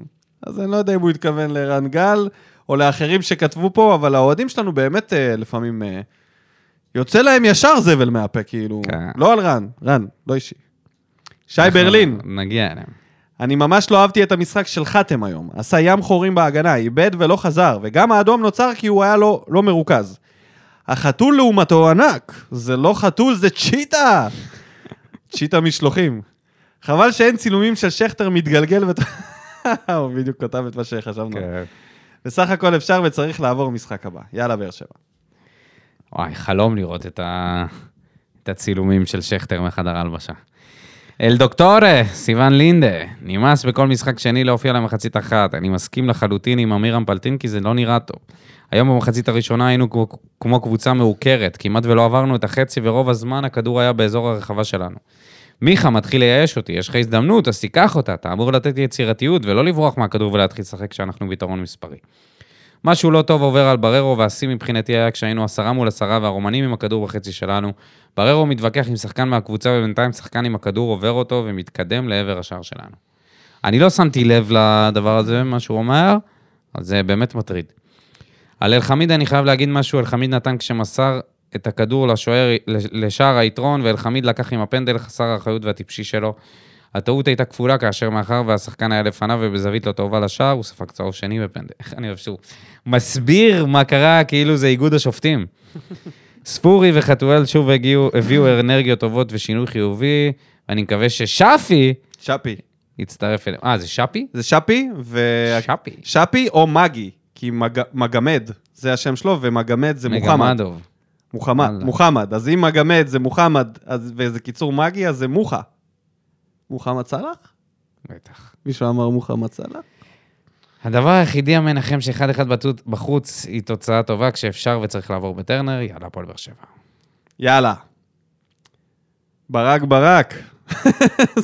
אז אני לא יודע אם הוא התכוון לערן גל או לאחרים שכתבו פה, אבל האוהדים שלנו באמת אה, לפעמים... אה, יוצא להם ישר זבל מהפה, כאילו. כן. נכון. לא על רן, רן, לא אישי. שי ברלין. אנחנו נגיע אליהם. אני ממש לא אהבתי את המשחק של חתם היום. עשה ים חורים בהגנה, איבד ולא חזר, וגם האדום נוצר כי הוא היה לא, לא מרוכז. החתול לעומתו ענק. זה לא חתול, זה צ'יטה! צ'יטה משלוחים. חבל שאין צילומים של שכטר מתגלגל ות... הוא בדיוק כתב את מה שחשבנו. כן. בסך הכל אפשר וצריך לעבור משחק הבא. יאללה, באר שבע. וואי, חלום לראות את, ה... את הצילומים של שכטר מחדר ההלבשה. אל דוקטורה, סיון לינדה, נמאס בכל משחק שני להופיע למחצית אחת. אני מסכים לחלוטין עם אמירם פלטין, כי זה לא נראה טוב. היום במחצית הראשונה היינו כמו, כמו קבוצה מעוקרת, כמעט ולא עברנו את החצי, ורוב הזמן הכדור היה באזור הרחבה שלנו. מיכה מתחיל לייאש אותי, יש לך הזדמנות, אז תיקח אותה, אתה אמור לתת לי יצירתיות ולא לברוח מהכדור ולהתחיל לשחק כשאנחנו ביתרון מספרי. משהו לא טוב עובר על בררו, והשיא מבחינתי היה כשהיינו עשרה מול עשרה והרומנים עם הכדור בחצי שלנו. בררו מתווכח עם שחקן מהקבוצה, ובינתיים שחקן עם הכדור עובר אותו ומתקדם לעבר השער שלנו. אני לא שמתי לב לדבר הזה, מה שהוא אומר, אז זה באמת מטריד. על אלחמיד אני חייב להגיד משהו, אלחמיד נתן כשמסר את הכדור לשוער, לשער היתרון, ואלחמיד לקח עם הפנדל חסר האחריות והטיפשי שלו. הטעות הייתה כפולה כאשר מאחר והשחקן היה לפניו ובזווית לא טובה לשער, הוא ספג צהוב שני בפנדל. איך אני אוהב שהוא מסביר מה קרה, כאילו זה איגוד השופטים. ספורי וחתואל שוב הגיעו, הביאו אנרגיות טובות ושינוי חיובי, ואני מקווה ששאפי שפי. יצטרף אליהם. אה, זה שאפי? זה שפי, ו... שפי. שפי או מגי, כי מג... מגמד זה השם שלו, ומגמד זה מוחמד. מגמדוב. מוחמד, וואלה. מוחמד. אז אם מגמד זה מוחמד, אז, וזה קיצור מגי, אז זה מוחה. מוחמד סלאח? בטח. מישהו אמר מוחמד סלאח? הדבר היחידי המנחם שאחד אחד בטו- בחוץ היא תוצאה טובה כשאפשר וצריך לעבור בטרנר, יאללה, הפועל באר שבע. יאללה. ברק ברק.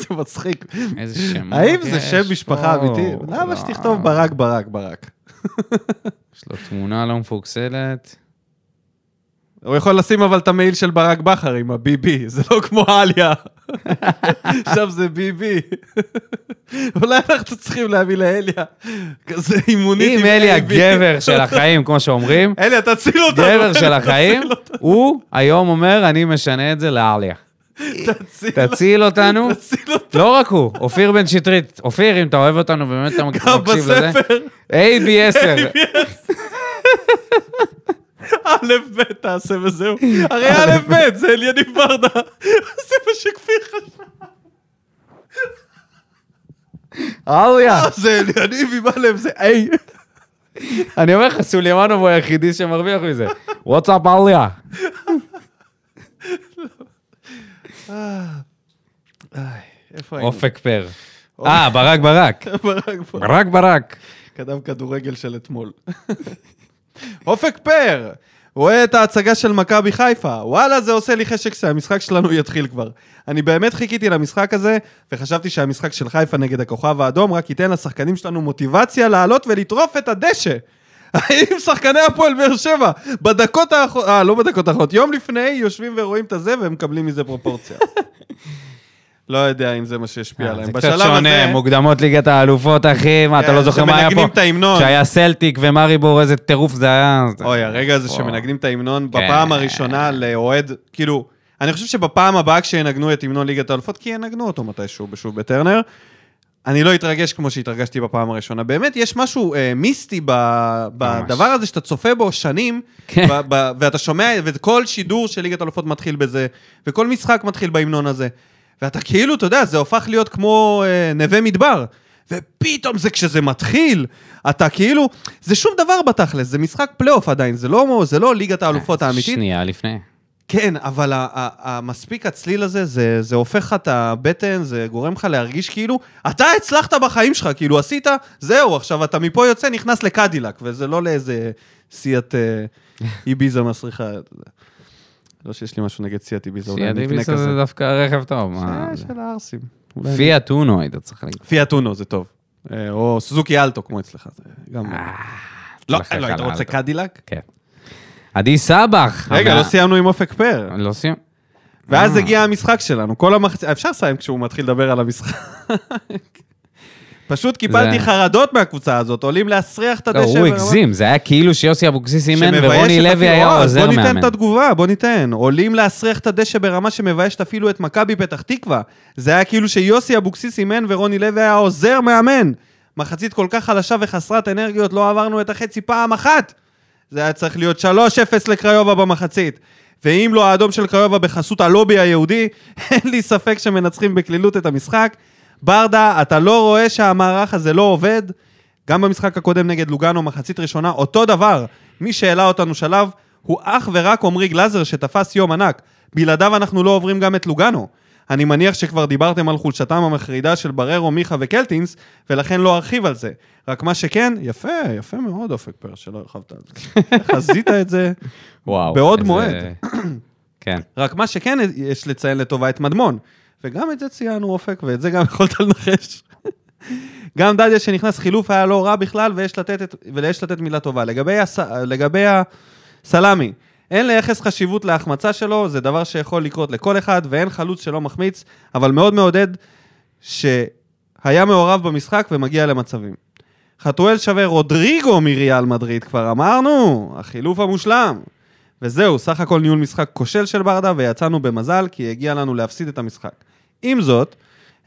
זה מצחיק. איזה שם. האם זה יש שם משפחה פה? אמיתי? לא. למה שתכתוב ברק ברק ברק? יש לו תמונה לא מפוקסלת. הוא יכול לשים אבל את המעיל של ברק בכר עם הביבי, זה לא כמו עליה. שם זה ביבי. אולי אנחנו צריכים להביא לאליה כזה אימונית אם אלי ביבי. הגבר של החיים, כמו שאומרים, אליה, תציל אותנו. גבר של החיים, הוא היום אומר, אני משנה את זה לעליה. תציל תציל אותנו. תציל אותנו. לא רק הוא, אופיר בן שטרית. אופיר, אם אתה אוהב אותנו ובאמת אתה מקשיב גם לזה. בספר, AB10. א' ב' תעשה וזהו. הרי א' ב' זה אליניב ברדה. זה מה שכפיר חשב. עליה. אה, זה אליניב עם א' זה איי. אני אומר לך, סולימנוב הוא היחידי שמרוויח מזה. וואטסאפ עליה. אה, איפה היינו? אופק פר. אה, ברק ברק. ברק פה. ברק ברק. כתב כדורגל של אתמול. אופק פר! רואה את ההצגה של מכבי חיפה, וואלה זה עושה לי חשק שהמשחק שלנו יתחיל כבר. אני באמת חיכיתי למשחק הזה, וחשבתי שהמשחק של חיפה נגד הכוכב האדום רק ייתן לשחקנים שלנו מוטיבציה לעלות ולטרוף את הדשא. האם שחקני הפועל באר שבע, בדקות האחרונות, אה, לא בדקות האחרונות, יום לפני יושבים ורואים את הזה ומקבלים מזה פרופורציה. לא יודע אם זה מה שהשפיע אה, זה עליהם. קצת בשלב שונה, הזה- מוקדמות ליגת האלופות, אחי, מה, אתה כן, לא זוכר מה היה פה? שמנגנים את ההמנון. שהיה סלטיק ומריבור, איזה טירוף זה היה. אוי, הרגע הזה וואו. שמנגנים את ההמנון בפעם הראשונה לאוהד, כאילו, אני חושב שבפעם הבאה כשינגנו את המנון ליגת האלופות, כי ינגנו אותו מתישהו בשוב בטרנר, אני לא אתרגש כמו שהתרגשתי בפעם הראשונה. באמת, יש משהו אה, מיסטי ב, בדבר הזה שאתה צופה בו שנים, כן. ב, ב, ואתה שומע, וכל שידור של ליגת האלופות מתחיל בזה, וכל משחק מתחיל בהמנון הזה. ואתה כאילו, אתה יודע, זה הופך להיות כמו אה, נווה מדבר. ופתאום זה כשזה מתחיל, אתה כאילו, זה שום דבר בתכלס, זה משחק פלייאוף עדיין, זה לא, זה לא ליגת האלופות האמיתית. שנייה לפני. כן, אבל ה- ה- המספיק הצליל הזה, זה, זה הופך לך את הבטן, זה גורם לך להרגיש כאילו, אתה הצלחת בחיים שלך, כאילו עשית, זהו, עכשיו אתה מפה יוצא, נכנס לקדילק, וזה לא לאיזה סיאט אה, איביזה מסריחה. לא שיש לי משהו נגד סיאט איביזה, אולי אני אקנה שיאדיביס זה כזה. דווקא רכב טוב, מה? אה, זה? של הערסים. אולי אני- פיאט אונו היית צריך להגיד. פיאט אונו, זה טוב. אה, או סוזוקי אלטו, כמו אצלך. זה גם... לא, תלחק לא, אה, על היית רוצה האלטו. קדילק? כן. עדי סבח. רגע, המא- לא סיימנו עם אופק פר. לא סיים. ואז אה. הגיע המשחק שלנו, כל המחצית, אפשר לסיים כשהוא מתחיל לדבר על המשחק. פשוט קיבלתי זה- חרדות מהקבוצה הזאת, עולים להסריח את לא, הדשא. הוא ברמה- הגזים, זה היה כאילו שיוסי אבוקסיס אימן שמביישת ורוני אפילו- לוי היה אה, אז עוזר בוא ניתן מאמן. את התגובה, בוא ניתן. עולים להסריח את הדשא ברמה שמביישת אפילו את מכבי פתח תקווה. זה היה כאילו שיוסי אבוקסיס אימן ורוני לוי היה עוזר מאמן. מחצית כל כך חלשה וחסרת אנרגיות, לא עברנו את החצי פעם אחת. זה היה צריך להיות 3-0 לקריובה במחצית. ואם לא האדום של קריובה בחסות הלובי היהודי, אין לי ספק שמנצחים בקלילות את המשחק. ברדה, אתה לא רואה שהמערך הזה לא עובד? גם במשחק הקודם נגד לוגאנו, מחצית ראשונה, אותו דבר. מי שהעלה אותנו שלב הוא אך ורק עמרי גלאזר, שתפס יום ענק. בלעדיו אנחנו לא עוברים גם את לוגאנו. אני מניח שכבר דיברתם על חולשתם המחרידה של בררו, מיכה וקלטינס, ולכן לא ארחיב על זה. רק מה שכן, יפה, יפה מאוד אופק פר, שלא הרחבת על זה. חזית את זה. וואו. בעוד איזה- מועד. כן. רק מה שכן, יש לציין לטובה את מדמון. וגם את זה ציינו אופק, ואת זה גם יכולת לנחש. גם דדיה שנכנס חילוף היה לא רע בכלל, ויש לתת, את, ויש לתת מילה טובה. לגבי, הס, לגבי הסלאמי, אין לייחס חשיבות להחמצה שלו, זה דבר שיכול לקרות לכל אחד, ואין חלוץ שלא מחמיץ, אבל מאוד מעודד שהיה מעורב במשחק ומגיע למצבים. חתואל שווה רודריגו מריאל מדריד, כבר אמרנו, החילוף המושלם. וזהו, סך הכל ניהול משחק כושל של ברדה, ויצאנו במזל, כי הגיע לנו להפסיד את המשחק. עם זאת,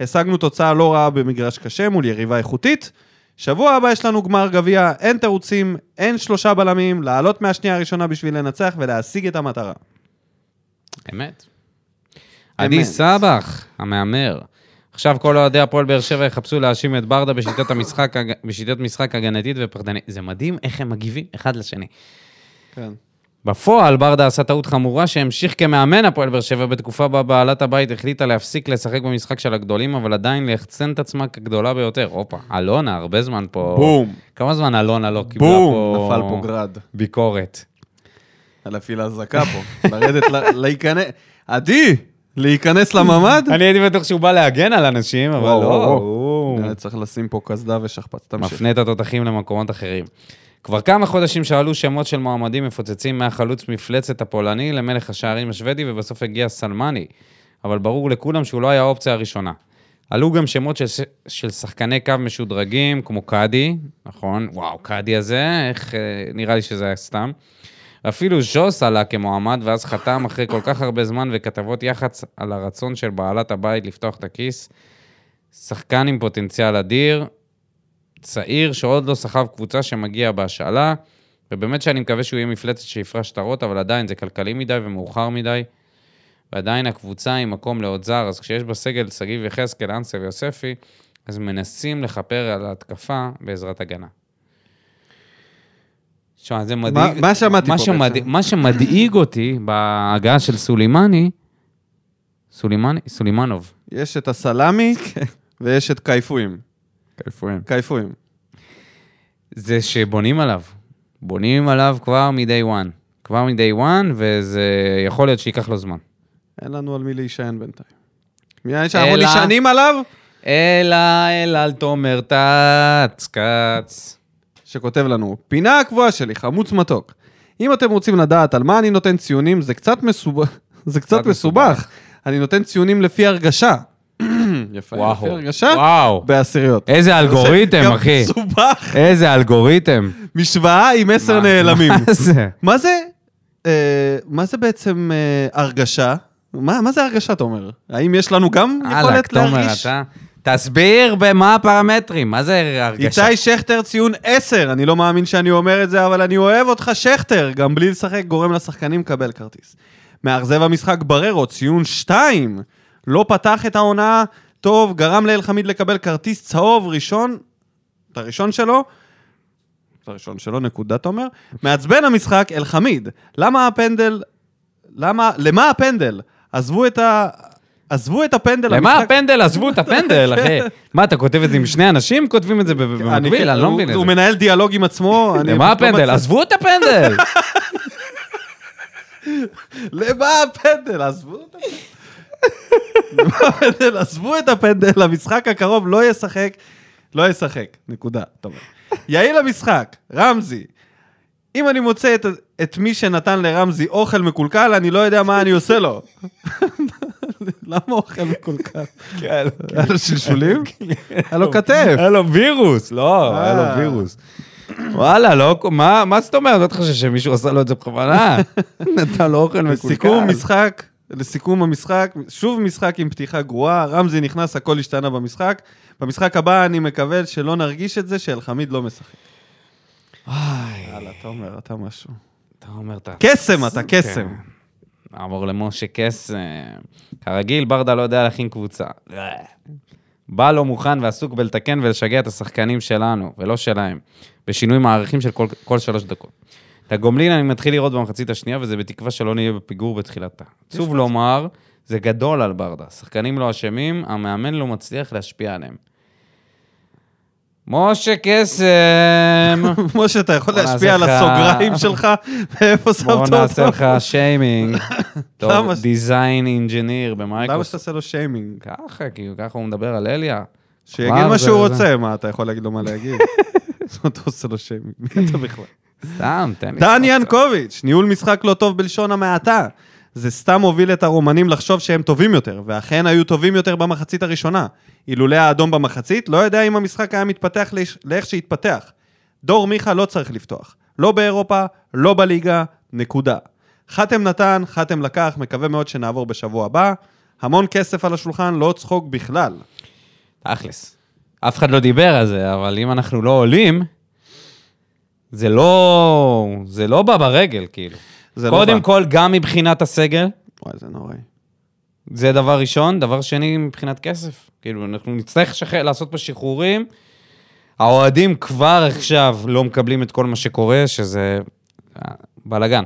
השגנו תוצאה לא רעה במגרש קשה מול יריבה איכותית. שבוע הבא יש לנו גמר גביע, אין תירוצים, אין שלושה בלמים, לעלות מהשנייה הראשונה בשביל לנצח ולהשיג את המטרה. אמת. עדי סבח, המהמר. עכשיו כל אוהדי הפועל באר שבע יחפשו להאשים את ברדה בשיטת המשחק, הג- בשיטת משחק הגנתית ופחדנית. זה מדהים איך הם מגיבים אחד לשני. כן. בפועל, ברדה עשה טעות חמורה שהמשיך כמאמן הפועל באר שבע בתקופה בה בעלת הבית החליטה להפסיק לשחק במשחק של הגדולים, אבל עדיין ליחצן את עצמה כגדולה ביותר. הופה, אלונה, הרבה זמן פה... בום. כמה זמן אלונה לא קיבלה פה... בום! נפל פה גרד. ביקורת. על אפעיל האזעקה פה. לרדת, ל- להיכנס... עדי! להיכנס לממ"ד? אני הייתי בטוח שהוא בא להגן על אנשים, אבל וואו, לא. וואו. הוא- נראה, צריך לשים פה קסדה ושכפ"ץ. תמשיך. מפנה את התותחים למקומות אחרים. כבר כמה חודשים שעלו שמות של מועמדים מפוצצים מהחלוץ מפלצת הפולני למלך השערים השוודי, ובסוף הגיע סלמני. אבל ברור לכולם שהוא לא היה האופציה הראשונה. עלו גם שמות של, ש- של שחקני קו משודרגים, כמו קאדי, נכון? וואו, קאדי הזה, איך אה, נראה לי שזה היה סתם. אפילו ז'וס עלה כמועמד, ואז חתם אחרי כל כך הרבה זמן וכתבות יח"צ על הרצון של בעלת הבית לפתוח את הכיס. שחקן עם פוטנציאל אדיר, צעיר שעוד לא סחב קבוצה שמגיע בהשאלה, ובאמת שאני מקווה שהוא יהיה מפלצת שיפרש שטרות, אבל עדיין זה כלכלי מדי ומאוחר מדי, ועדיין הקבוצה היא מקום לעוד זר, אז כשיש בסגל שגיב יחזקאל, אנסה ויוספי, אז מנסים לכפר על ההתקפה בעזרת הגנה. תשמע, זה מדאיג. מה- מה שמעתי מה פה שמדאיג- בעצם? מה שמדאיג אותי בהגעה של סולימני, סולימני, סולימנוב. יש את הסלמי ויש את קייפויים. קייפויים. זה שבונים עליו. בונים עליו כבר מ-day one. כבר מ-day one, וזה יכול להיות שייקח לו זמן. אין לנו על מי להישען בינתיים. מי היה שאנחנו אלא- נשענים עליו? אלא, אלא, אל תומר טץ, קץ. שכותב לנו, פינה הקבועה שלי, חמוץ מתוק. אם אתם רוצים לדעת על מה אני נותן ציונים, זה קצת מסובך. זה קצת קצת מסובך. מסובך. אני נותן ציונים לפי הרגשה. יפה, לפי הרגשה? וואו. בעשיריות. איזה אלגוריתם, גם אחי. מסובך. איזה אלגוריתם. משוואה עם עשר מה- נעלמים. מה זה? מה זה, אה, מה זה בעצם אה, הרגשה? מה, מה זה הרגשה, תומר? האם יש לנו גם הלאה, יכולת תומר, להרגיש? אתה... תסביר במה הפרמטרים, מה זה הרגשה? איתי שכטר ציון 10, אני לא מאמין שאני אומר את זה, אבל אני אוהב אותך שכטר, גם בלי לשחק גורם לשחקנים לקבל כרטיס. מאכזב המשחק בררו, ציון 2, לא פתח את העונה, טוב, גרם לאלחמיד לקבל כרטיס צהוב ראשון, את הראשון שלו, את הראשון שלו, נקודה, תומר. מעצבן המשחק, אלחמיד, למה הפנדל, למה, למה הפנדל? עזבו את ה... עזבו את הפנדל. למה המשחק- הפנדל? עזבו את הפנדל, אחי. מה, אתה כותב את זה עם שני אנשים? כותבים את זה במקביל? אני לא הוא- מבין את זה. כן- הוא מנהל דיאלוג עם עצמו. אני למה פשוט לא הפנדל? מצליח. עזבו את הפנדל! למה הפנדל? עזבו את הפנדל. למה הפנדל? עזבו את הפנדל, המשחק הקרוב לא ישחק, לא ישחק, נקודה. טוב. יעיל המשחק, רמזי. אם אני מוצא את, את מי שנתן לרמזי אוכל מקולקל, אני לא יודע מה אני עושה לו. למה אוכל כן. כל כך? כן. היה לו שלשולים? היה לו כתף. היה לו וירוס, לא, אה. היה לו וירוס. וואלה, לא, מה, מה זאת אומרת? לא אתה חושב שמישהו עשה לו את זה בכוונה? נתן לו אוכל מקולקל. לסיכום משחק, לסיכום המשחק, שוב משחק עם פתיחה גרועה, רמזי נכנס, הכל השתנה במשחק. במשחק הבא אני מקווה שלא נרגיש את זה, שאלחמיד לא משחק. וואי, יאללה, תומר, אתה משהו. אתה אומר אתה... קסם אתה, קסם. כן. נעבור למשה קסם. כרגיל, ברדה לא יודע להכין קבוצה. בא לא מוכן ועסוק בלתקן ולשגע את השחקנים שלנו, ולא שלהם, בשינוי מערכים של כל, כל שלוש דקות. את הגומלין אני מתחיל לראות במחצית השנייה, וזה בתקווה שלא נהיה בפיגור בתחילתה. עצוב לומר, זה גדול על ברדה. שחקנים לא אשמים, המאמן לא מצליח להשפיע עליהם. משה קסם! משה, אתה יכול בוא להשפיע על נעשה לך- הסוגריים שלך, ואיפה שמת בואו אותו? נעשה לך שיימינג. טוב, למה ש- דיזיין אינג'יניר למה במייקרוסופט. שתעשה לו שיימינג? ככה, כאילו, ככה הוא מדבר על אליה. שיגיד כבר מה זה- שהוא זה. רוצה, מה, אתה יכול להגיד לו מה להגיד? אז אתה עושה לו שיימינג, מי אתה בכלל? סתם, תן לי. דן קצת. ינקוביץ', ניהול משחק לא טוב בלשון המעטה. זה סתם הוביל את הרומנים לחשוב שהם טובים יותר, ואכן היו טובים יותר במחצית הראשונה. אילולא האדום במחצית, לא יודע אם המשחק היה מתפתח לאיש- לאיך שהתפתח. דור מיכה לא צריך לפתוח. לא באירופה, לא בליגה, נקודה. חתם נתן, חתם לקח, מקווה מאוד שנעבור בשבוע הבא. המון כסף על השולחן, לא צחוק בכלל. תכלס. אף אחד לא דיבר על זה, אבל אם אנחנו לא עולים, זה לא... זה לא בא ברגל, כאילו. זה לא קודם בא. כל, גם מבחינת הסגל, וואי, זה נוראי. זה דבר ראשון. דבר שני, מבחינת כסף. כאילו, אנחנו נצטרך לשחרר- לעשות פה שחרורים. האוהדים כבר עכשיו לא מקבלים את כל מה שקורה, שזה אה, בלאגן.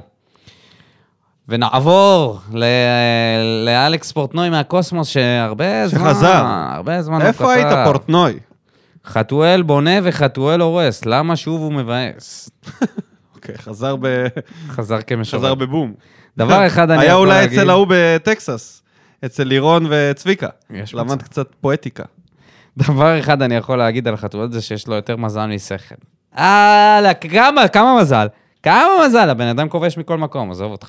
ונעבור ל- לאלכס פורטנוי מהקוסמוס, שהרבה זמן... שחזר. הרבה זמן לא איפה היית, כתב. פורטנוי? חתואל בונה וחתואל הורס, למה שוב הוא מבאס? אוקיי, חזר ב... חזר כמשורר. חזר בבום. דבר אחד אני כן. היה יכול אולי להגיד. אצל ההוא בטקסס, אצל לירון וצביקה. יש למד מצב. קצת פואטיקה. דבר אחד אני יכול להגיד על חתואל זה שיש לו יותר מזל משכל. יאללה, כמה, כמה מזל. כמה מזל, הבן אדם כובש מכל מקום, עזוב אותך.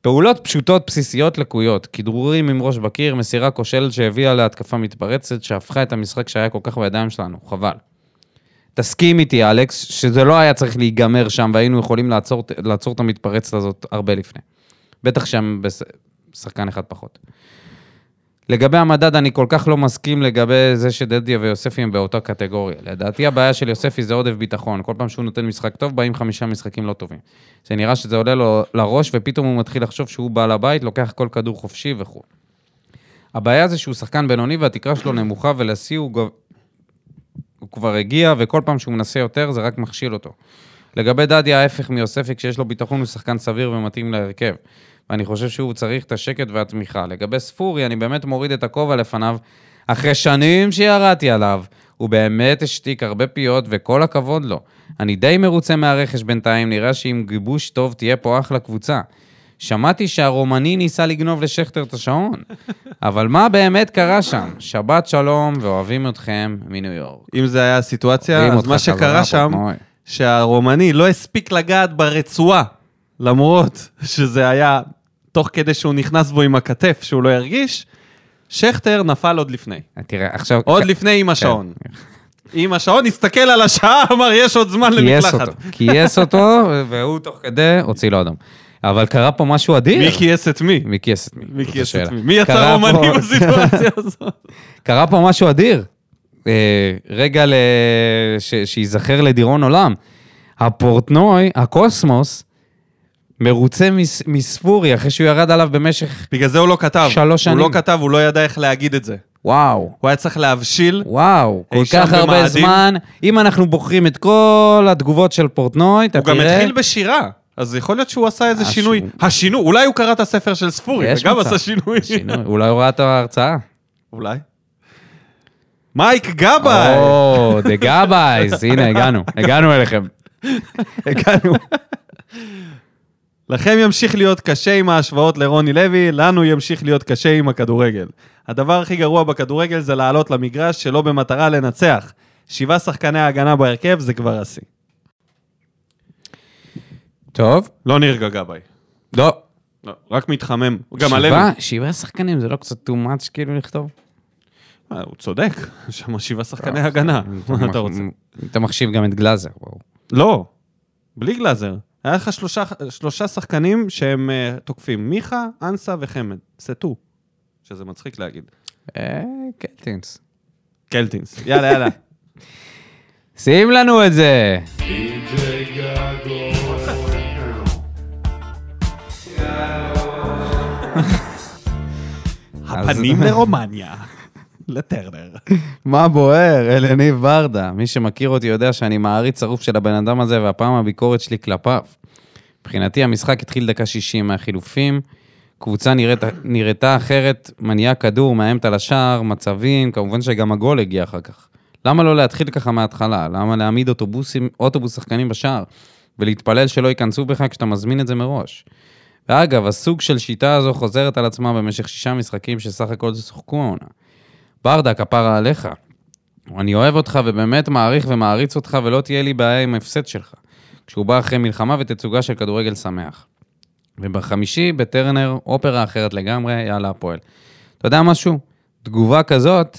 פעולות פשוטות בסיסיות לקויות, כדרורים עם ראש בקיר, מסירה כושלת שהביאה להתקפה מתפרצת, שהפכה את המשחק שהיה כל כך בידיים שלנו, חבל. תסכים איתי, אלכס, שזה לא היה צריך להיגמר שם, והיינו יכולים לעצור, לעצור את המתפרצת הזאת הרבה לפני. בטח שם בשחקן אחד פחות. לגבי המדד, אני כל כך לא מסכים לגבי זה שדדיה ויוספי הם באותה קטגוריה. לדעתי הבעיה של יוספי זה עודף ביטחון. כל פעם שהוא נותן משחק טוב, באים חמישה משחקים לא טובים. זה נראה שזה עולה לו לראש, ופתאום הוא מתחיל לחשוב שהוא בעל הבית, לוקח כל כדור חופשי וכו'. הבעיה זה שהוא שחקן בינוני והתקרה שלו נמוכה, ולשיא הוא, גב... הוא כבר הגיע, וכל פעם שהוא מנסה יותר, זה רק מכשיל אותו. לגבי דדיה, ההפך מיוספי, כשיש לו ביטחון הוא שחקן סביר ומתאים להרכב. ואני חושב שהוא צריך את השקט והתמיכה. לגבי ספורי, אני באמת מוריד את הכובע לפניו, אחרי שנים שירדתי עליו. הוא באמת השתיק הרבה פיות, וכל הכבוד לו. אני די מרוצה מהרכש בינתיים, נראה שעם גיבוש טוב תהיה פה אחלה קבוצה. שמעתי שהרומני ניסה לגנוב לשכטר את השעון, אבל מה באמת קרה שם? שבת שלום ואוהבים אתכם מניו יורק. אם זה היה הסיטואציה, רואים כן, אז אותך מה חזרה שקרה פה, שם, נוי. שהרומני לא הספיק לגעת ברצועה, למרות שזה היה תוך כדי שהוא נכנס בו עם הכתף, שהוא לא הרגיש, שכטר נפל עוד לפני. תראה, עכשיו... עוד לפני כן. עם השעון. עם השעון, הסתכל על השעה, אמר, יש עוד זמן כייס אותו, למקלחת. כייס אותו, והוא תוך כדי הוציא לו אדם. אבל קרה פה משהו אדיר. מי כייס את מי? מי כייס את מי? מי זאת כייס את השאלה. מי? מי יצא קרה רומני פה- בסיטואציה הזאת? קרה פה משהו אדיר. אה, רגע ל- ש- שייזכר לדיראון עולם. הפורטנוי, הקוסמוס, מרוצה מס- מספורי אחרי שהוא ירד עליו במשך... בגלל זה הוא לא כתב. שלוש הוא שנים. לא כתב, הוא לא ידע איך להגיד את זה. וואו. הוא היה צריך להבשיל. וואו, כל אי שם כך הרבה במאדים. זמן. אם אנחנו בוחרים את כל התגובות של פורטנוי, אתה הוא תראה... גם התחיל בשירה, אז יכול להיות שהוא עשה איזה משהו. שינוי. השינוי, אולי הוא קרא את הספר של ספורי, יש וגם מצב. עשה שינוי. שינוי. אולי הוא ראה את ההרצאה. אולי. מייק גבאי! או, The Gabbies, הנה הגענו, הגענו אליכם. הגענו. לכם ימשיך להיות קשה עם ההשוואות לרוני לוי, לנו ימשיך להיות קשה עם הכדורגל. הדבר הכי גרוע בכדורגל זה לעלות למגרש שלא במטרה לנצח. שבעה שחקני ההגנה בהרכב זה כבר השיא. טוב, לא נרגע גבאי. לא. לא, רק מתחמם, גם שבעה- עלינו. שבעה שחקנים, זה לא קצת too much כאילו לכתוב? אה, הוא צודק, יש שם שבעה שחקני הגנה, מה אה, אתה רוצה? אתה מחשיב גם את גלאזר, ברור. לא, בלי גלאזר. היה לך שלושה, שלושה שחקנים שהם אה, תוקפים, מיכה, אנסה וחמד, סטו, שזה מצחיק להגיד. אה, קלטינס. קלטינס, יאללה, יאללה. שים לנו את זה! אז- הפנים לרומניה, לטרנר. מה בוער? אלניב ברדה. מי שמכיר אותי יודע שאני מעריץ שרוף של הבן אדם הזה, והפעם הביקורת שלי כלפיו. מבחינתי המשחק התחיל דקה 60 מהחילופים. קבוצה נראית, נראתה אחרת, מניעה כדור, מאיימת על השער, מצבים, כמובן שגם הגול הגיע אחר כך. למה לא להתחיל ככה מההתחלה? למה להעמיד אוטובוסים, אוטובוס שחקנים בשער ולהתפלל שלא ייכנסו בך כשאתה מזמין את זה מראש? ואגב, הסוג של שיטה הזו חוזרת על עצמה במשך שישה משחקים שסך הכל שוחקו העונה. ברדה, כפרה עליך. אני אוהב אותך ובאמת מעריך ומעריץ אותך, ולא תהיה לי בעיה עם ההפסד שלך. כשהוא בא אחרי מלחמה ותצוגה של כדורגל שמח. ובחמישי, בטרנר, אופרה אחרת לגמרי, יאללה הפועל. אתה יודע משהו? תגובה כזאת,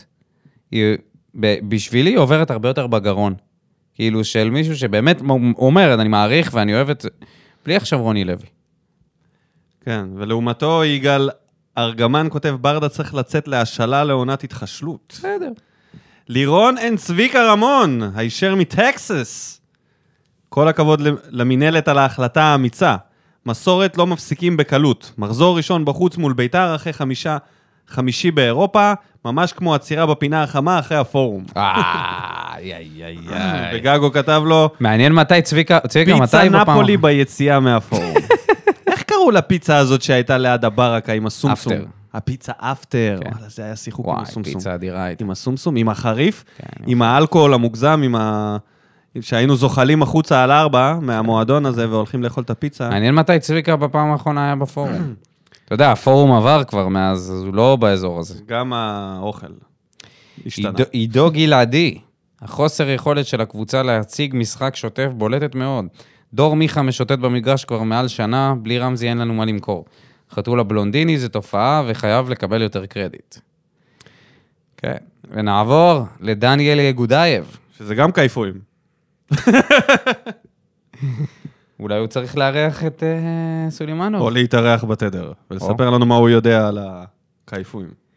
היא, ב- בשבילי היא עוברת הרבה יותר בגרון. כאילו של מישהו שבאמת מ- אומר, אני מעריך ואני אוהב את זה. בלי עכשיו רוני לוי. כן, ולעומתו יגאל ארגמן כותב, ברדה צריך לצאת להשאלה לעונת התחשלות. בסדר. לירון אנד צביקה רמון, הישר מטקסס. כל הכבוד למינהלת על ההחלטה האמיצה. מסורת לא מפסיקים בקלות. מחזור ראשון בחוץ מול ביתר אחרי חמישה, חמישי באירופה, ממש כמו עצירה בפינה החמה אחרי הפורום. איי, איי, איי, איי. וגגו כתב לו, מעניין מתי צביקה, צביקה, מתי פיצה בפעם... נפולי ביציאה מהפורום. איך קראו לפיצה הזאת שהייתה ליד הברקה עם הסומסום? אפטר. הפיצה אפטר. כן. וואלה, זה היה שיחוק עם וואי, הסומסום. פיצה אדירה הייתה. עם הסומסום, עם החריף, כן, עם האלכוהול המוגזם, עם ה... שהיינו זוחלים החוצה על ארבע מהמועדון הזה והולכים לאכול את הפיצה. מעניין מתי צביקה בפעם האחרונה היה בפורום. אתה יודע, הפורום עבר כבר מאז, אז הוא לא באזור הזה. גם האוכל השתנה. עידו- עידו גלעדי, החוסר יכולת של הקבוצה להציג משחק שוטף בולטת מאוד. דור מיכה משוטט במגרש כבר מעל שנה, בלי רמזי אין לנו מה למכור. חתול הבלונדיני זה תופעה וחייב לקבל יותר קרדיט. כן. ונעבור לדניאל יגודייב. שזה גם קייפויים. אולי הוא צריך לארח את אה, סולימנוב. או להתארח בתדר, ולספר לנו מה הוא יודע על הקייפויים.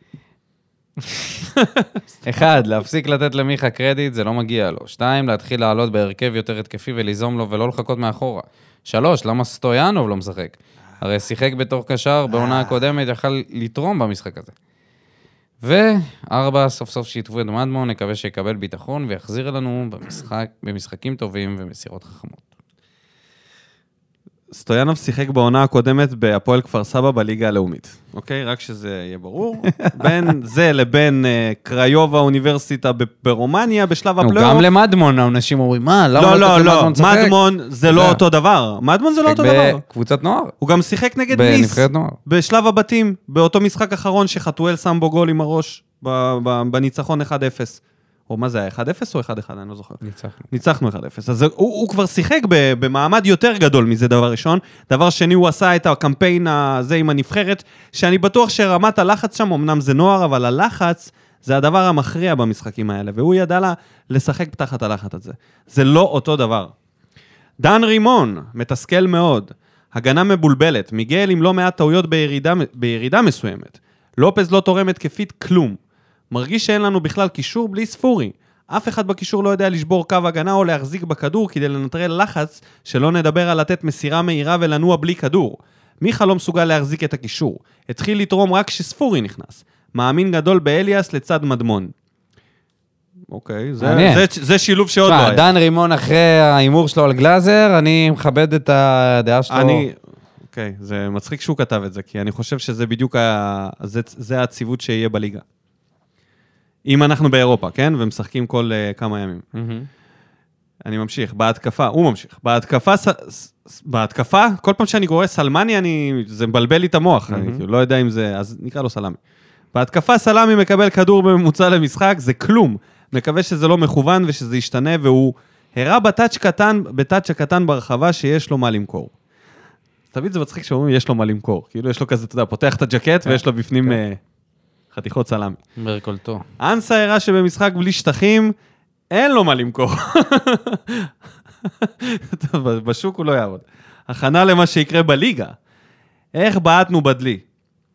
אחד, להפסיק לתת למיכה קרדיט, זה לא מגיע לו. שתיים, להתחיל לעלות בהרכב יותר התקפי וליזום לו ולא לחכות מאחורה. שלוש, למה סטויאנוב לא משחק? הרי שיחק בתור קשר אה. בעונה הקודמת, יכל לתרום במשחק הזה. וארבע, סוף סוף שיתפו את מדמון, נקווה שיקבל ביטחון ויחזיר אלינו במשחק, במשחקים טובים ומסירות חכמות. סטויאנוב שיחק בעונה הקודמת בהפועל כפר סבא בליגה הלאומית, אוקיי? רק שזה יהיה ברור. בין זה לבין אה, קריובה אוניברסיטה ב- ברומניה בשלב נו, הפלייאוף. גם למדמון אנשים אומרים, מה, למה לא, לא, לתת לא, למדמון לשחק?" מדמון זה אתה לא יודע. אותו דבר. מדמון זה לא אותו שיחק דבר. בקבוצת נוער, הוא גם שיחק נגד ניס, בנבחרת נוער. בשלב הבתים, באותו משחק אחרון שחתואל שם בו גול עם הראש ב- ב- בניצחון 1-0. או מה זה היה, 1-0 או 1-1? אני לא זוכר. ניצחנו. ניצחנו 1-0. אז זה- הוא, הוא כבר שיחק ב, במעמד יותר גדול מזה, דבר ראשון. דבר שני, הוא עשה את הקמפיין הזה עם הנבחרת, שאני בטוח שרמת הלחץ שם, אמנם זה נוער, אבל הלחץ זה הדבר המכריע במשחקים האלה, והוא ידע לה לשחק תחת הלחץ הזה. זה לא אותו דבר. דן רימון, מתסכל מאוד. הגנה מבולבלת, מיגל עם לא מעט טעויות בירידה, בירידה מסוימת. לופז לא תורם התקפית כלום. מרגיש שאין לנו בכלל קישור בלי ספורי. אף אחד בקישור לא יודע לשבור קו הגנה או להחזיק בכדור כדי לנטרל לחץ, שלא נדבר על לתת מסירה מהירה ולנוע בלי כדור. מיכה לא מסוגל להחזיק את הקישור. התחיל לתרום רק כשספורי נכנס. מאמין גדול באליאס לצד מדמון. אוקיי, זה, מעניין. זה, זה שילוב שעוד לא תשמע, היה. דן רימון אחרי ההימור שלו על גלאזר, אני מכבד את הדעה שלו. אני... אוקיי, זה מצחיק שהוא כתב את זה, כי אני חושב שזה בדיוק ה... זה, זה הציוות שיהיה בליגה. אם אנחנו באירופה, כן? ומשחקים כל uh, כמה ימים. מהמם. אני ממשיך, בהתקפה, הוא ממשיך. בהתקפה, ס, ס, ס- בהתקפה, כל פעם שאני קורא סלמני, אני, זה מבלבל לי את המוח, אני כאילו לא יודע אם זה, אז נקרא לו סלמי. בהתקפה סלמי מקבל כדור בממוצע למשחק, זה כלום. מקווה שזה לא מכוון ושזה ישתנה, והוא הראה בטאץ' קטן, בטאץ' הקטן ברחבה שיש לו מה למכור. תמיד זה מצחיק שאומרים, יש לו מה למכור. כאילו, יש לו כזה, אתה יודע, פותח את הג'קט ויש לו בפנים אה, חתיכות סלמי. מרקולטו. אנסה הראה שבמשחק בלי שטחים, אין לו מה למכור. טוב, בשוק הוא לא יעבוד. הכנה למה שיקרה בליגה. איך בעטנו בדלי?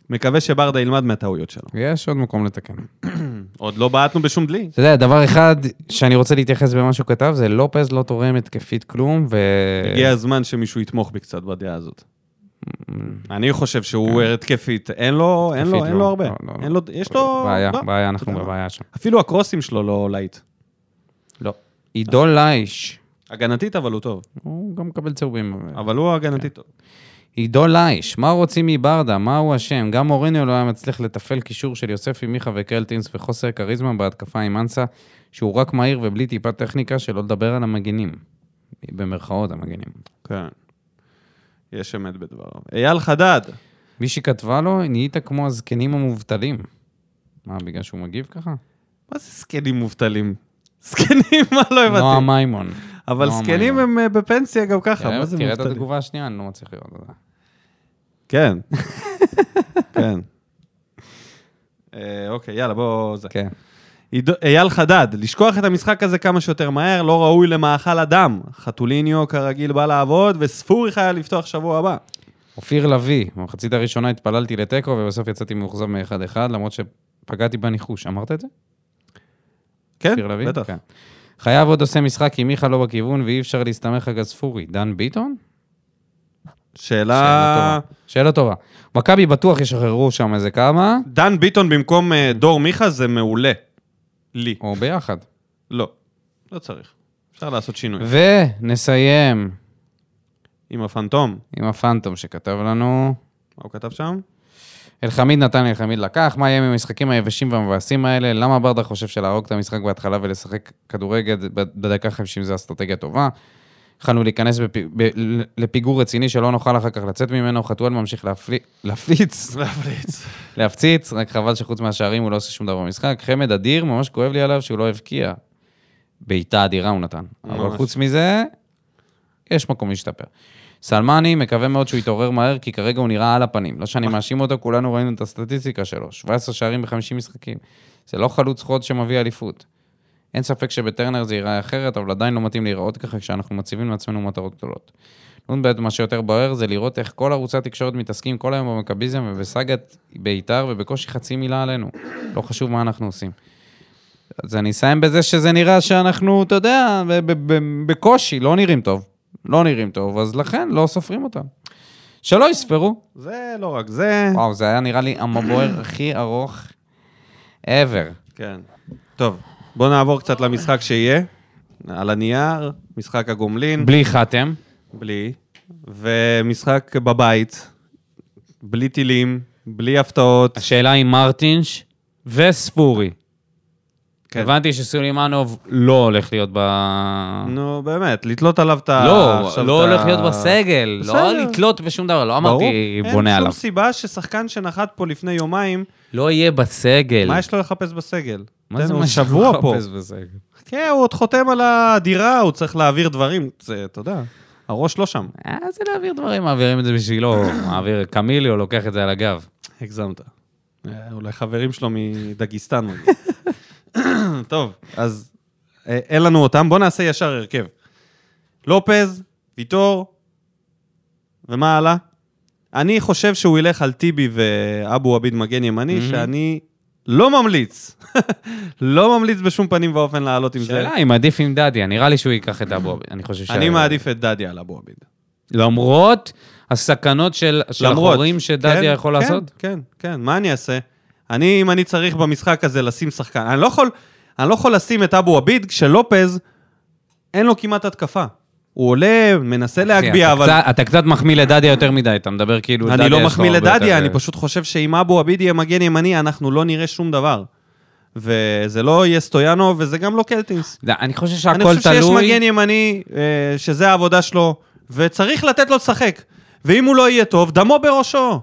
מקווה שברדה ילמד מהטעויות שלו. יש עוד מקום לתקן. עוד לא בעטנו בשום דלי. אתה יודע, דבר אחד שאני רוצה להתייחס במה שהוא כתב, זה לופז לא תורם התקפית כלום, ו... הגיע הזמן שמישהו יתמוך בי קצת בדעה הזאת. אני חושב שהוא התקפית, אין לו, אין לו, התקפית אין כן. לא, לו הרבה. לא, לא, לא. אין לו, יש לו... בעיה, לא. בעיה, אתה אנחנו יודע מה? בבעיה שם. אפילו הקרוסים שלו לא להיט. לא. עידו לייש, הגנתית, אבל הוא טוב. הוא גם מקבל צהובים. אבל הוא הגנתית כן. טוב. עידו לייש, מה רוצים מברדה? מה הוא אשם? גם מוריניו לא היה מצליח לתפעל קישור של יוספי מיכה וקלטינס וחוסר כריזמה בהתקפה עם אנסה, שהוא רק מהיר ובלי טיפה טכניקה, שלא לדבר על המגינים. במרכאות המגינים. כן. יש אמת בדבריו. אייל חדד, מי שכתבה לו, נהיית כמו הזקנים המובטלים. מה, בגלל שהוא מגיב ככה? מה זה זקנים מובטלים? זקנים, מה לא נועה הבנתי. מימון. אבל נועה זקנים מימון. הם אה, בפנסיה גם ככה, תראה- מה זה כן, תראה את מובטלים? התגובה השנייה, אני לא מצליח לראות אותה. כן. כן. אה, אוקיי, יאללה, בוא... זה. כן. עידו- אייל חדד, לשכוח את המשחק הזה כמה שיותר מהר, לא ראוי למאכל אדם. חתוליניו כרגיל בא לעבוד, וספורי חייב לפתוח שבוע הבא. אופיר לביא, במחצית הראשונה התפללתי לתיקו, ובסוף יצאתי מאוכזב מאחד-אחד, למרות שפגעתי בניחוש. אמרת את זה? כן, אופיר לביא? בטח. כן. חייב עוד עושה משחק כי מיכה לא בכיוון ואי אפשר להסתמך על ספורי. דן ביטון? אה. שאלה... טובה. שאלה טובה. מכבי בטוח ישחררו שם איזה כמה, דן ביטון במקום אה, דור מיכה זה מעולה. לי. או ביחד. לא. לא צריך. אפשר לעשות שינוי. ונסיים עם הפנטום, עם הפנטום שכתב לנו. מה הוא כתב שם? אלחמיד נתן אלחמיד לקח, מה יהיה עם המשחקים היבשים והמבאסים האלה? למה ברדה חושב שלהרוג את המשחק בהתחלה ולשחק כדורגל בדקה 50 זה אסטרטגיה טובה? התחלנו להיכנס בפ... ב... לפיגור רציני שלא נוכל אחר כך לצאת ממנו, חתואל ממשיך להפלי... להפליץ, להפליץ. להפציץ, רק חבל שחוץ מהשערים הוא לא עושה שום דבר במשחק. חמד אדיר, ממש כואב לי עליו שהוא לא הבקיע. בעיטה אדירה הוא נתן. אבל ממש. חוץ מזה, יש מקום להשתפר. סלמני, מקווה מאוד שהוא יתעורר מהר, כי כרגע הוא נראה על הפנים. לא שאני מאשים אותו, כולנו ראינו את הסטטיסטיקה שלו. 17 שערים ב-50 משחקים. זה לא חלוץ חוד שמביא אליפות. אין ספק שבטרנר זה ייראה אחרת, אבל עדיין לא מתאים להיראות ככה כשאנחנו מציבים לעצמנו מטרות גדולות. נ"ב, מה שיותר בוער זה לראות איך כל ערוצי התקשורת מתעסקים כל היום במכביזם ובסאגת בית"ר, ובקושי חצי מילה עלינו. לא חשוב מה אנחנו עושים. אז אני אסיים בזה שזה נראה שאנחנו, אתה יודע, ב- ב- ב- בקושי, לא נראים טוב. לא נראים טוב, אז לכן לא סופרים אותם. שלא יספרו. זה לא רק זה. וואו, זה היה נראה לי המבוער הכי ארוך ever. כן. טוב, בוא נעבור קצת למשחק שיהיה. על הנייר, משחק הגומלין, בלי חתם. בלי. ומשחק בבית, בלי טילים, בלי הפתעות. השאלה היא מרטינש וספורי. כן. הבנתי שסולימנוב לא הולך להיות ב... נו, באמת, לתלות עליו את ה... לא, אה, עכשיו לא את ה- הולך להיות בסגל. לא בסדר. לתלות בשום דבר, לא ברור. אמרתי בונה אין עליו. שום סיבה ששחקן שנחת פה לפני יומיים, לא יהיה בסגל. מה יש לו לחפש בסגל? מה תן זה לו מה שבוע פה. שמחפש בסגל? כן, הוא עוד חותם על הדירה, הוא צריך להעביר דברים, זה, אתה יודע, הראש לא שם. אה, זה להעביר דברים, מעבירים את זה בשבילו. מעביר קמיליו, לוקח את זה על הגב. הגזמת. אה, אולי חברים שלו מדגיסטן. מגיעים. טוב, אז אה, אין לנו אותם, בוא נעשה ישר הרכב. לופז, ויטור, ומה הלאה? אני חושב שהוא ילך על טיבי ואבו עביד מגן ימני, Mhm. שאני לא ממליץ. לא ממליץ בשום פנים ואופן לעלות עם זה. שאלה אם עדיף עם דדיה, נראה לי שהוא ייקח את אבו עביד. אני חושב ש... אני מעדיף את דדיה על אבו עביד. למרות הסכנות של של למרות. החורים שדדיה יכול כן, לעשות? כן, כן, מה אני אעשה? אני, אם אני צריך במשחק הזה לשים שחקן, אני לא יכול, אני לא יכול לשים את אבו עביד כשלופז, אין לו כמעט התקפה. הוא עולה, מנסה לא להגביה, אתה אבל קצת- אתה קצת מחמיא לדדיה יותר מדי, אתה מדבר כאילו... דדיה אני לא יש לו מחמיא הרבה לדדיה, יותר- אני פשוט חושב שאם אבו עביד יהיה מגן ימני, אנחנו לא נראה שום דבר. וזה לא יהיה סטויאנו, וזה גם לא קלטינס. לא, אני חושב אני שהכל חושב שיש מגן תלוי. ימני, אה, שזה העבודה שלו, וצריך לתת לו לשחק. ואם הוא לא יהיה טוב, דמו בראשו.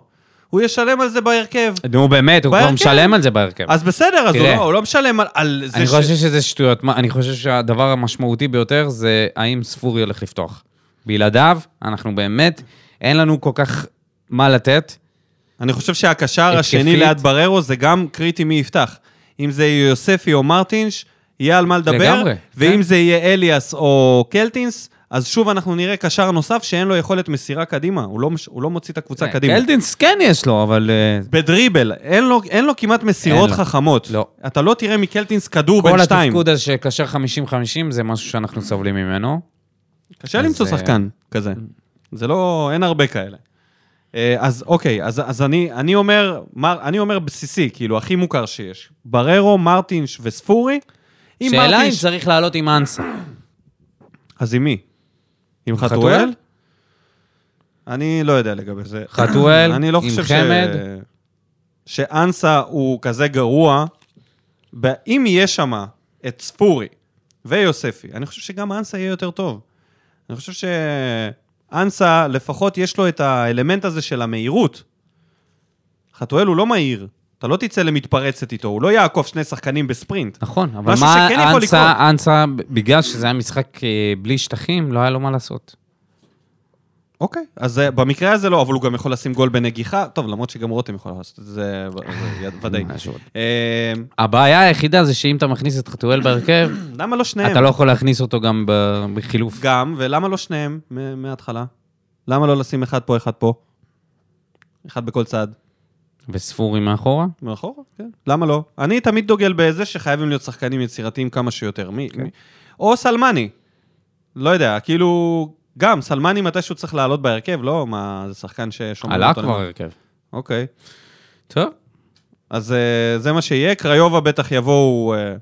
הוא ישלם על זה בהרכב. נו באמת, הוא כבר בהרכב. משלם על זה בהרכב. אז בסדר, אז הוא תראה. לא, הוא לא משלם על, על זה אני חושב שזה שטויות. מה- אני חושב שהדבר המשמעותי ביותר זה האם ספורי הולך לפתוח. בלעדיו, אנחנו באמת, אין לנו כל כך מה לתת. אני חושב שהקשר השני התקפית. ליד בררו זה גם קריטי מי יפתח. אם זה יהיה יוספי או מרטינש, יהיה על מה לדבר. לגמרי, ואם כן. זה יהיה אליאס או קלטינס, אז שוב אנחנו נראה קשר נוסף שאין לו יכולת מסירה קדימה. הוא לא, מש- הוא לא מוציא את הקבוצה קדימה. אלדינס כן יש לו, אבל... אה, בדריבל, אין לו, אין לו כמעט מסירות לו. חכמות. לא. אתה לא תראה מקלטינס כדור כל בין שתיים. התפקוד הזה שקשר 50-50 זה משהו שאנחנו סובלים ממנו. קשה אז, למצוא אה, כן. שחקן כזה. זה לא, אין הרבה כאלה. אה, אז אוקיי, אז, אז אני, אני, אומר, מר, אני אומר בסיסי, כאילו, הכי מוכר שיש. בררו, מרטינש וספורי. אם שאלה אם מרטינש- צריך לעלות עם אנסה. אז עם מי? עם חתואל? חתואל? אני לא יודע לגבי זה. חתואל, אני לא עם חושב ש... חמד. שאנסה הוא כזה גרוע. ב- אם יהיה שמה את ספורי ויוספי, אני חושב שגם אנסה יהיה יותר טוב. אני חושב שאנסה, לפחות יש לו את האלמנט הזה של המהירות. חתואל הוא לא מהיר. אתה לא תצא למתפרצת איתו, הוא לא יעקוף שני שחקנים בספרינט. נכון, אבל משהו מה שכן יכול לקרות. אנסה, אנסה, בגלל שזה היה משחק אה, בלי שטחים, לא היה לו מה לעשות. אוקיי, אז אה, במקרה הזה לא, אבל הוא גם יכול לשים גול בנגיחה. טוב, למרות שגם רותם יכול לעשות את זה, ו- זה יד- ודאי. משהו. אה, הבעיה היחידה זה שאם אתה מכניס את חתואל בהרכב, למה לא שניהם? אתה לא יכול להכניס אותו גם ב- בחילוף. גם, ולמה לא שניהם מ- מההתחלה? למה לא לשים אחד פה, אחד פה? אחד בכל צד. וספורי מאחורה? מאחורה, כן. למה לא? אני תמיד דוגל בזה שחייבים להיות שחקנים יצירתיים כמה שיותר. מי, כן. מי... או סלמני. לא יודע, כאילו... גם, סלמני מתישהו צריך לעלות בהרכב, לא? מה, זה שחקן ששומר עלה למ- כבר הרכב. אוקיי. טוב. אז אה, זה מה שיהיה. קריובה בטח יבואו, אה,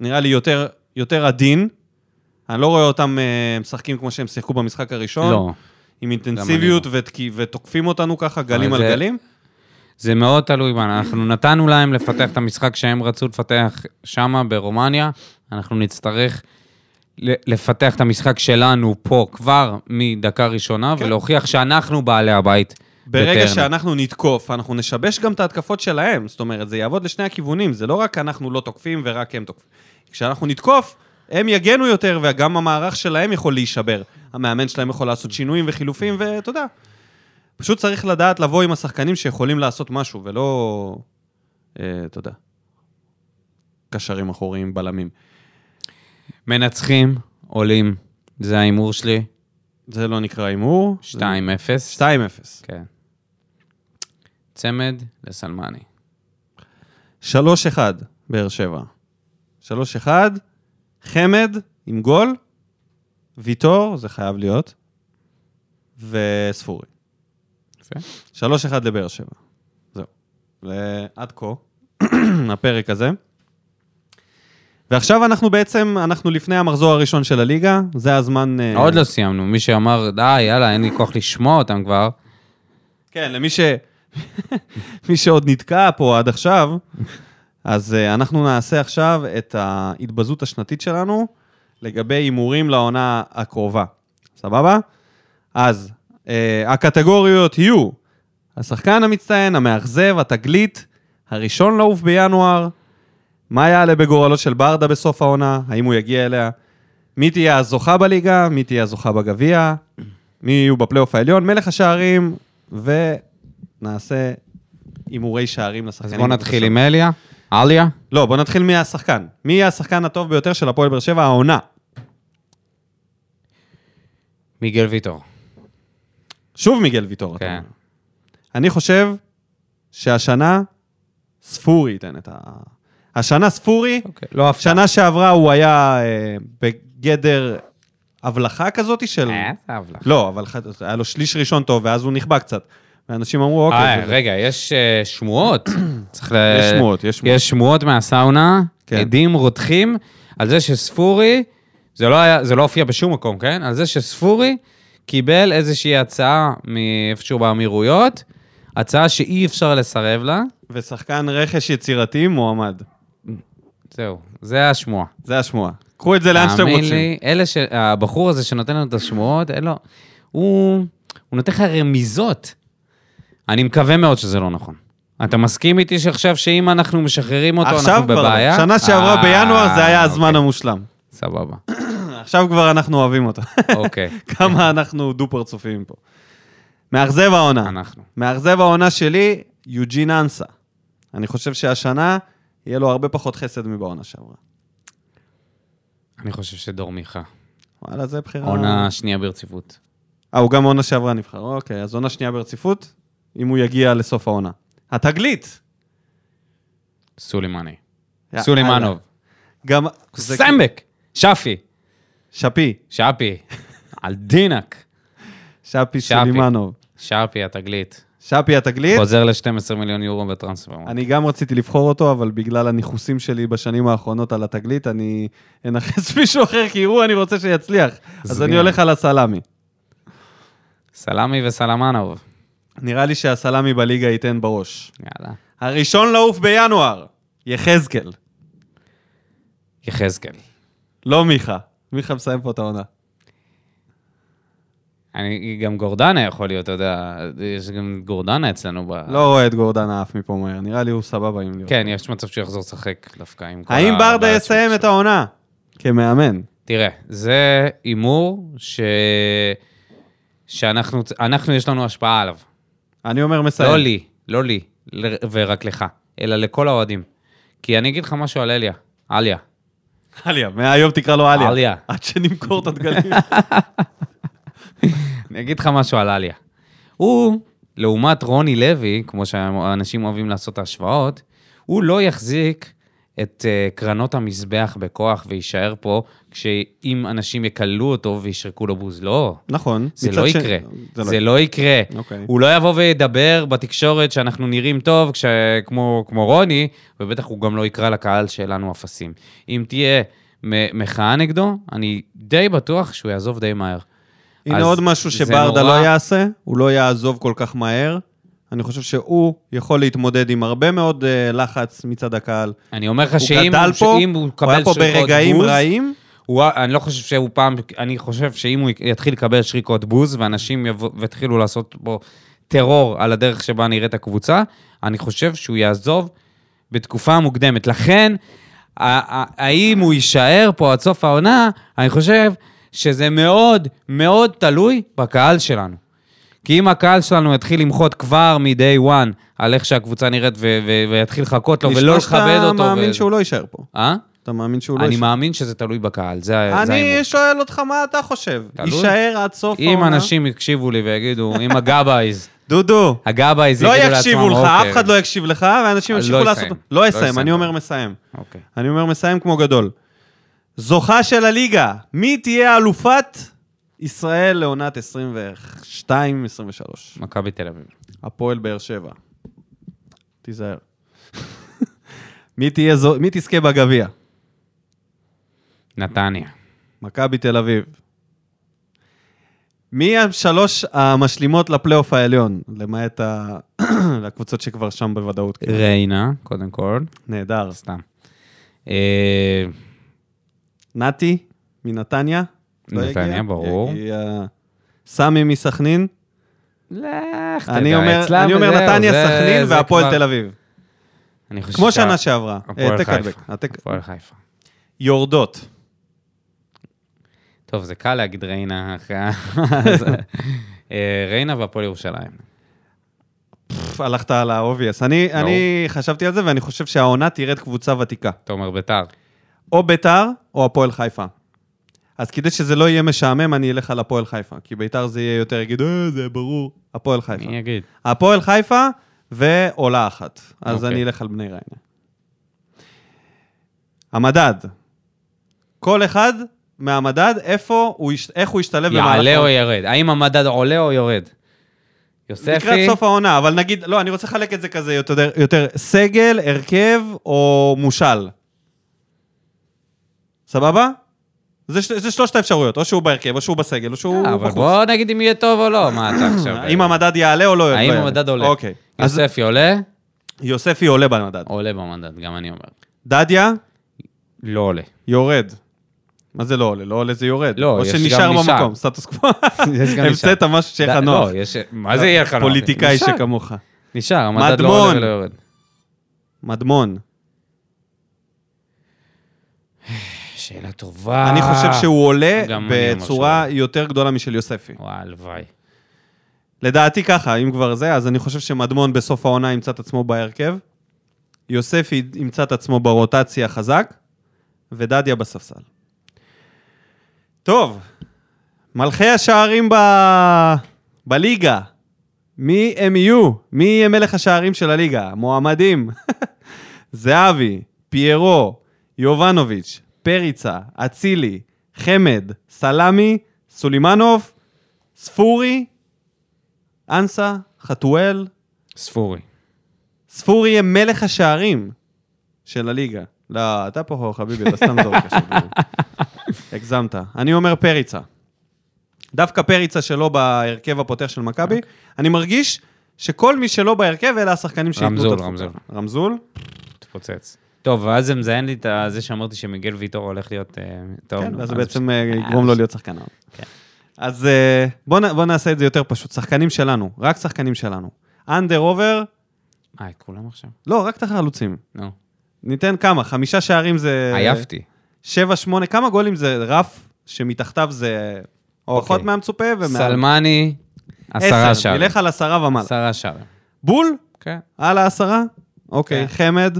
נראה לי, יותר, יותר עדין. אני לא רואה אותם אה, משחקים כמו שהם שיחקו במשחק הראשון. לא. עם אינטנסיביות ותק... ותוקפים אותנו ככה גלים אבל על זה- גלים. זה מאוד תלוי בנו. אנחנו נתנו להם לפתח את המשחק שהם רצו לפתח שמה ברומניה. אנחנו נצטרך ל- לפתח את המשחק שלנו פה כבר מדקה ראשונה, כן. ולהוכיח שאנחנו בעלי הבית. ברגע בטרנר. שאנחנו נתקוף, אנחנו נשבש גם את ההתקפות שלהם. זאת אומרת, זה יעבוד לשני הכיוונים, זה לא רק אנחנו לא תוקפים ורק הם תוקפים. כשאנחנו נתקוף, הם יגנו יותר, וגם המערך שלהם יכול להישבר. המאמן שלהם יכול לעשות שינויים וחילופים, ואתה יודע. פשוט צריך לדעת לבוא עם השחקנים שיכולים לעשות משהו, ולא... אה, אתה יודע. קשרים אחוריים, בלמים. מנצחים, עולים. זה ההימור שלי, זה לא נקרא הימור. 2-0. 2-0. כן. צמד לסלמני. 3-1, באר שבע. 3-1, חמד עם גול, ויטור, זה חייב להיות, וספורי. יפה. 3-1 לבאר שבע. זהו. ועד כה, הפרק הזה. ועכשיו אנחנו בעצם, אנחנו לפני המחזור הראשון של הליגה, זה הזמן... אה, עוד לא סיימנו, מי שאמר, די, יאללה, אין לי כוח לשמוע אותם כבר. כן, למי ש... מי שעוד נתקע פה עד עכשיו, אז אה, אנחנו נעשה עכשיו את ההתבזות השנתית שלנו לגבי הימורים לעונה הקרובה. סבבה? אז אה, הקטגוריות יהיו השחקן המצטיין, המאכזב, התגלית, הראשון לעוף בינואר, מה יעלה בגורלו של ברדה בסוף העונה, האם הוא יגיע אליה, מי תהיה הזוכה בליגה, מי תהיה הזוכה בגביע, מי יהיו בפלייאוף העליון, מלך השערים, ונעשה הימורי שערים לשחקנים. אז בואו נתחיל עם אליה. עליה? לא, בוא נתחיל מהשחקן. מי יהיה השחקן הטוב ביותר של הפועל באר שבע העונה? מיגל ויטור. שוב מיגל ויטור. אתה כן. אומר. אני חושב שהשנה ספורי ייתן את ה... השנה ספורי, אוקיי, לא הפתעה. שנה שעברה הוא היה אה, בגדר הבלחה כזאת של... אה, זה עוולה. לא, אבל ח- היה לו שליש ראשון טוב, ואז הוא נכבה קצת. ואנשים אמרו, אה, אוקיי, זה- רגע, יש אה, שמועות. צריך ל... יש שמועות, יש שמועות. יש שמועות מהסאונה, כן. עדים רותחים, על זה שספורי, זה לא, היה, זה לא הופיע בשום מקום, כן? על זה שספורי קיבל איזושהי הצעה מאיפשהו באמירויות, הצעה שאי אפשר לסרב לה, ושחקן רכש יצירתי מועמד. זהו, זה השמועה. זה השמועה. קחו את זה לאן שאתם תאמין רוצים. לי, אלה ש... הבחור הזה שנותן לנו את השמועות, אין לו... הוא... הוא נותן לך רמיזות. אני מקווה מאוד שזה לא נכון. אתה מסכים איתי שעכשיו שאם אנחנו משחררים אותו, עכשיו אנחנו כבר, לא. בבעיה? שנה שעברה אה, בינואר זה היה הזמן אוקיי, המושלם. סבבה, עכשיו כבר אנחנו אוהבים אותו. אוקיי. כמה אנחנו דו-פרצופיים פה. מאכזב העונה. אנחנו. מאכזב העונה שלי, יוג'ין אנסה. אני חושב שהשנה יהיה לו הרבה פחות חסד מבעונה שעברה. אני חושב שדור מיכה. וואלה, זה בחירה. עונה שנייה ברציפות. אה, הוא גם עונה שעברה נבחר. אוקיי, אז עונה שנייה ברציפות, אם הוא יגיע לסוף העונה. התגלית! סולימני. יא, סולימנוב. יאללה. גם... זה- סמבק! שפי! שפי. שפי. על דינק. שפי שפי. סולימנוב. שפי התגלית. שפי התגלית. חוזר ל-12 מיליון יורו בטרנספר. כן. נכון. אני גם רציתי לבחור אותו, אבל בגלל הניכוסים שלי בשנים האחרונות על התגלית, אני אנכס מישהו אחר, כי הוא, אני רוצה שיצליח. אז זמיר. אני הולך על הסלאמי. סלמי וסלמנוב. נראה לי שהסלאמי בליגה ייתן בראש. יאללה. הראשון לעוף בינואר, יחזקאל, יחזקאל. לא מיכה. מיכה מסיים פה את העונה. אני, גם גורדנה יכול להיות, אתה יודע, יש גם גורדנה אצלנו ב... לא רואה את גורדן עף מפה מהר, נראה לי הוא סבבה עם להיות. אה. כן, יש מצב שהוא יחזור לשחק דווקא עם כל האם ברדה הבעיות יסיים שלו. את העונה? כמאמן. תראה, זה הימור ש... שאנחנו, אנחנו, יש לנו השפעה עליו. אני אומר מסיים. לא לי, לא לי, ל- ורק לך, אלא לכל האוהדים. כי אני אגיד לך משהו על אליה, עליה. עליה, מהיום תקרא לו עליה. עליה. עד שנמכור את הדגלים. אני אגיד לך משהו על עליה. הוא, לעומת רוני לוי, כמו שאנשים אוהבים לעשות את ההשוואות, הוא לא יחזיק את אה, קרנות המזבח בכוח ויישאר פה, כשאם אנשים יקללו אותו וישרקו לו בוז. לא. נכון. זה מצד לא ש- יקרה, זה לא זה לא יקרה. אוקיי. הוא לא יבוא וידבר בתקשורת שאנחנו נראים טוב, כש... כמו, כמו רוני, ובטח הוא גם לא יקרא לקהל שלנו אפסים. אם תהיה מ- מחאה נגדו, אני די בטוח שהוא יעזוב די מהר. הנה אז עוד משהו זה שברדה נורא. לא יעשה, הוא לא יעזוב כל כך מהר. אני חושב שהוא יכול להתמודד עם הרבה מאוד אה, לחץ מצד הקהל. אני אומר לך הוא שאם גדל פה, שאם הוא הוא יקבל היה פה שריקות ברגעים בוז, רעים. הוא, אני לא חושב שהוא פעם, אני חושב שאם הוא יתחיל לקבל שריקות בוז, ואנשים יבואו ויתחילו לעשות בו טרור על הדרך שבה נראית הקבוצה, אני חושב שהוא יעזוב בתקופה מוקדמת. לכן, ה- ה- האם הוא יישאר פה עד סוף העונה, אני חושב שזה מאוד מאוד תלוי בקהל שלנו. כי אם הקהל שלנו יתחיל למחות כבר מ-day one על איך שהקבוצה נראית ו- ו- ויתחיל לחכות לו ולא לשלושת לכבד אותו... אתה מאמין ו- שהוא לא יישאר פה. אה? אתה מאמין שהוא לא אני יישאר. מאמין שזה תלוי בקהל, זה ה- זה ההימור. אני שואל אותך מה אתה חושב. תלוי. יישאר עד סוף העונה. אם אנשים יקשיבו לי ויגידו, אם הגבאיז, דודו, הגבאיז לא יגידו לעצמם, יקשיבו לך, "אוקיי." אף אחד לא יקשיב לך, ואנשים לא ימשיכו לעשות... יסיים. לא לא אסיים, יסיים. אני אומר מסיים. אוקיי. אני אומר מסיים כמו גדול. זוכה של הליגה, מי תהיה אלופת ישראל לעונת 22-23? מכבי תל אביב. הפועל באר שבע. תיזהר. מי, תהיה זו... מי תזכה בגביע? נתניה. מכבי תל אביב. מי השלוש המשלימות לפלייאוף העליון? למעט ה... הקבוצות שכבר שם בוודאות. כאילו. ריינה, קודם כל. נהדר. סתם. אה, נתי מנתניה? לא נתניה, יגיע? ברור. יגיע... סמי מסכנין? לך תדע, אני אומר, אצלם אני אומר וזהו, נתניה, זה- סכנין זה והפועל כבר- תל אביב. אני חושב כמו שה- שנה שעברה. אה, הפועל תק הדבק. חיפה. התק- הפועל חיפה. יורדות. טוב, זה קל להגיד ריינה אחרי ה... אה, ריינה והפועל ירושלים. פפ, הלכת על האובייס. אני, ברור. אני חשבתי על זה, ואני חושב שהעונה תרד קבוצה ותיקה. תומר ביתר. או ביתר או הפועל חיפה. אז כדי שזה לא יהיה משעמם, אני אלך על הפועל חיפה. כי ביתר זה יהיה יותר, יגידו, "אה, זה ברור. הפועל חיפה. מי יגיד? הפועל חיפה ועולה אחת. אז אוקיי. אני אלך על בני ריינה. המדד. כל אחד מהמדד, איפה הוא, יש- איך הוא ישתלב יעלה או העונה. ירד? האם המדד עולה או יורד? יוספי? נכון. לקראת סוף העונה, אבל נגיד, לא, אני רוצה לחלק את זה כזה יותר, יותר סגל, הרכב או מושל. סבבה? זה, ש- זה שלושת האפשרויות, או שהוא בהרכב, או שהוא בסגל, או שהוא אה, אבל בחוץ. בוא נגיד אם יהיה טוב או לא, מה אתה עכשיו? האם המדד יעלה או לא יעלה? האם המדד עולה? אוקיי. אז יוספי עולה? יוספי עולה במדד. עולה במדד, גם אני אומר. דדיה, לא עולה. יורד. מה זה לא עולה? לא עולה זה יורד. לא, או יש גם שנשאר נשאר. במקום, סטטוס קוו. יש גם נשאר. המצאת משהו שיהיה לך ד- נוח. לא, יש... מה זה יהיה לך נוח? פוליטיקאי נשאר, שכמוך. נשאר, המדד לא מדמון. עולה ולא יורד. מדמון. שאלה טובה. אני חושב שהוא עולה אה, גם אני אומר בצורה יותר גדולה משל יוספי. וואי, הלוואי. לדעתי ככה, אם כבר זה, אז אני חושב שמדמון בסוף העונה ימצא את עצמו בהרכב, יוספי ימצא את עצמו ברוטציה חזק, ודדיה בספסל. טוב, מלכי השערים ב... בליגה. מי הם יהיו? מי יהיה מלך השערים של הליגה? מועמדים. זהבי, פיירו, יובנוביץ', פריצה, אצילי, חמד, סלמי, סולימנוב, ספורי, אנסה, חתואל. ספורי. ספורי יהיה מלך השערים של הליגה. לא, אתה פה חביבי, אתה סתם זורק עכשיו. דברים. הגזמת. אני אומר פריצה. דווקא פריצה שלא בהרכב הפותח של מכבי. אני מרגיש שכל מי שלא בהרכב, אלה השחקנים שייתנו את רמזול, התפוקה. רמזול. לא, רמזול? תפוצץ. טוב, ואז זה מזיין לי את ה- זה שאמרתי שמיגל ויטור הולך להיות... אה, טוב, כן, נו, ואז אז זה בעצם אה, אה, יגרום לו להיות שחקן העונה. כן. אז אה, בוא נ- בוא נעשה את זה יותר פשוט. שחקנים שלנו, רק שחקנים שלנו. אנדר עובר, אה, כולם עכשיו? לא, רק את החלוצים. נו. ניתן כמה, חמישה שערים זה... עייפתי. שבע, שמונה, כמה גולים זה רף שמתחתיו זה פחות מהמצופה ומעל... סלמני, לא, עשר, אוקיי. עשרה שערים. נלך על עשרה ומעלה. עשרה שערים. בול? כן. על העשרה? אוקיי, כן. חמד.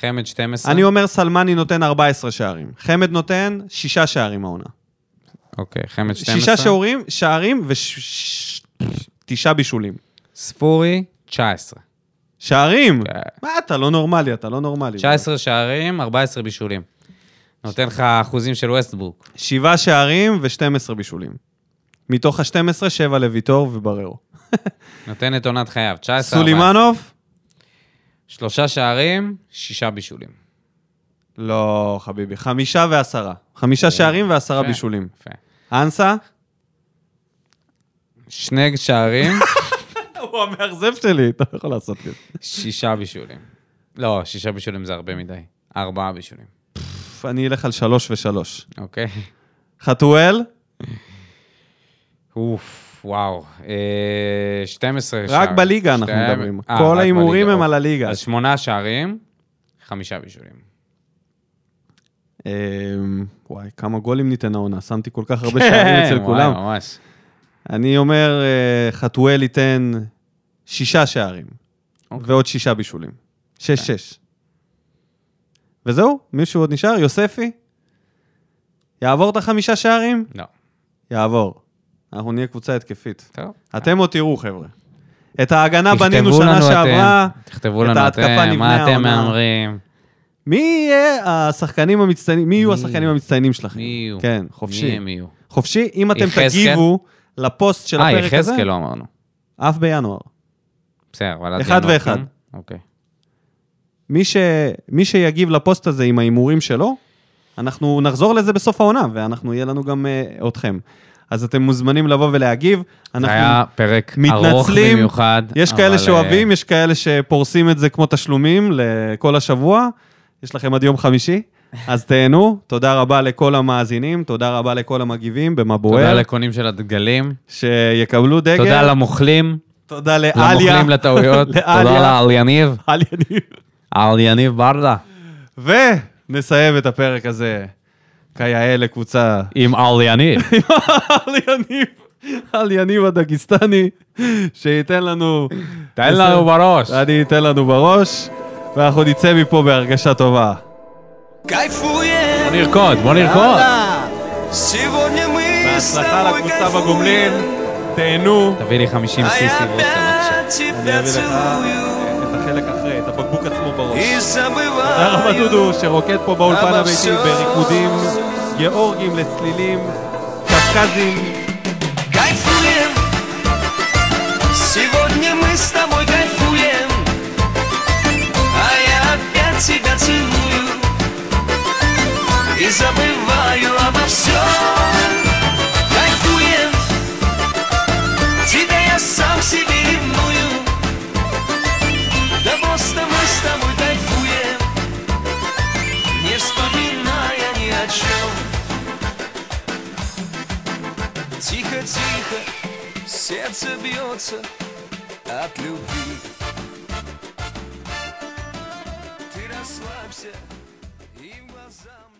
חמד 12. אני אומר סלמני נותן 14 שערים. חמד נותן שישה שערים העונה. אוקיי, חמד 12. שישה שעורים, שערים ותשעה בישולים. ספורי, 19. שערים? כן. מה, אתה לא נורמלי, אתה לא נורמלי. 19 שערים, 14 בישולים. נותן לך אחוזים של ווסטברוק. שבעה שערים ו-12 בישולים. מתוך ה-12, שבע לוויטור ובררו. נותן את עונת חייו. 19... סולימנוב? שלושה שערים, שישה בישולים. לא, חביבי. חמישה ועשרה. חמישה שערים ועשרה יפה. בישולים. יפה. אנסה? שני שערים, הוא המאכזב שלי, אתה לא יכול לעשות את זה. שישה בישולים. לא, שישה בישולים זה הרבה מדי. ארבעה בישולים. פפ, אני אלך על שלוש ושלוש. אוקיי? חתואל? אוף, וואו. אה, 12 שערים. רק בליגה אנחנו שתיים- מדברים. אה, כל רק ההימורים בליגה, הם אוקיי. על הליגה. אז שמונה שערים, חמישה בישולים. אמ, וואי, כמה גולים ניתן העונה. שמתי כל כך הרבה שערים אצל וואי, כולם. ממש. אני אומר, אה, חתואל ייתן שישה שערים, ועוד שישה בישולים. שש-שש. וזהו, מישהו עוד נשאר? יוספי? יעבור את החמישה שערים? לא. יעבור. אנחנו נהיה קבוצה התקפית. טוב. אתם עוד תראו, חבר'ה. את ההגנה תכתבו בנינו שנה לנו שעברה. אתם, תכתבו את לנו ההתקפה אתם, נבנה מה אתם העונה. מהמרים. מי יהיה השחקנים המצטיינים? מי יהיו השחקנים המצטיינים שלכם? מי יהיו? כן, מי חופשי. הם יהיו? חופשי, אם אתם יחזקאל? תגיבו לפוסט של אה, הפרק הזה, יחזקאל לא אמרנו. אף בינואר. בסדר, אבל... אז אחד יהיה ואחד. נוח, כן? אוקיי. מי, ש... מי שיגיב לפוסט הזה עם ההימורים שלו, אנחנו נחזור לזה בסוף העונה, ואנחנו, יהיה לנו גם uh, אתכם. אז אתם מוזמנים לבוא ולהגיב. זה אנחנו... היה פרק ארוך מתנצלים. במיוחד. יש אבל, כאלה אה, שאוהבים, יש כאלה שפורסים את זה כמו תשלומים לכל השבוע. יש לכם עד יום חמישי, אז תהנו. תודה רבה לכל המאזינים, תודה רבה לכל המגיבים במה תודה בוער, לקונים של הדגלים. שיקבלו דגל. תודה למוכלים. תודה לאליה. למוכלים לטעויות. תודה לאליה. לעל יניב. אליה. על יניב ברדה. ונסיים את הפרק הזה כיאה לקבוצה עם על יניב. על יניב, על יניב הדגיסטני, שייתן לנו... תן לנו בראש. אני אתן לנו בראש, ואנחנו נצא מפה בהרגשה טובה. קייפויים, בוא נרקוד, בוא נרקוד. סיבונים בהצלחה איסטנבול לקבוצה בגומלין, קייפויים, תהנו. תביא לי 50 היה סיסי וודקה, בבקשה. בעצי אני אביא לך «А, בצרויו, את החלק אחרי, את הבקבוק עצמו בראש. תודה רבה איסטנבול דודו, שרוקד פה באולפן אבל הביתי שוב. בריקודים גיאורגים לצלילים, קפקזים. кайфуем Сегодня мы с тобой кайфуем А я опять тебя целую И забываю обо всем Кайфуем Тебя я сам себе ревную Да просто мы с тобой кайфуем Не вспоминая ни о чем Тихо-тихо, сердце бьется от любви. Ты расслабься и глазам.